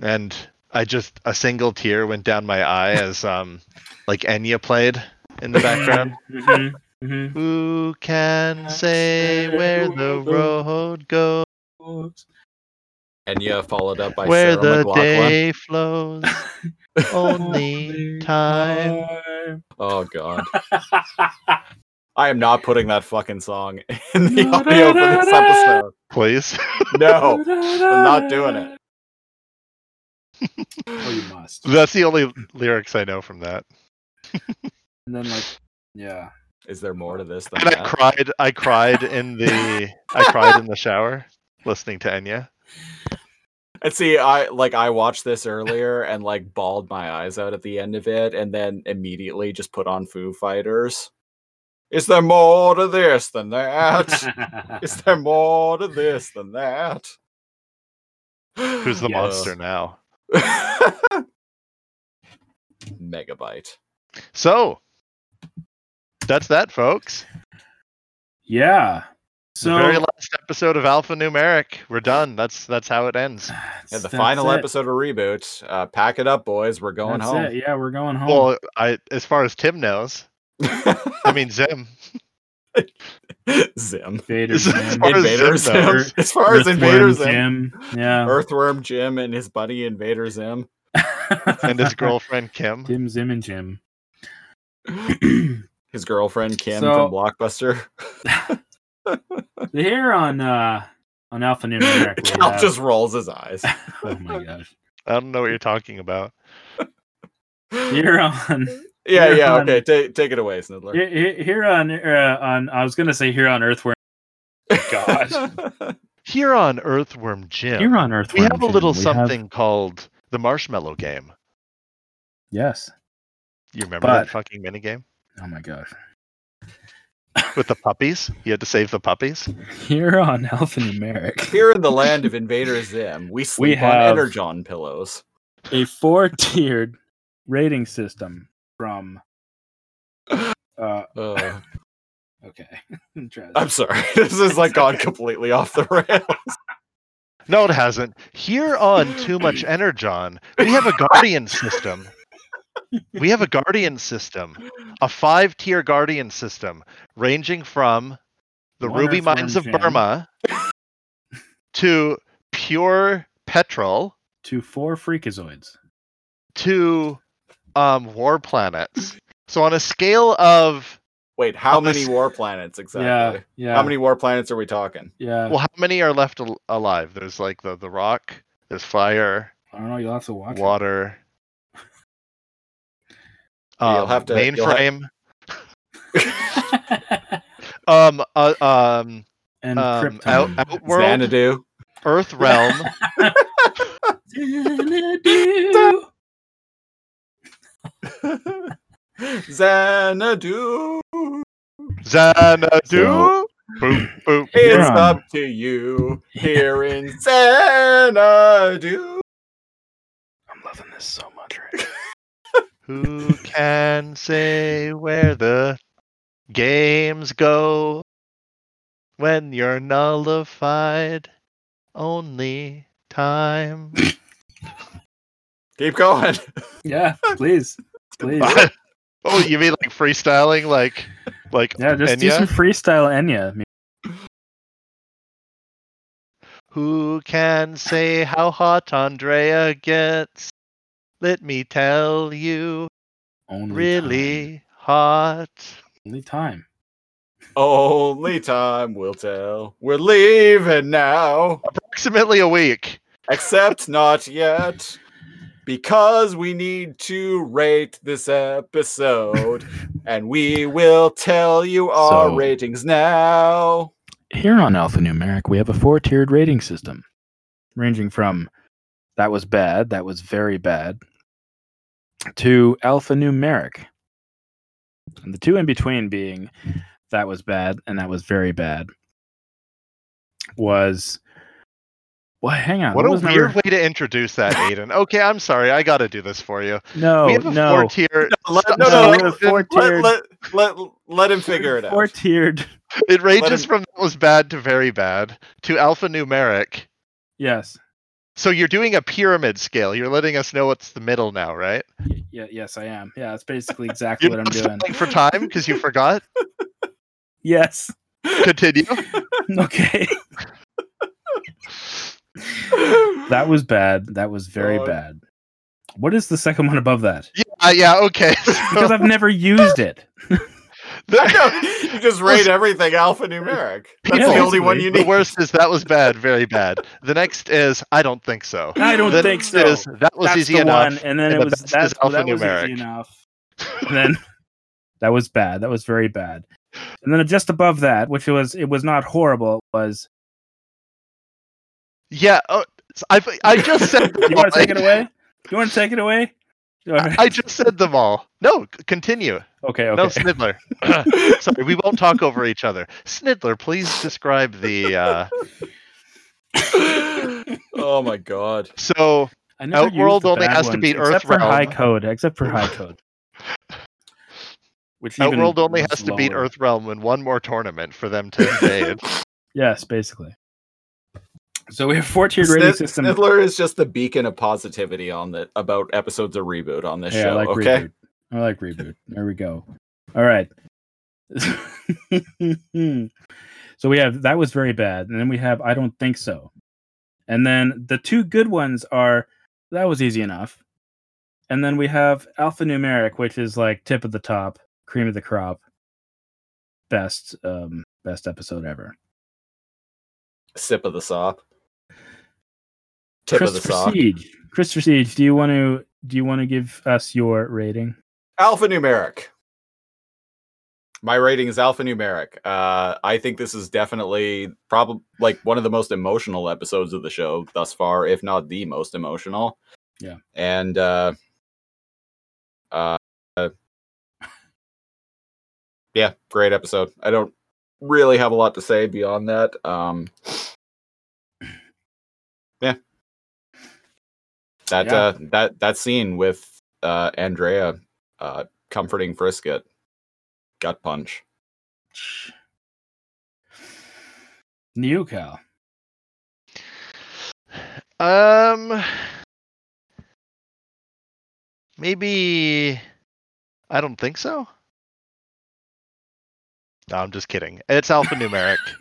and I just a single tear went down my eye (laughs) as um like Enya played in the background.
Mhm, mhm.
(laughs) Who can say where the road goes,
(laughs)
mm-hmm.
and yeah, followed up by
where
Sarah
the
McLachlan.
day (laughs) flows? Only time.
(laughs)
Oh god. I am not putting that fucking song (laughs) in the audio for this episode.
Please. (laughs)
(laughs)
No. I'm not doing
(laughs)
it.
Oh, you must.
That's the only lyrics I know from that.
And then like yeah.
Is there more to this than
And I
that?
cried. I cried in the. I cried in the shower listening to Enya.
And see, I like I watched this earlier and like bawled my eyes out at the end of it and then immediately just put on Foo Fighters. Is there more to this
(laughs)
than
(laughs)
that? Is there more to this than that?
Who's the
Yes.
monster now?
(laughs) Megabyte.
So, that's that, folks.
yeah.
the
So
very last episode of alphanumeric we're done that's that's how it ends
Yeah, the
That's
final
it.
episode of Reboot. Uh, pack it up, boys. We're going
that's
home.
it. Yeah, we're going home.
well i as far as tim knows
(laughs)
i mean zim
Zim.
Invaders,
(laughs) as
Zim.
far as
Invader
zim knows
Zim. As far as eh?
Earthworm
Invader Zim.
Jim. Yeah.
(laughs)
Earthworm Jim and his buddy Invader Zim.
and his girlfriend kim
(clears throat)
Jim Zim and Jim.
his girlfriend Kim so, from Blockbuster.
here on uh on
(laughs)
Alpha Numeric,
Cal have... just rolls his eyes.
oh
(laughs)
my gosh!
I don't know what you're talking about.
Here on.
(laughs)
(laughs)
Yeah, here yeah. On, okay, take take it away, Snidler.
Here, here on uh, on I was gonna say here on Earthworm. God.
here on Earthworm Jim.
Here on Earthworm.
We have
Jim,
a little something have... called the Marshmallow Game.
Yes.
You remember but... that fucking minigame?
Oh my
(laughs)
gosh.
With the puppies? You had to save the puppies?
Here on alphanumeric.
(laughs) Here in the land of Invader Zim, we sleep we on Energon pillows.
A four tiered rating system from. Uh, uh.
(laughs)
okay.
I'm, I'm sorry. (laughs) This is like gone completely off the rails.
No, it hasn't. Here on Too Much Energon, we have a guardian system we have a guardian system, a five tier guardian system ranging from the One ruby mines of Jim. (laughs) Burma to pure petrol
to four freakazoids
to um, war planets. So on a scale of
(laughs) wait, how many war planets exactly?
Yeah, yeah.
How many war planets are we talking?
Yeah.
Well, how many are left al- alive? There's like the the rock. There's fire.
I don't know. You'll have to watch.
(laughs)
Water. It.
Um, you'll have to
mainframe. Have... um, uh, um,
(laughs) and
um, out, Outworld,
Xanadu, (laughs)
Earth Realm.
Xanadu.
Xanadu.
Xanadu. So,
boop, boop. It's yeah. up to you here in Xanadu.
I'm loving this so much right now.
Who can say where the games go when you're nullified? Only time.
Keep going. (laughs)
Yeah, please, (laughs) please.
oh, you mean like freestyling, like, like
yeah, just Enya? do some freestyle Enya.
Who can say how hot Andrea gets? Let me tell you,
Only
really
time.
hot.
Only time.
Only time will tell. We're leaving now.
Approximately a week.
Except not yet. Because we need to rate this episode. and we will tell you our so, ratings now.
Here on Alphanumeric, we have a four tiered rating system ranging from that was bad, that was very bad, to alphanumeric. And the two in between being that was bad and that was very bad was well hang on.
What, what a weird number... way to introduce that, Aiden. okay, I'm sorry, I gotta do this for you.
Oh,
No, we have a no.
four tier
no, let, no, no, no, four tiered let, let, let, let him figure it out.
Four tiered.
It ranges him... from that was bad to very bad to alphanumeric.
Yes.
So you're doing a pyramid scale. You're letting us know what's the middle now, right?
Yeah. Yes, I am. Yeah,
(laughs)
that's basically exactly what I'm doing.
For time, because you forgot.
(laughs)
yes.
Continue.
okay.
(laughs)
that was bad. That was very oh. bad. What is the second one above that?
Yeah. Uh, Yeah. Okay. (laughs) So...
because I've never used it.
(laughs)
you just rate everything alphanumeric. That's yeah, the only one you need.
(laughs) The worst is that was bad, very bad. The next is I don't think so.
I don't
the
think so. Is,
that was
that's
easy enough.
One. and then and it the was that, that was easy enough. And
(laughs)
then
that was bad. That was very bad. And then just above that, which was it was not horrible, was
yeah. Oh, I I just
(laughs)
said.
you want to take it away? You want to take it away?
(laughs) Right. I just said them all. No, continue.
Okay, okay.
No, (laughs) Snidler. (laughs)
(laughs)
Sorry, we won't talk over each other. Snidler, please describe the. Uh...
(laughs) oh my god!
So Outworld only has ones, to beat Earth
for High Code, except for High
(laughs)
Code.
Which Outworld only has lower. to beat Earth Realm in one more tournament for them to invade.
yes, basically. So we have four tiered
Snid-
rating system.
Snidler is just the beacon of positivity on that about episodes of reboot on this hey, show.
I like
okay,
reboot. I like reboot. There we go. All right. (laughs) so we have that was very bad, and then we have I don't think so, and then the two good ones are that was easy enough, and then we have alphanumeric, which is like tip of the top, cream of the crop,
best um, best episode ever.
Sip of the sop.
Tip Christopher sock. Siege. Christopher Siege, do you want to do you want to give us your rating?
Alphanumeric. My rating is alphanumeric. Uh, I think this is definitely probably like one of the most emotional episodes of the show thus far, if not the most emotional.
Yeah.
And uh, uh, yeah, great episode. I don't really have a lot to say beyond that. Um, yeah, that yeah. Uh, that that scene with uh, Andrea uh, comforting Frisket, gut punch.
New Cal.
Um, maybe I don't think so. No, I'm just kidding. It's alphanumeric.
(laughs)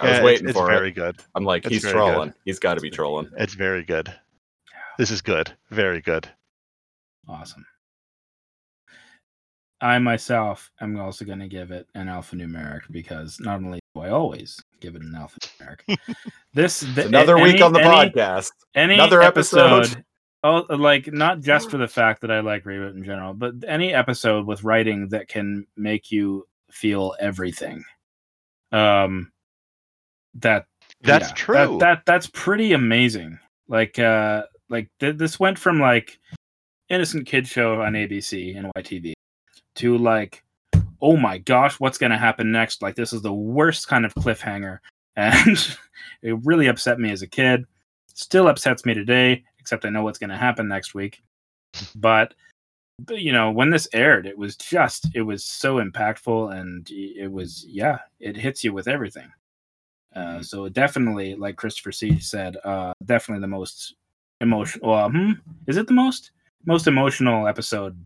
I was yeah, waiting
it's,
for
it's
it.
very good.
I'm like,
It's
he's
very
trolling.
good.
He's got to be trolling.
It's very good. This is good. Very good.
Awesome. I myself am also going to give it an alphanumeric because not only do I always give it an alphanumeric, (laughs) this th-
Another
any-
week on the
any-
podcast.
Any
Another episode.
Oh, like not just for the fact that I like reboot in general, but any episode with writing that can make you feel everything. Um, that
That's
yeah,
true.
That, that that's pretty amazing. Like uh, like th- this went from like innocent kid show on ABC and YTV to like, oh my gosh, what's gonna happen next? Like this is the worst kind of cliffhanger, (laughs) and it really upset me as a kid. Still upsets me today, except I know what's gonna happen next week. But, but you know, when this aired, it was just it was so impactful, and it was yeah, it hits you with everything.
Mm-hmm.
Uh, so definitely, like Christopher C said, uh, definitely the most emotional. Well, hmm, is it the most most emotional episode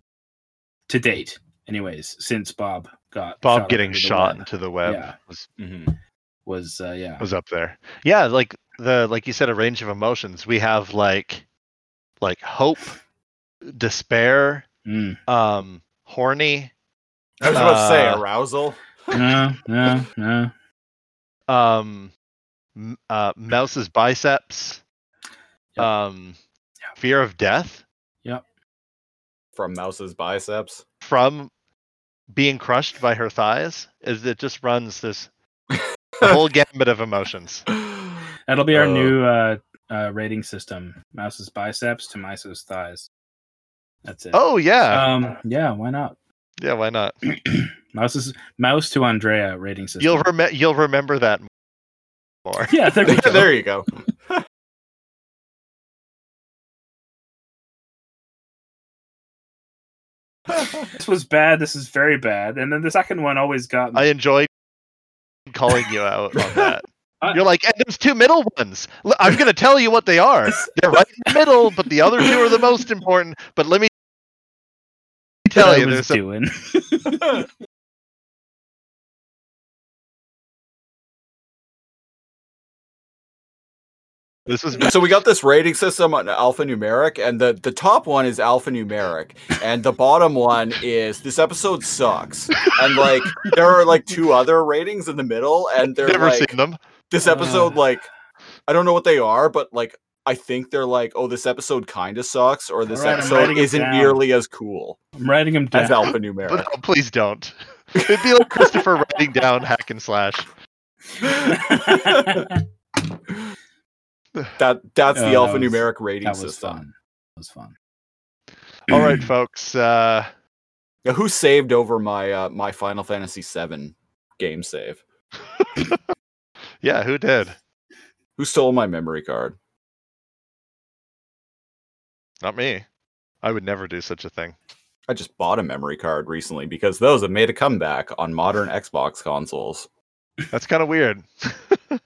to date? Anyways, since Bob got
Bob
up
getting
into the
shot
web
into the web
Yeah.
was
was uh, yeah
was up there. Yeah, like the like you said, a range of emotions. We have like like hope, despair,
Mm.
um, horny,
I was about to say
Uh,
arousal.
no no no
um, m- uh, mouse's biceps,
Yep.
um, fear of death
from Mouse's biceps.
from being crushed by her thighs. Is it just runs this whole gambit of
(laughs)
emotions?
That'll be our
Uh,
new uh, uh, rating system: Mouse's biceps to Mice's thighs. That's it.
Oh yeah,
Um. Yeah. Why not? (clears throat)
yeah. Why not?
Mouse's mouse to Andrea rating system.
You'll rem- you'll remember that more.
(laughs) yeah. There we go.
(laughs) there you
(laughs)
go.
This was bad. This is very bad. And then the second one always got me.
I enjoyed calling you out on that.
I-
You're like, and there's two middle ones. L- I'm going to tell you what they are. They're right in the middle, but the other two are the most important. But let me
what
tell
I
you,
was
there's a,
doing.
this was
so we got this rating system on alphanumeric, and the, the top one is alphanumeric, and the bottom one is this episode sucks. And like there are like two other ratings in the middle, and they're
never
like
seen them.
this episode like I don't know what they are, but like I think they're like, oh, this episode kind of sucks, or this
Alright, I'm
episode
writing it
isn't
down.
nearly as cool.
I'm writing them down.
That's
(laughs)
alphanumeric.
But no, please don't. It'd be like Christopher writing down hack and slash.
(laughs) That that's
Oh,
the
that was-
alphanumeric rating
that was
system.
fun. That was fun.
All
(clears throat)
(clears throat)
right, folks. Uh,
Yeah, who saved over my uh, my Final Fantasy VII game save?
yeah, who did?
Who stole my memory card?
Not me. I would never do such a thing.
I just bought a memory card recently because those have made a comeback on modern Xbox consoles.
That's kind of weird.
(laughs)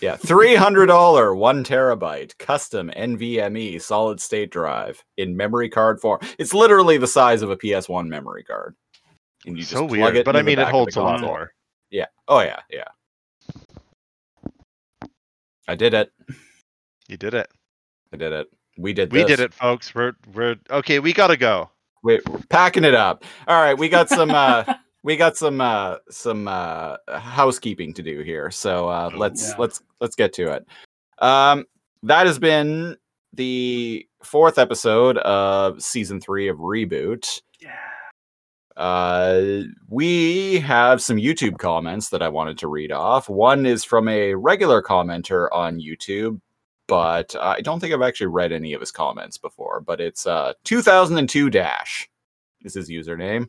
Yeah, three hundred dollar, one terabyte, custom NVMe E, solid state drive in memory card form. It's literally the size of a PS1 memory card. And you just
so
plug
weird.
it
but
into
I
the
mean,
back
it
of the
holds a lot
console.
more.
Yeah. Oh yeah, yeah. I did it.
You did it.
I did it. We did.
We
this.
did it, folks. We're we're okay. We gotta go. (laughs)
Wait, we're packing it up. All right, we got some uh we got some uh some uh housekeeping to do here so uh let's yeah. let's let's get to it um that has been the fourth episode of season three of reboot yeah uh we have some youtube comments that i wanted to read off one is from a regular commenter on youtube but i don't think i've actually read any of his comments before but it's uh 2002 dash is his username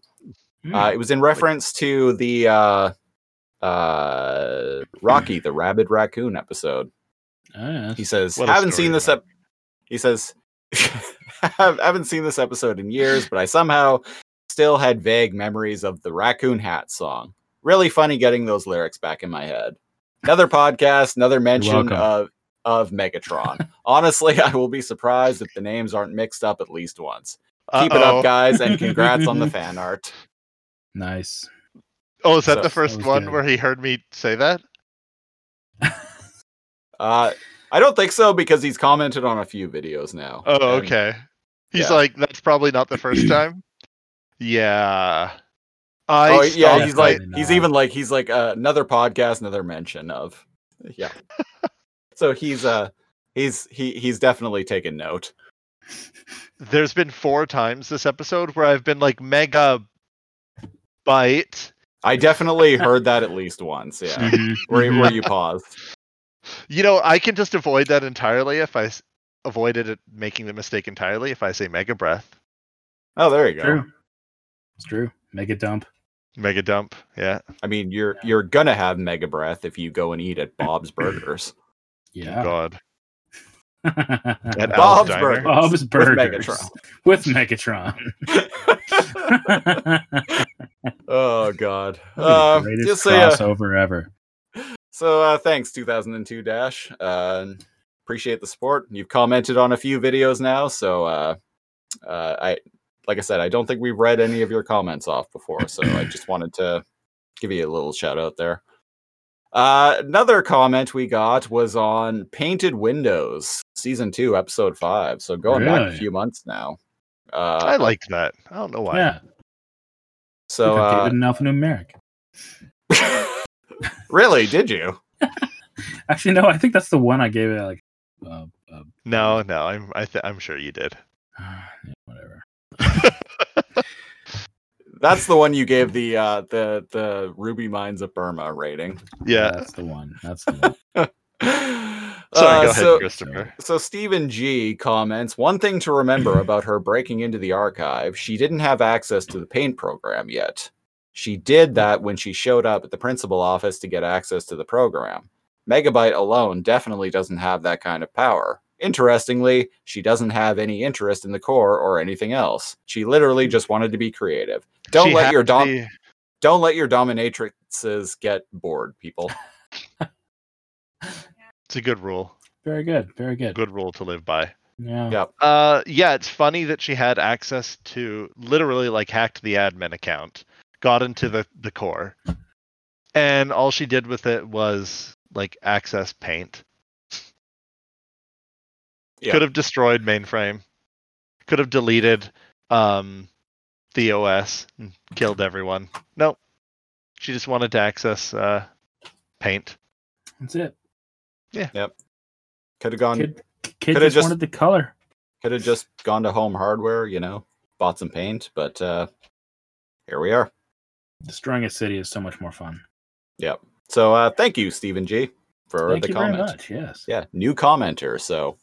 Hmm.
uh, it was in reference to the uh, uh, Rocky the Rabid Raccoon episode. Oh, yeah. He says, "Haven't seen this ep-. He says, (laughs) "Haven't seen this episode in years, but I somehow still had vague memories of the Raccoon Hat song. Really funny getting those lyrics back in my head. Another podcast, another mention of of Megatron. Honestly, I will be surprised if the names aren't mixed up at least once. Keep Uh-oh. it up, guys, and congrats on the fan art."
Nice.
Oh, is that so, the first that one good. where he heard me say that?
uh, I don't think so because he's commented on a few videos now.
Oh, and, okay. He's yeah. like, that's probably not the (clears throat) first time. yeah.
I oh, yeah. He's like, not. he's even like, he's like uh, another podcast, another mention of, yeah. so he's uh, he's he he's definitely taken note.
There's been four times this episode where I've been like mega bite.
I definitely heard that at least once. Yeah,
(laughs)
mm-hmm. where, where you paused.
You know, I can just avoid that entirely if I s- avoided it, making the mistake entirely if I say mega breath.
Oh, there you go.
True. It's true. Mega dump.
Mega dump. Yeah.
I mean, you're yeah. you're gonna have mega breath if you go and eat at Bob's Burgers.
yeah. Oh,
God.
at Bob's Burgers.
Bob's Burgers. With Megatron. With
Megatron. (laughs) oh God! Uh,
greatest just say, crossover uh, ever.
So uh, thanks, 2002 Dash. Uh, appreciate the support. You've commented on a few videos now, so uh, uh, I, like I said, I don't think we've read any of your comments off before, so I (clears throat) just wanted to give you a little shout out there. Uh, another comment we got was on Painted Windows, season two, episode five. So going really? back a few months now.
Uh, I liked that. I don't know why. Yeah.
So uh,
uh, an alphanumeric.
(laughs) really? Did you?
Actually, no. I think that's the one I gave it. Like, uh,
uh, no, no. I'm I am th- sure you did.
yeah, whatever.
that's the one you gave the uh, the the Ruby Mines of
(laughs)
Burma rating.
Yeah,
that's the one. That's the one.
Sorry, go ahead, so, Christopher.
Uh, So Stephen G comments one thing to remember
(clears throat)
about her breaking into the archive: she didn't have access to the paint program yet. She did that when she showed up at the principal office to get access to the program. Megabyte alone definitely doesn't have that kind of power. Interestingly, she doesn't have any interest in the core or anything else. She
Hmm.
literally just wanted to be creative. Don't she let your dom- the... don't let your dominatrixes get bored,
(laughs)
people.
It's a good rule.
Very good. Very good.
Good rule to live by.
Yeah.
Yep.
Uh, yeah, it's funny that she had access to literally like hacked the admin account, got into the, the core, and all she did with it was like access paint. Yep. Could have destroyed mainframe. Could have deleted um, the OS and killed everyone. Nope. She just wanted to access uh, paint.
That's it.
Yeah.
Yep. Could have gone.
Kid, kid just, just, wanted the color.
Could have just gone to Home Hardware, you know, bought some paint, but uh here we are.
Destroying a city is so much more fun.
Yep. So uh thank you, Stephen G, for
thank
the
you
comment.
Very much, yes.
Yeah, new commenter. So.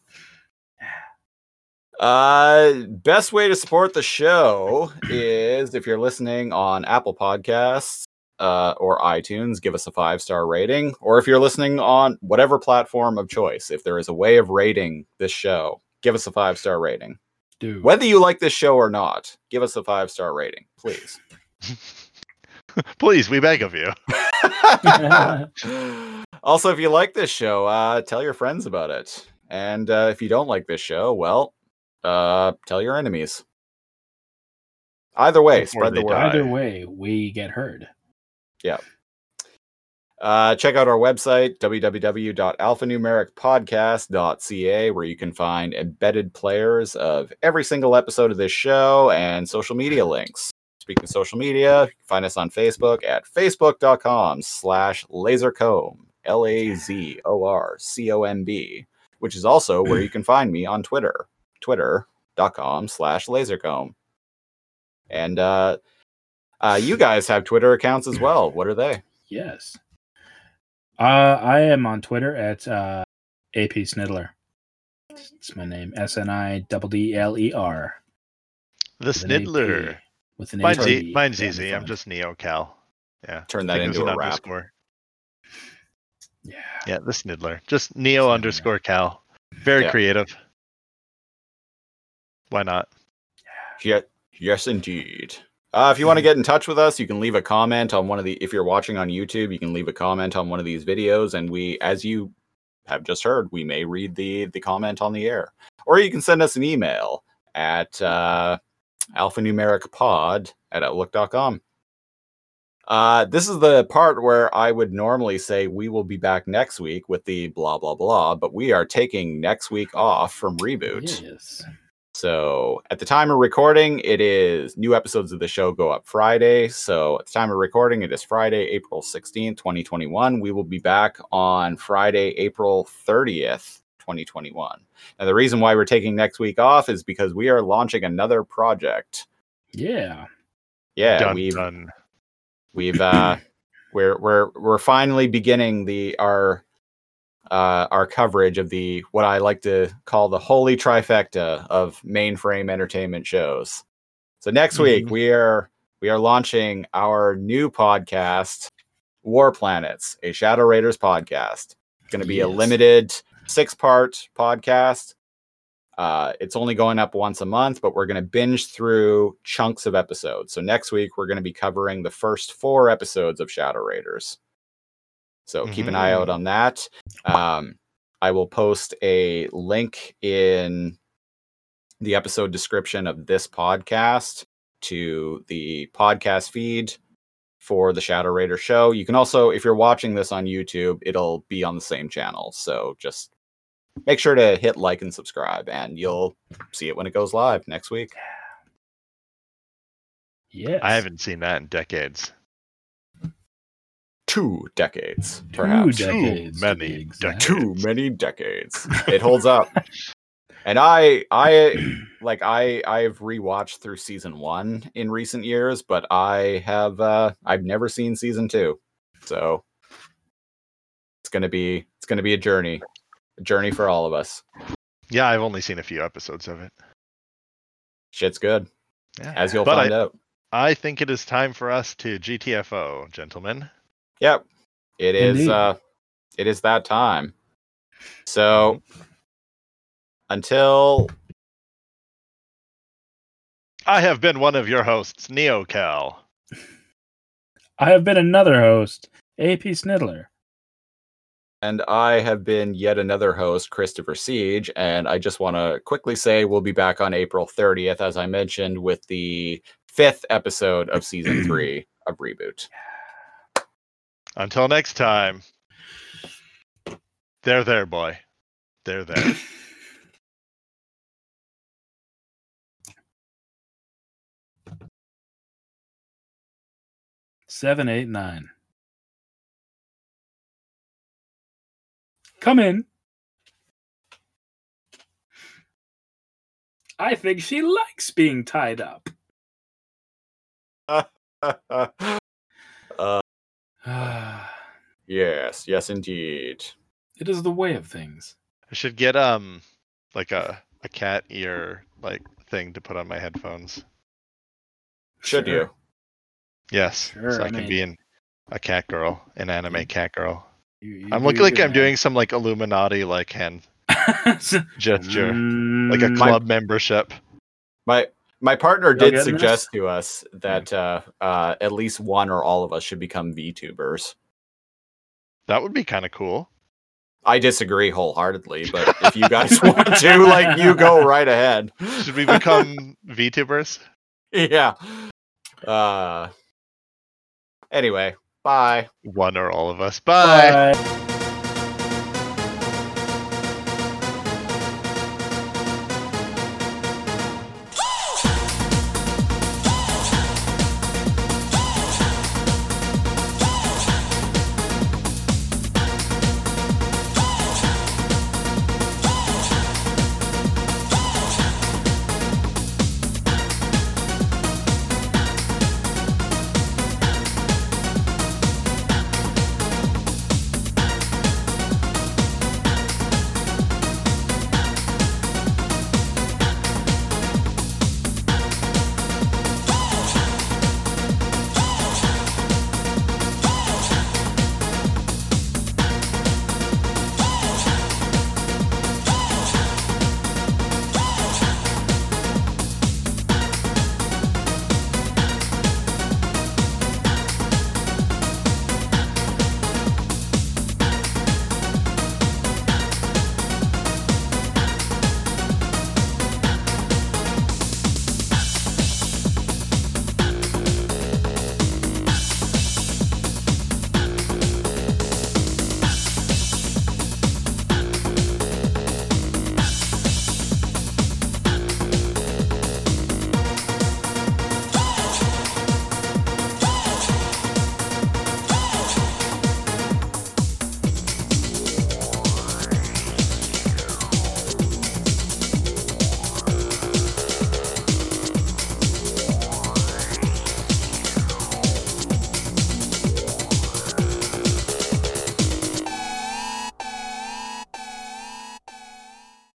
Uh, best way to support the show is if you're listening on Apple Podcasts, uh, or iTunes, give us a five star rating. Or if you're listening on whatever platform of choice, if there is a way of rating this show, give us a five star rating.
Dude.
Whether you like this show or not, give us a five star rating, please.
please, we beg of you.
also, if you like this show, uh, tell your friends about it. And uh, if you don't like this show, well, uh, tell your enemies. Either way, Before spread the word.
Either way, we get heard.
Yeah. Uh, check out our website, www.alphanumericpodcast.ca, where you can find embedded players of every single episode of this show and social media links. speaking of social media, find us on Facebook at facebook.com slash lasercomb, L A Z O R C O M B, which is also where you can find me on Twitter, twitter.com slash lasercomb. And uh, uh, you guys have Twitter accounts as well. What are they?
Yes. Uh, I am on Twitter at uh, AP Snidler. It's my name, S N I D D L E R.
The Snidler.
With an
mine's, e- mine's easy. I'm just Neo Cal. Yeah.
Turn that into a rap.
Yeah. Yeah, the Snidler. Just Neo Snidler. underscore Cal. Very yeah. creative. Why not?
Yeah. Yes, indeed. Uh, if you want to get in touch with us, you can leave a comment on one of the. If you're watching on YouTube, you can leave a comment on one of these videos, and we, as you have just heard, we may read the the comment on the air. Or you can send us an email at uh, alphanumericpod at outlook.com. Uh, this is the part where I would normally say we will be back next week with the blah blah blah, but we are taking next week off from reboot. Yes. So at the time of recording, it is new episodes of the show go up Friday. So at the time of recording, it is Friday, April 16th, 2021. We will be back on Friday, April 30th, 2021. Now, the reason why we're taking next week off is because we are launching another project.
Yeah.
Yeah. Dun, we've, dun. we've, uh, we're, we're, we're finally beginning the, our, uh, our coverage of the what I like to call the holy trifecta of mainframe entertainment shows. So next mm-hmm. week we are we are launching our new podcast, War Planets, a Shadow Raiders podcast. It's going to be yes. a limited six part podcast. Uh, it's only going up once a month, but we're going to binge through chunks of episodes. So next week we're going to be covering the first four episodes of Shadow Raiders. So keep an eye out on that. Um, I will post a link in the episode description of this podcast to the podcast feed for the Shadow Raider show. You can also, if you're watching this on YouTube, it'll be on the same channel. So just make sure to hit like and subscribe, and you'll see it when it goes live next week.
Yeah, I haven't seen that in decades
two decades, perhaps.
Two decades.
Too many decades.
Too many decades. It holds up. and I I like I I've rewatched through season 1 in recent years, but I have uh I've never seen season 2. So it's going to be it's going to be a journey. A journey for all of us.
Yeah, I've only seen a few episodes of it.
Shit's good. Yeah. As you'll but find
I,
out.
I think it is time for us to GTFO, gentlemen.
Yep. It is Indeed. uh it is that time. So until
I have been one of your hosts, NeoCal.
I have been another host, AP Snidler.
And I have been yet another host, Christopher Siege. And I just want to quickly say we'll be back on April 30th, as I mentioned, with the fifth episode of (clears throat) season three of Reboot.
Until next time. They're there, boy. They're there.
Seven, eight, nine. Come in. I think she likes being tied up. (sighs)
uh. yes, yes, indeed.
It is the way of things.
I should get um, like a a cat ear like thing to put on my headphones.
Should sure. you?
Yes, sure, so I, I mean, can be in a cat girl, an anime cat girl. You, you, I'm looking like I'm that. doing some like Illuminati like hand (laughs) gesture, mm, like a club my, membership.
My my partner did suggest to us that uh, uh, at least one or all of us should become VTubers.
That would be kind of cool.
I disagree wholeheartedly, but if you guys (laughs) want to, like, you go right ahead. (laughs)
Should we (laughs) become VTubers?
Yeah. Uh. Anyway, bye.
One or all of us. bye. bye.